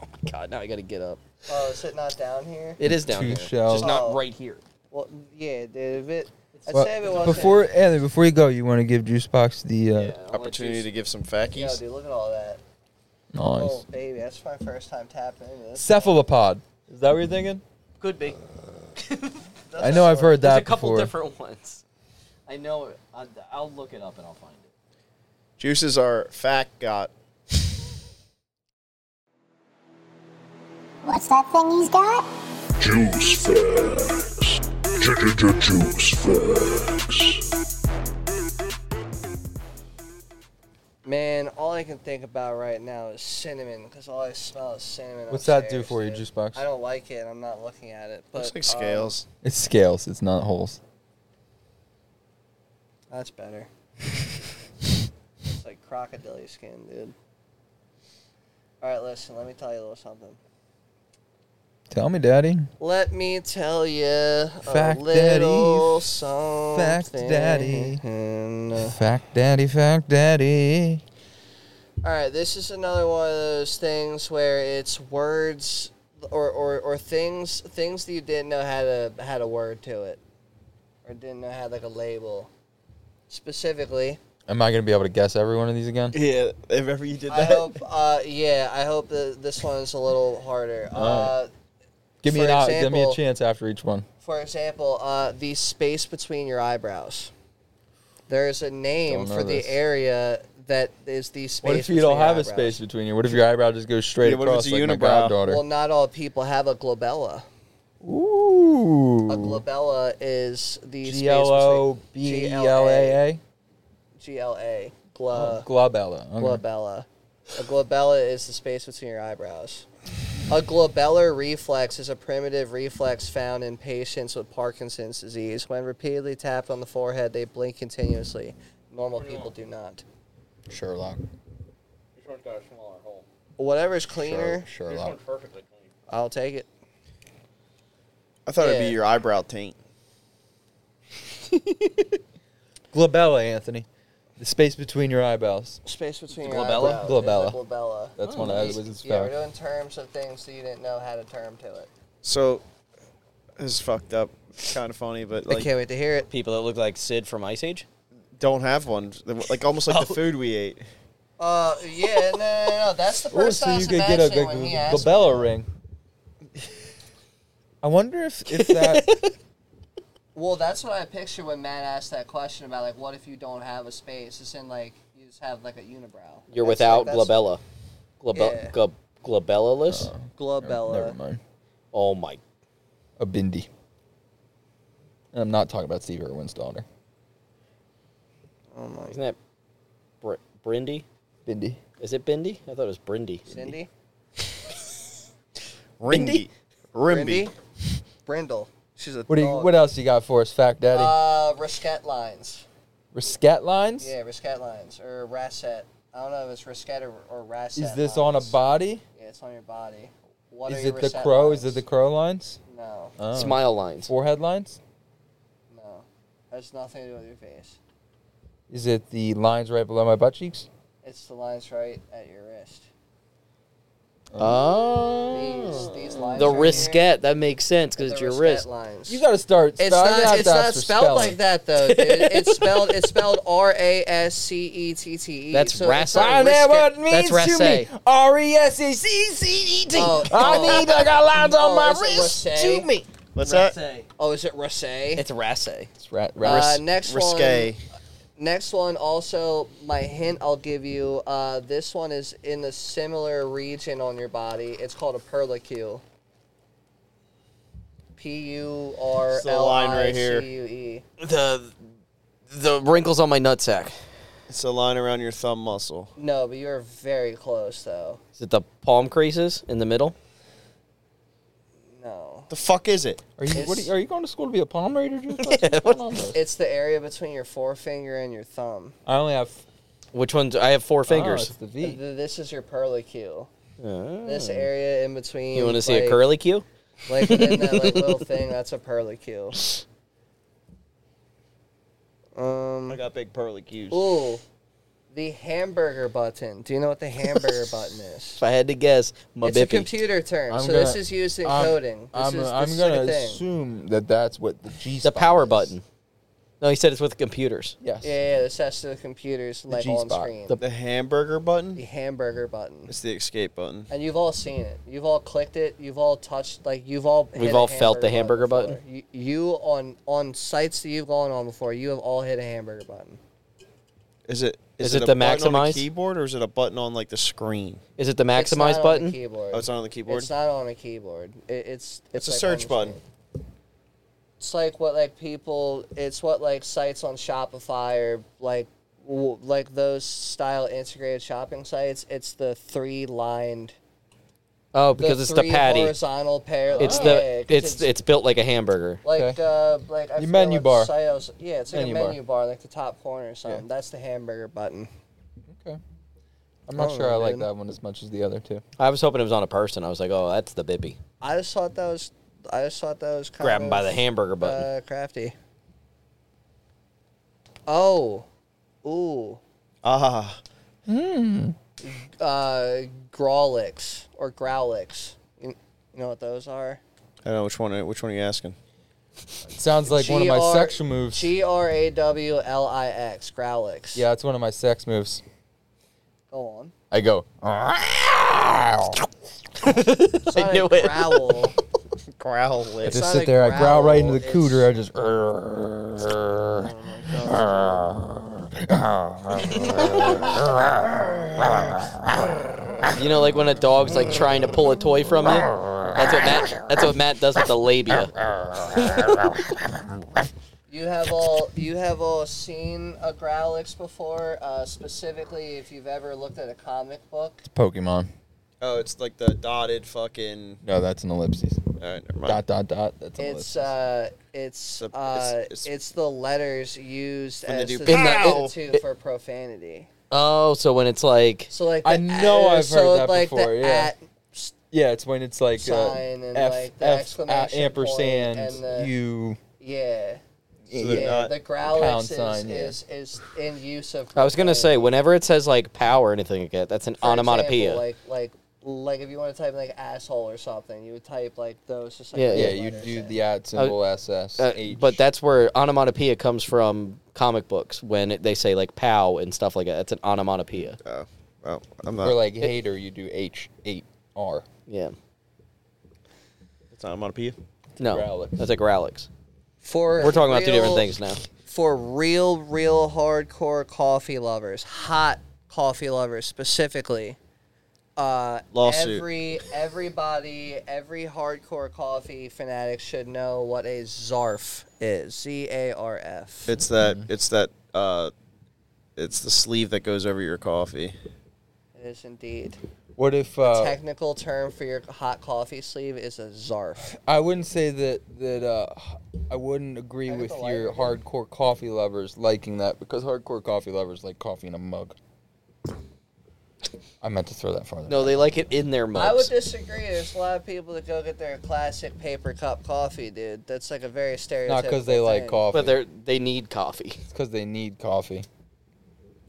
S7: Oh my god, now I gotta get up.
S1: Oh, is it not down here?
S7: It is down
S5: Two
S7: here.
S5: shells.
S7: Just not
S1: Oh.
S7: right here.
S1: Well, yeah, dude, if it... I'd
S5: Well,
S1: say if it wasn't...
S5: before Anthony, before you go, you want to give Juicebox the uh,
S7: Yeah, I want
S4: Opportunity
S7: you-
S4: to give some
S1: Yo,
S4: fackies.
S1: dude, look at all that. Oh,
S5: nice
S1: baby, that's my first time tapping into this.
S5: cephalopod. Is that what you're thinking?
S7: Could be.
S1: That's
S5: I know I've heard
S7: There's
S5: that
S7: a couple
S5: before.
S7: different ones. I know it. I, I'll look it up and I'll find it.
S4: Juices are fact got.
S9: What's that thing he's got?
S10: Juice facts. Juice facts.
S1: Man, all I can think about right now is cinnamon, because all I smell is cinnamon.
S5: What's that do
S1: upstairs,
S5: for you,
S1: dude.
S5: Juicebox?
S1: I don't like it, and I'm not looking at it. But,
S4: Looks like
S1: um,
S4: scales.
S5: It's scales. It's not holes.
S1: um, that's better. it's like crocodile skin, dude. All right, listen, let me tell you a little something.
S5: Tell me, Daddy.
S1: Let me tell you
S5: Fact,
S1: a
S5: Daddy.
S1: little something.
S5: Fact, Daddy.
S1: All
S5: Fact, Daddy. Fact, Daddy.
S1: right, this is another one of those things where it's words or, or, or things things that you didn't know how to had a word to it, or didn't know had like a label. Specifically,
S5: Am I gonna be able to guess every one of these again?
S4: Yeah, if ever you did
S1: I hope. Uh, yeah, I hope that this one's a little harder.
S5: All
S1: Uh,
S5: Give me
S1: For
S5: an out. Give me a
S1: example-
S5: chance after each one.
S1: For example, uh, the space between your eyebrows. There's a name
S5: Don't know
S1: for
S5: this.
S1: the area that is the space.
S5: What if you don't
S1: between your
S5: have a
S1: eyebrows?
S5: space between you? What if your eyebrow just goes straight
S4: Yeah, what if
S5: across
S4: it's a
S5: like my
S4: unibrow?
S5: goddaughter?
S1: Well, not all people have a glabella. A
S5: Ooh.
S1: glabella is the
S5: G L O B E L A A.
S1: G L A gla
S5: Glabella. Okay.
S1: uh, glabella. A glabella is the space between your eyebrows. A glabellar reflex is a primitive reflex found in patients with Parkinson's disease. When repeatedly tapped on the forehead, they blink continuously. Normal people do not.
S5: Sherlock.
S3: Which one's got a smaller hole?
S1: Whatever's
S5: Sher-
S1: cleaner,
S3: This
S5: Sherlock.
S3: one's perfectly clean.
S1: I'll take it.
S4: I thought it'd
S1: Yeah.
S4: be your eyebrow taint.
S5: Glabella, Anthony. The space between your eyebrows.
S1: Space between your
S7: Glabella?
S1: eyebrows.
S5: Glabella.
S1: It's a glabella.
S5: That's one of the was
S1: Yeah, we're
S5: spelled.
S1: doing terms of things that you didn't know how to term to it.
S4: So, this is fucked up. Kind of funny, but
S1: I
S4: like,
S1: can't wait to hear it.
S7: People that look like Sid from Ice Age. Oh.
S4: don't have one. Like almost like the food we ate.
S1: Uh, yeah, no, no, no, no. That's the
S5: Or
S1: first
S5: so
S1: I
S5: you
S1: was
S5: could get a
S1: imagining
S5: gl-
S1: when he
S5: gl-
S1: asked
S5: glabella ring. I wonder if, if that
S1: Well, that's what I picture when Matt asked that question about like, what if you don't have a space? It's in like you just have like a unibrow.
S7: You're
S1: That's
S7: without
S1: like- that's-
S7: glabella. Glabella.
S1: Yeah.
S7: Glab- glabellaless.
S5: Uh-huh.
S1: Glabella.
S5: Never mind.
S7: oh my.
S5: A bindi. And I'm not talking about Steve Irwin's daughter.
S1: Oh my.
S7: Isn't that Br- Brindy?
S5: Bindi.
S7: Is it Bindi? I thought it was Brindy.
S1: Cindy?
S4: Rindy. Rimby.
S1: Brindy? Brindle. She's a
S5: What do you,
S1: dog.
S5: What else you got for us, Fact Daddy?
S1: Uh, Riscat lines.
S5: Riscat lines?
S1: Yeah, Riscat lines. Or Rasset. I don't know if it's Riscat or, or Rasset.
S5: Is this on a
S1: body?
S5: body?
S1: Yeah, it's on your body. What
S5: Is
S1: are your
S5: it the
S1: Riscat
S5: crow?
S1: lines?
S5: Is it the crow lines?
S1: No,
S5: Oh.
S7: Smile lines.
S5: Forehead lines?
S1: no. That's nothing to do with your face.
S5: Is it the lines right below my butt cheeks?
S1: It's the lines right at your wrist. These,
S7: Oh.
S1: these lines.
S7: The
S1: right here,
S7: risquette. That makes sense because
S1: the
S7: it's your
S1: Riscat
S7: wrist.
S1: Lines.
S5: You got to start.
S1: It's
S5: spell- you
S1: not.
S5: have
S1: It's
S5: to ask
S1: not
S5: for
S1: spelled
S5: spelling.
S1: like that though, dude. It's spelled. It's spelled R A S C E T T E.
S7: That's
S1: so it's not
S7: Rasset.
S5: I know what it
S1: Riscat-
S5: means
S7: That's
S5: to me.
S7: Rasse.
S5: R E S A C C E T.
S1: Oh,
S5: I
S1: oh.
S5: need, I got lines on
S1: Oh,
S5: my
S1: is it
S5: wrist.
S1: Rasse?
S5: Shoot me.
S4: What's that?
S2: Say.
S1: Oh, is it Rasset?
S7: It's rasse.
S5: It's rat,
S1: Uh,
S5: rat.
S1: next
S4: Risque.
S1: one. Next one. Also, my hint I'll give you. Uh, this one is in a similar region on your body. It's called a perlicule. P U R
S4: It's the
S1: L
S4: line
S1: I
S4: right
S1: C
S4: here.
S1: U E.
S7: The the wrinkles on my nutsack.
S4: It's a line around your thumb muscle.
S1: No, but you're very close though.
S7: Is it the palm creases in the middle?
S1: No.
S4: The fuck is it?
S5: Are you, what are,
S1: it's-
S5: you, are you going to school to be a palm reader? Drew? What's going on there?
S1: It's the area between your forefinger and your thumb.
S5: I only have
S7: Which ones? I have four
S5: Oh,
S7: fingers.
S5: it's the
S1: Uh, Th-
S5: V.
S1: This is your perlicule.
S4: Ah.
S1: This area in between.
S7: you want to see a
S1: like-
S7: curly cue?
S1: Like within that like, little thing, that's a perlicule. Um.
S4: got big pearly cues.
S1: Ooh. The hamburger button. Do you know what the hamburger button is?
S7: If I had to guess, my
S1: It's a
S7: bippy.
S1: computer term,
S5: I'm
S1: so
S5: gonna-
S1: this is used in
S5: I'm-
S1: coding. This
S5: I'm,
S1: is,
S5: I'm
S1: this is like
S5: gonna
S1: a thing.
S5: assume that that's what the G.
S7: The
S5: spot
S7: power
S5: is.
S7: button. No, he said it's with computers.
S5: Yes.
S1: Yeah, yeah, this has to the computers like on
S5: G-spot.
S1: screen.
S4: The hamburger button?
S1: the hamburger button.
S4: It's the escape button.
S1: And you've all seen it. You've all clicked it. You've all touched. Like you've all. hit
S7: We've
S1: a
S7: all felt the hamburger
S1: before. You, you on on sites that you've gone on before. You have all hit a hamburger button.
S4: Is it
S7: Is
S4: it,
S7: it
S4: a
S7: the
S4: button on
S7: maximize?
S4: the keyboard or is it a button on like the screen?
S7: Is it the
S1: It's not on
S7: maximize
S1: the
S7: button?
S1: keyboard.
S4: Oh, it's not on the keyboard.
S1: It's not on a keyboard. It, it's
S4: It's
S1: it's
S4: a
S1: like
S4: search
S1: on the
S4: button.
S1: screen. It's like what like people. It's what like sites on Shopify or like w- like those style integrated shopping sites. It's the three lined.
S7: Oh, because it's the
S1: three
S7: patty.
S1: Horizontal pair.
S7: It's
S1: yeah,
S7: the
S1: 'cause
S7: it's it's built like a hamburger.
S1: Like,
S5: Okay.
S1: uh, like I forget
S5: menu
S1: what
S5: bar.
S1: site I was- yeah, it's like
S5: Menu
S1: a
S5: bar.
S1: menu bar. like the top corner or something. That's the hamburger button.
S5: Okay. I'm not
S1: Oh,
S5: sure I like
S1: man.
S5: that one as much as the other two.
S7: I was hoping it was on a person. I was like, oh, that's the bippy.
S1: I just thought that was, I just thought that was kind
S7: Grab him
S1: of,
S7: by the hamburger button.
S1: uh, crafty. Oh, ooh,
S4: Ah,
S1: uh, Growlix or Growlix. You, you know what those are?
S4: I don't know which one. Which one are you asking?
S5: sounds like one of my
S1: GR
S5: sexual moves.
S1: G R A W L I X. Growlix.
S5: yeah, it's one of my sex moves.
S1: Go on.
S5: I go.
S1: It's not
S7: knew
S1: a
S7: it.
S1: growl.
S4: Growl
S5: I
S4: lick.
S5: just
S1: not
S5: sit
S1: a
S5: there. I growl right into the
S1: growl,
S5: cooter. I just. "Arr."
S1: Uh,
S7: You know, like when a dog's like trying to pull a toy from you. That's what Matt. That's what Matt does with the labia.
S1: You have all you have all seen a Growlix before, uh, specifically if you've ever looked at a comic book.
S5: Pokemon.
S4: Oh, it's like the dotted fucking.
S5: No, that's an ellipsis.
S4: All right, never mind.
S5: Dot dot dot. That's an
S1: It's
S5: ellipsis.
S1: uh,
S4: It's
S1: it's
S4: a-
S1: uh,
S4: it's- it's-
S1: it's the letters used
S4: When they
S1: as
S4: do
S1: the
S7: In the-
S1: substitute for profanity.
S7: Oh, so when it's like
S1: So like
S5: I
S1: the at-
S5: know I've
S1: so
S5: heard that
S1: like
S5: before,
S1: The
S5: yeah.
S1: at s-
S5: yeah, it's when it's like uh,
S1: sign and,
S5: F
S1: like, the
S5: F,
S1: exclamation
S5: uh, ampersand
S1: point and the-
S5: U.
S1: yeah.
S4: So they're
S1: yeah,
S4: not-
S1: the Growlix
S5: pound
S1: is,
S5: sign, yeah.
S1: is, is in use of.
S7: I was gonna
S1: profanity.
S7: say, whenever it says like pow or anything like that, that's an
S1: For example,
S7: onomatopoeia.
S1: like like like if you want to type like asshole or something, you would type like those. Just like
S7: Yeah,
S5: Yeah,
S1: those
S5: you
S1: letters
S5: do
S1: in.
S5: the at symbol SS.
S7: Uh,
S5: H.
S7: but that's where onomatopoeia comes from comic books when it, they say like pow and stuff like that. That's an onomatopoeia.
S4: Oh, well, I'm not.
S7: uh,
S5: for like hater, you do H eight R.
S7: Yeah.
S4: it's not, I'm on a pee.
S7: No.
S5: Growlix.
S7: That's a growlix.
S1: For
S7: We're talking about two
S1: real-
S7: different things now.
S1: For real, real hardcore coffee lovers, hot coffee lovers specifically. Uh,
S4: Lawsuit.
S1: Every everybody, every hardcore coffee fanatic should know what a zarf is. Z A R F.
S4: Mm-hmm. It's that. It's that. Uh, it's the sleeve that goes over your coffee.
S1: It is indeed.
S5: What if uh,
S1: Technical term for your hot coffee sleeve is a zarf.
S5: I wouldn't say that that uh, I wouldn't agree with your hardcore coffee lovers liking that because hardcore coffee lovers like coffee in a mug. I meant to throw that farther.
S7: No, they like it in their mugs.
S1: I would disagree. There's a lot of people that go get their classic paper cup coffee, dude. That's like a very stereotypical.
S5: not because they like
S1: thing.
S5: coffee.
S7: but they they need coffee.
S5: It's because they need coffee.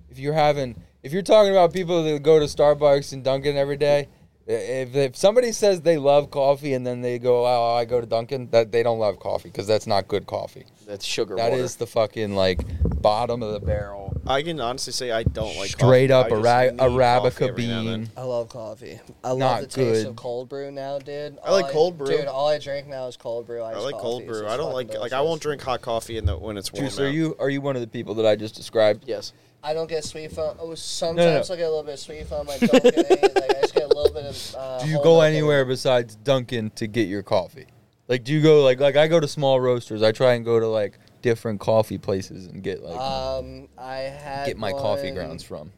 S5: If you're having, if you're talking about people that go to Starbucks and Dunkin' every day, i- if, if somebody says they love coffee and then they go, oh, I go to Dunkin', that they don't love coffee because that's not good coffee.
S7: That's sugar
S5: That
S7: water.
S5: is the fucking like bottom of the barrel.
S4: I can honestly say I don't like
S5: Straight
S4: coffee.
S5: up
S4: I just
S5: Ara-
S4: need coffee
S5: Arabica
S4: every now and then.
S5: bean.
S1: I love coffee. I love
S5: Not
S1: the taste
S5: good.
S1: of cold brew now, dude.
S4: I like
S1: All
S4: cold brew.
S1: Dude, all I drink now is cold brew.
S4: I
S1: iced
S4: like cold
S1: coffees.
S4: brew.
S1: It's
S4: I don't
S1: fucking
S4: like like I won't
S1: delicious.
S4: drink hot coffee in the when it's warm.
S5: Juice, are
S4: out.
S5: you are you one of the people that I just described?
S7: yes.
S1: I don't get sweet foam. Oh, sometimes I get a little bit of sweet foam. I don't get any. Like I just get a little bit of. Uh,
S5: Do you
S1: whole
S5: go
S1: milk.
S5: anywhere besides Dunkin' to get your coffee? Like, do you go like like I go to small roasters? I try and go to like different coffee places and get like
S1: Um, I had
S5: get my coffee
S1: one-
S5: grounds from.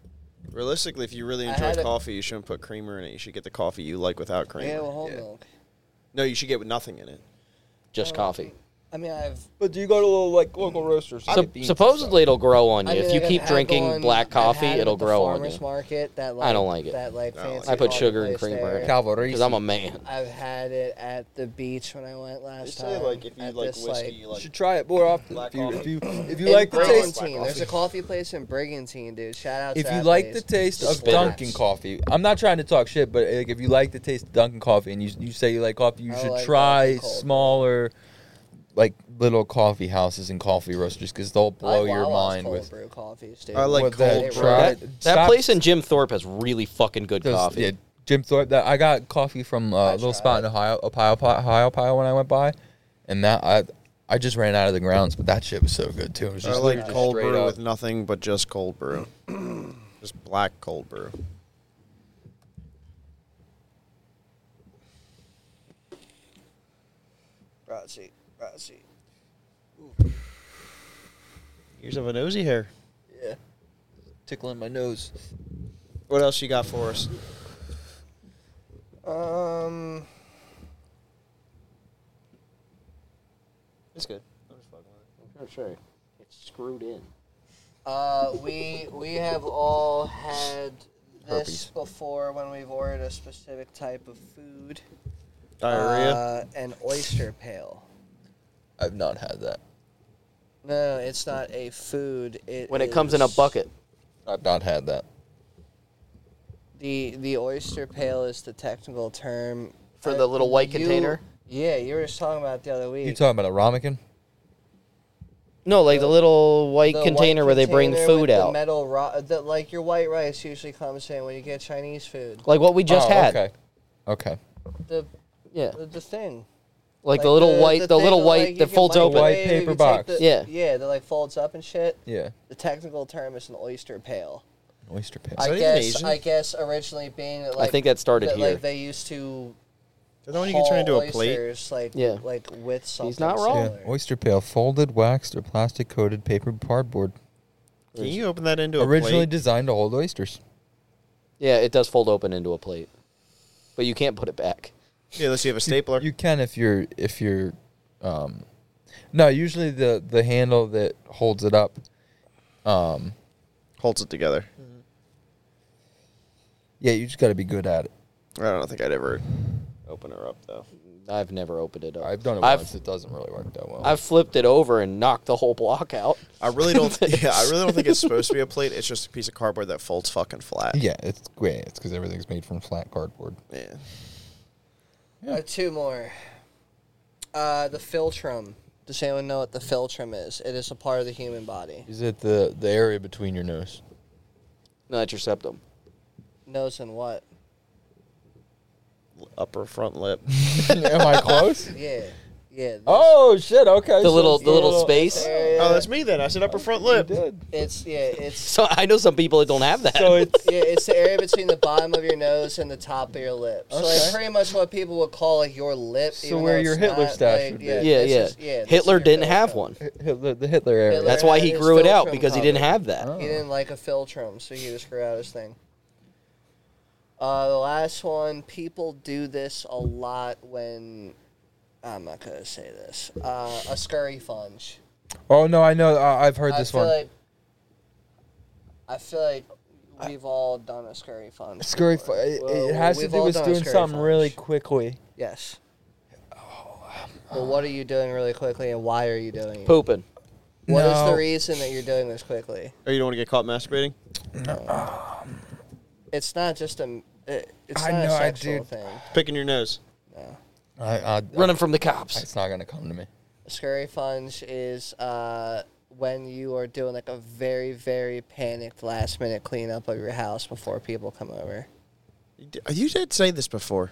S4: Realistically, if you really
S1: I
S4: enjoy
S1: had a-
S4: coffee, you shouldn't put creamer in it. You should get the coffee you like without creamer.
S1: Yeah, well, whole
S5: Yeah.
S1: milk.
S4: no, you should get with nothing in it.
S1: Oh.
S7: Just coffee.
S1: I mean, I've.
S5: But do you go to little like local roasters?
S7: Sup- supposedly it'll grow on you
S1: I mean,
S7: if you
S1: like, I've
S7: keep
S1: had
S7: drinking
S1: one-
S7: black
S1: I've had
S7: coffee.
S1: it at
S7: It'll
S1: the
S7: grow on
S1: farmers
S7: you.
S1: market. That like,
S7: I don't like it.
S1: That like
S4: I don't
S1: fancy
S4: like
S7: I put
S1: coffee
S7: sugar and
S1: place
S7: creamer in
S1: there.
S7: it
S5: Calvarisi.
S7: because I'm a man.
S1: I've had it at the beach when I went last time. at this,
S5: You should try it more often. If you if you, if you
S1: In
S5: like the taste,
S1: Brigantine. There's a coffee place in Brigantine, dude. Shout out.
S5: if
S1: to
S5: you
S1: that
S5: like the
S1: place.
S5: taste
S7: Just
S5: of
S7: bitter.
S5: Dunkin' coffee, I'm not trying to talk shit, but like, if you like the taste of Dunkin' coffee and you you say you like coffee, you
S1: I
S5: should
S1: like
S5: try
S1: coffee cold.
S5: smaller, like little coffee houses and coffee roasters because they'll
S1: I like
S5: blow your
S1: Wawa's
S5: mind
S1: cold
S5: with.
S1: brew coffees, dude.
S4: I like
S5: what
S4: cold
S5: they
S1: brew.
S5: try.
S7: That, that
S5: Stop-
S7: place in Jim Thorpe has really fucking good
S5: those-
S7: coffee.
S5: Yeah, Jim Thorpe. That I got coffee from uh, a little spot in Ohio, Ohio, Ohio, Ohio when I went by, and that I I just ran out of the grounds, but that shit was so good too. It was
S4: I
S5: just
S4: like
S5: literally
S4: cold
S5: straight
S4: brew
S5: up.
S4: with nothing but just cold brew, just black cold brew.
S1: Rousey, Rousey.
S4: Yours have a nosy hair.
S5: tickling my nose.
S4: What else you got for us?
S1: Um,
S4: It's good.
S7: sure. It's screwed in.
S1: uh, we we have all had this
S5: Herpes.
S1: before when we've ordered a specific type of food.
S4: Diarrhea.
S1: Uh, an oyster pail.
S5: I've not had that.
S1: No, it's not a food. It
S7: When it comes in a
S1: is-
S7: bucket,
S5: I've not had that.
S1: The the oyster pail is the technical term Uh,
S7: For the little white
S1: you-
S7: container?
S1: Yeah, you were just talking about it the other week.
S5: You talking about a ramekin?
S7: no, like the, little white
S1: The
S7: container
S1: white
S7: where they bring the
S1: container with
S7: food
S1: The
S7: out,
S1: metal ro- uh, the, like your white rice usually comes in when you get Chinese food.
S7: like what we just
S5: Oh,
S7: had.
S5: Okay. Okay.
S1: The
S7: Yeah,
S1: the, the thing.
S7: like, the little white, the,
S1: thing
S7: little
S1: that,
S7: white
S1: like, you
S7: that
S1: can
S7: folds
S1: microwave,
S7: open.
S5: White
S1: you
S5: paper
S1: can take
S5: box.
S1: the-
S7: Yeah.
S1: yeah, that like folds up and shit.
S5: Yeah.
S1: The technical term is an oyster pail.
S5: An oyster pail.
S1: I
S4: that even
S1: guess
S4: Asian?
S1: I guess originally being that like
S7: I think that started
S1: that,
S7: here.
S1: Like they used to
S4: Is that when you can turn into a
S1: haul
S4: plate?
S1: oysters, Like
S7: Yeah.
S1: like with something.
S7: not wrong.
S5: yeah.
S1: similar.
S5: Oyster pail, folded, waxed, or plastic coated paper cardboard.
S4: Can you open that into a
S5: Originally
S4: plate?
S5: designed to hold oysters.
S7: yeah, it does fold open into a plate, but you can't put it back.
S4: Yeah, unless you have a stapler.
S5: You can if you're if you're, um, no. Usually the the handle that holds it up, um,
S4: holds it together.
S5: yeah. You just got to be good at it.
S4: I don't think I'd ever open her up though.
S7: I've never opened it up.
S5: I've done it
S7: I've-
S5: once. It doesn't really work that well.
S7: I've flipped it over and knocked the whole block out.
S4: I really don't. yeah, I really don't think it's supposed to be a plate. It's just a piece of cardboard that folds fucking flat.
S5: yeah, it's great. It's because everything's made from flat cardboard.
S4: Yeah. Oh,
S1: Uh, two more. Uh, the philtrum. Does anyone know what the philtrum is? It is a part of the human body,
S5: Is it the the area between your nose?
S7: No, that's your septum.
S1: nose and what?
S4: Upper front lip.
S5: Am I close?
S1: Yeah, yeah. this-
S5: Oh shit! Okay.
S7: The little, the little space.
S1: area.
S4: Oh, that's me then. I said upper front lip.
S1: It's yeah, it's
S7: So I know some people that don't have that.
S5: So it's
S1: yeah, it's the area between the bottom of your nose and the top of your lip. So like pretty much what people would call like your lip.
S5: So
S1: even
S5: where
S1: though it's
S5: your Hitler
S1: not,
S5: stash
S1: like,
S5: would be.
S7: yeah,
S1: this
S7: yeah.
S1: is- yeah. this is
S7: Hitler
S1: your
S7: didn't have
S1: philtrum.
S7: one.
S5: Hitler, the Hitler area.
S1: Hitler
S7: That's why he
S1: had his
S7: grew it out
S1: philtrum
S5: Oh.
S1: Oh.
S7: because he didn't
S1: covered.
S7: have that.
S1: He didn't like a philtrum, so he just grew out his thing. Uh, the last one. People do this a lot when. I'm not gonna say this. Uh, a scurry funge.
S5: Oh no, I know. I I've heard this
S1: I feel
S5: one.
S1: like. I feel like we've all done a scurry funge.
S5: Scurry. Fu-
S1: before.
S5: it,
S1: Well,
S5: it has to
S1: we've
S5: do
S1: all
S5: with
S1: done a
S5: doing
S1: scurry
S5: something really
S1: funge.
S5: quickly.
S1: Yes.
S5: Oh.
S1: Well, what are you doing really quickly, and why are you doing it? What
S7: Pooping.
S1: is
S5: No.
S1: the reason that you're doing this quickly?
S4: Or Oh, you don't want to get caught masturbating?
S1: It's not just a. It, it's
S5: I
S1: not a
S5: know, I
S1: sexual
S5: do-
S1: thing.
S4: Picking your nose.
S5: I, I,
S7: Running from the cops.
S5: it's not gonna come to me.
S1: Scurry funge is uh, when you are doing like a very, very panicked last minute cleanup of your house before people come over.
S4: You did, you did say this before.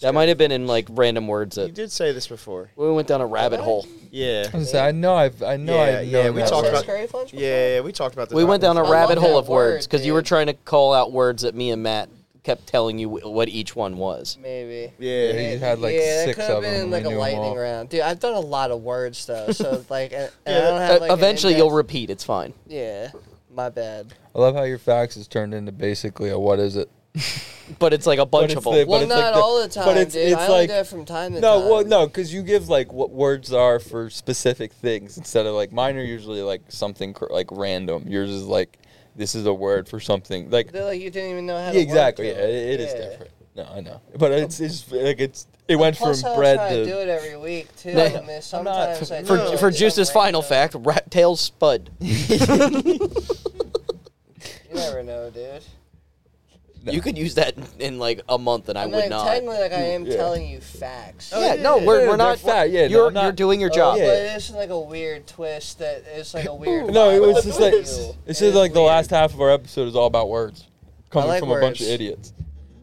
S7: That might have been in like random words
S4: You
S7: that
S4: did say this before.
S7: we went down a rabbit hole.
S4: Yeah.
S5: I, was gonna say, I know. I've. I know.
S4: Yeah,
S5: I've
S4: yeah,
S5: known
S4: we
S5: that
S4: talked
S5: word.
S4: about-
S1: scurry funge. before?
S4: Yeah, yeah, we talked about this.
S7: We went down a
S1: I love
S7: rabbit hole
S1: that
S7: of words
S1: word,
S7: because you were
S1: dude.
S7: trying to call out words that me and Matt kept telling you wh- what each one was.
S1: Maybe.
S4: Yeah.
S5: Yeah, you had like
S1: yeah, that
S5: six
S1: could have
S5: of them.
S1: been
S5: and we
S1: like a
S5: knew 'em
S1: lightning
S5: all.
S1: round, dude. I've done a lot of words though, so like, and, and I don't
S7: Uh,
S5: e-,
S1: have like an
S7: eventually, you'll
S1: in-depth-
S7: repeat. It's fine.
S1: yeah, my bad.
S5: I love how your facts has turned into basically a what is it?
S7: But it's like a bunch
S5: it's
S7: of them.
S5: the- But
S1: well,
S5: it's
S1: not
S5: like the-
S1: all the time,
S5: but it's-
S1: dude.
S5: it's
S1: I only
S5: like-
S1: do it from time to
S5: No,
S1: time.
S5: well, no, because you give like what words are for specific things instead of like mine are usually like something cr- like random. Yours is like this is a word for something like
S1: They're like you didn't even know how. To
S5: Yeah, exactly.
S1: Work
S5: Yeah,
S1: to
S5: it, it is
S1: Yeah.
S5: different. No, I know, but it's it's like it's it went
S1: Plus,
S5: from
S1: I
S5: bread
S1: try to, do
S5: to
S1: it every week too.
S7: No,
S1: I mean, sometimes I
S7: for
S1: do it
S7: for
S1: just
S7: Juice's
S1: on
S7: final
S1: random.
S7: fact, rat tail spud.
S1: You never know, dude.
S7: You could use that in, in like a month, and I
S1: I mean,
S7: would
S1: like,
S7: not.
S1: technically, like I am
S5: yeah. Oh,
S1: telling you facts. Oh,
S7: yeah, no, we're,
S5: yeah,
S7: we're
S5: they're
S7: not.
S5: fat, yeah, no,
S7: you're
S5: I'm not-
S7: you're doing your
S5: Oh,
S7: job.
S5: yeah.
S1: But it is like a weird twist that is like a weird.
S5: No, it
S1: vibe
S5: was
S1: off
S5: just
S1: of
S5: like
S1: you.
S5: it's
S1: It
S5: just
S1: is
S5: like the
S1: weird.
S5: last half of our episode is all about words coming
S1: like
S5: from a bunch of
S1: words.
S5: idiots.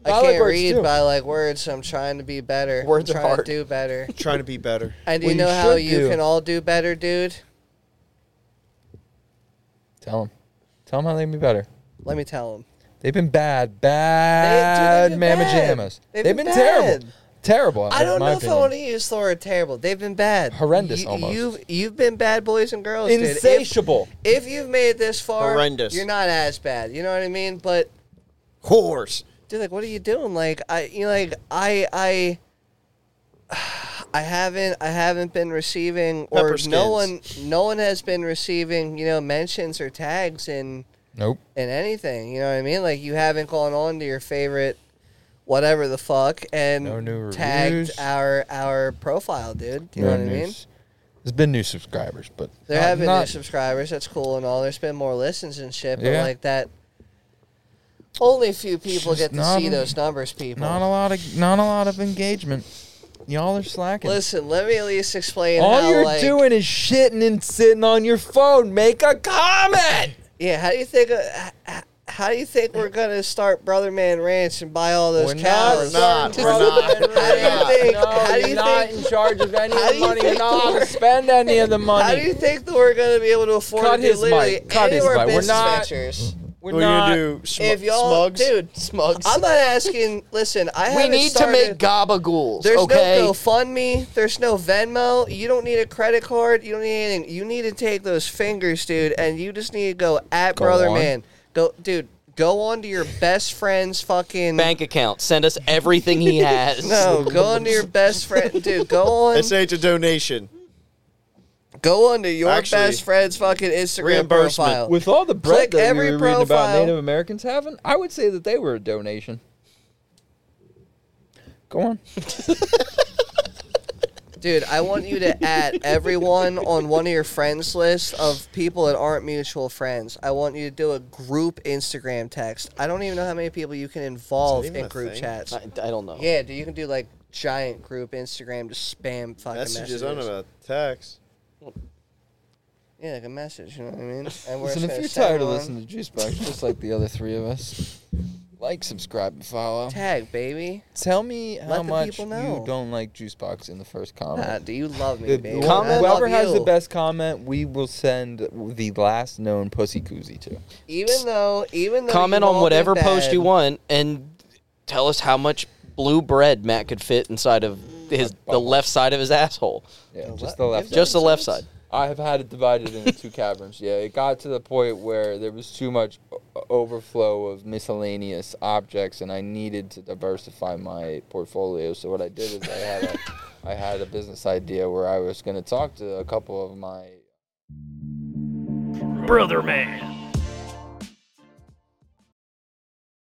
S1: I
S5: I
S1: can't
S5: like words,
S1: read,
S5: too.
S1: but I like words. I'm trying to be better.
S7: Words
S1: I'm
S7: are
S1: trying
S7: hard.
S1: to do better.
S4: Trying to be better.
S1: And do
S5: Well,
S1: you
S5: you
S1: know how
S5: should
S1: you
S5: do.
S1: can all do better, dude?
S5: Tell them, tell them how they can be better.
S1: Let me tell him.
S5: They've been bad, bad
S1: been
S5: mamma
S1: bad.
S5: jammas.
S1: They've
S5: They've,
S1: been
S5: been,
S1: bad.
S5: terrible, terrible.
S1: I
S5: in
S1: don't
S5: my
S1: know if I
S5: opinion.
S1: want to use the word terrible. They've been bad.
S5: Horrendous,
S1: You,
S5: almost.
S1: You've you've been bad boys and girls. dude. If-
S5: insatiable.
S1: If, you've made it this far,
S4: Horrendous.
S1: You're not as bad. You know what I mean? But
S4: Whores.
S1: dude, like, what are you doing? Like, I, you know, like, I, I. I haven't I haven't been receiving or
S4: Pepper skins.
S1: no one no one has been receiving, you know, mentions or tags in
S5: Nope.
S1: in anything. You know what I mean? Like you haven't gone on to your favorite whatever the fuck and
S5: No new
S1: tagged
S5: reviews.
S1: our our profile, dude. Do you know what I mean?
S5: There's been new subscribers, but
S1: There
S5: not-
S1: have been new
S5: not-
S1: subscribers, that's cool and all. There's been more listens and shit, but
S5: Yeah.
S1: like that only a few people
S5: Just
S1: get to
S5: not
S1: see
S5: a-
S1: those numbers, people.
S5: not a lot of not a lot of engagement. Y'all are slacking.
S1: Listen, let me at least explain how
S5: All you're
S1: like
S5: doing is shitting and sitting on your phone. Make a comment.
S1: Yeah, how do you think? Uh, h- h- how do you think we're gonna start Brother Man Ranch and buy all those
S5: We're not
S1: cows?
S4: Not. We're
S1: How do you
S4: not.
S1: think?
S5: No,
S1: how do
S5: you're
S1: you
S5: not
S1: think?
S5: in charge of any
S1: how
S5: of
S1: do
S5: the
S1: you
S5: money. You're
S1: think
S5: not allowed to
S1: we're-
S5: spend any of the money.
S1: How do you think that we're gonna be able to afford
S5: Cut
S1: to do
S5: his
S1: literally
S5: mic. Cut
S1: any
S5: his
S1: of our
S5: mic. We're
S1: business
S5: not-
S1: ventures?
S5: We're
S4: What
S5: not.
S4: are you gonna do? Sm-
S1: If y'all,
S4: smugs?
S1: dude,
S7: Smugs.
S1: I'm not asking. Listen, I
S7: we
S1: haven't
S7: need
S1: started,
S7: to make gobagools.
S1: There's
S7: okay.
S1: no GoFundMe. There's no Venmo. You don't need a credit card. You don't need anything. You need to take those fingers, dude, and you just need to go at
S5: Go
S1: Brother
S5: on.
S1: Man. Go, dude. Go on to your best friend's fucking
S7: bank account. Send us everything he has.
S1: No, go on to your best friend, dude. Go on,
S4: It's a donation.
S1: go on to your
S4: Actually,
S1: best friend's fucking Instagram
S4: reimbursement.
S1: profile.
S5: With all the bread
S1: Click
S5: that
S1: every
S5: we were reading about
S1: profile.
S5: Native Americans having, I would say that they were a donation. Go on.
S1: Dude, I want you to add everyone on one of your friends list of people that aren't mutual friends. I want you to do a group Instagram text. I don't even know how many people you can involve
S4: Is that even
S1: in
S4: a
S1: group
S4: thing?
S1: chats.
S7: I, I don't know.
S1: yeah, dude, you can do like giant group Instagram just spam fucking
S4: Messages
S1: messages.
S4: on about tax.
S1: Yeah, like a message. You know what I mean? And we're
S5: Listen,
S1: just
S5: if
S1: gonna
S5: you're
S1: send
S5: tired of
S1: one.
S5: listening to Juice Box, just like the other three of us, like, subscribe, and follow.
S1: tag, baby.
S5: Tell me
S1: Let
S5: how
S1: the
S5: much
S1: people
S5: you
S1: know.
S5: don't like Juice Box in the first comment.
S1: Nah, do you love me,
S5: The-
S1: baby?
S5: wh-
S1: I love
S5: whoever has the
S1: you.
S5: best comment, we will send the last known pussy koozie to.
S1: Even though, even though
S7: Comment
S1: you've
S7: on
S1: all
S7: whatever
S1: been
S7: post you
S1: bad,
S7: want and tell us how much blue bread Matt could fit inside of his the left side of his asshole.
S5: Yeah,
S1: The
S5: just
S1: left-
S5: the left.
S1: give
S5: side.
S7: Just the left side.
S1: Sounds-
S5: I have had it divided into two caverns. Yeah, it got to the point where there was too much o- overflow of miscellaneous objects, and I needed to diversify my portfolio. So what I did is I had a, I had a business idea where I was going to talk to a couple of my
S9: Brother Man.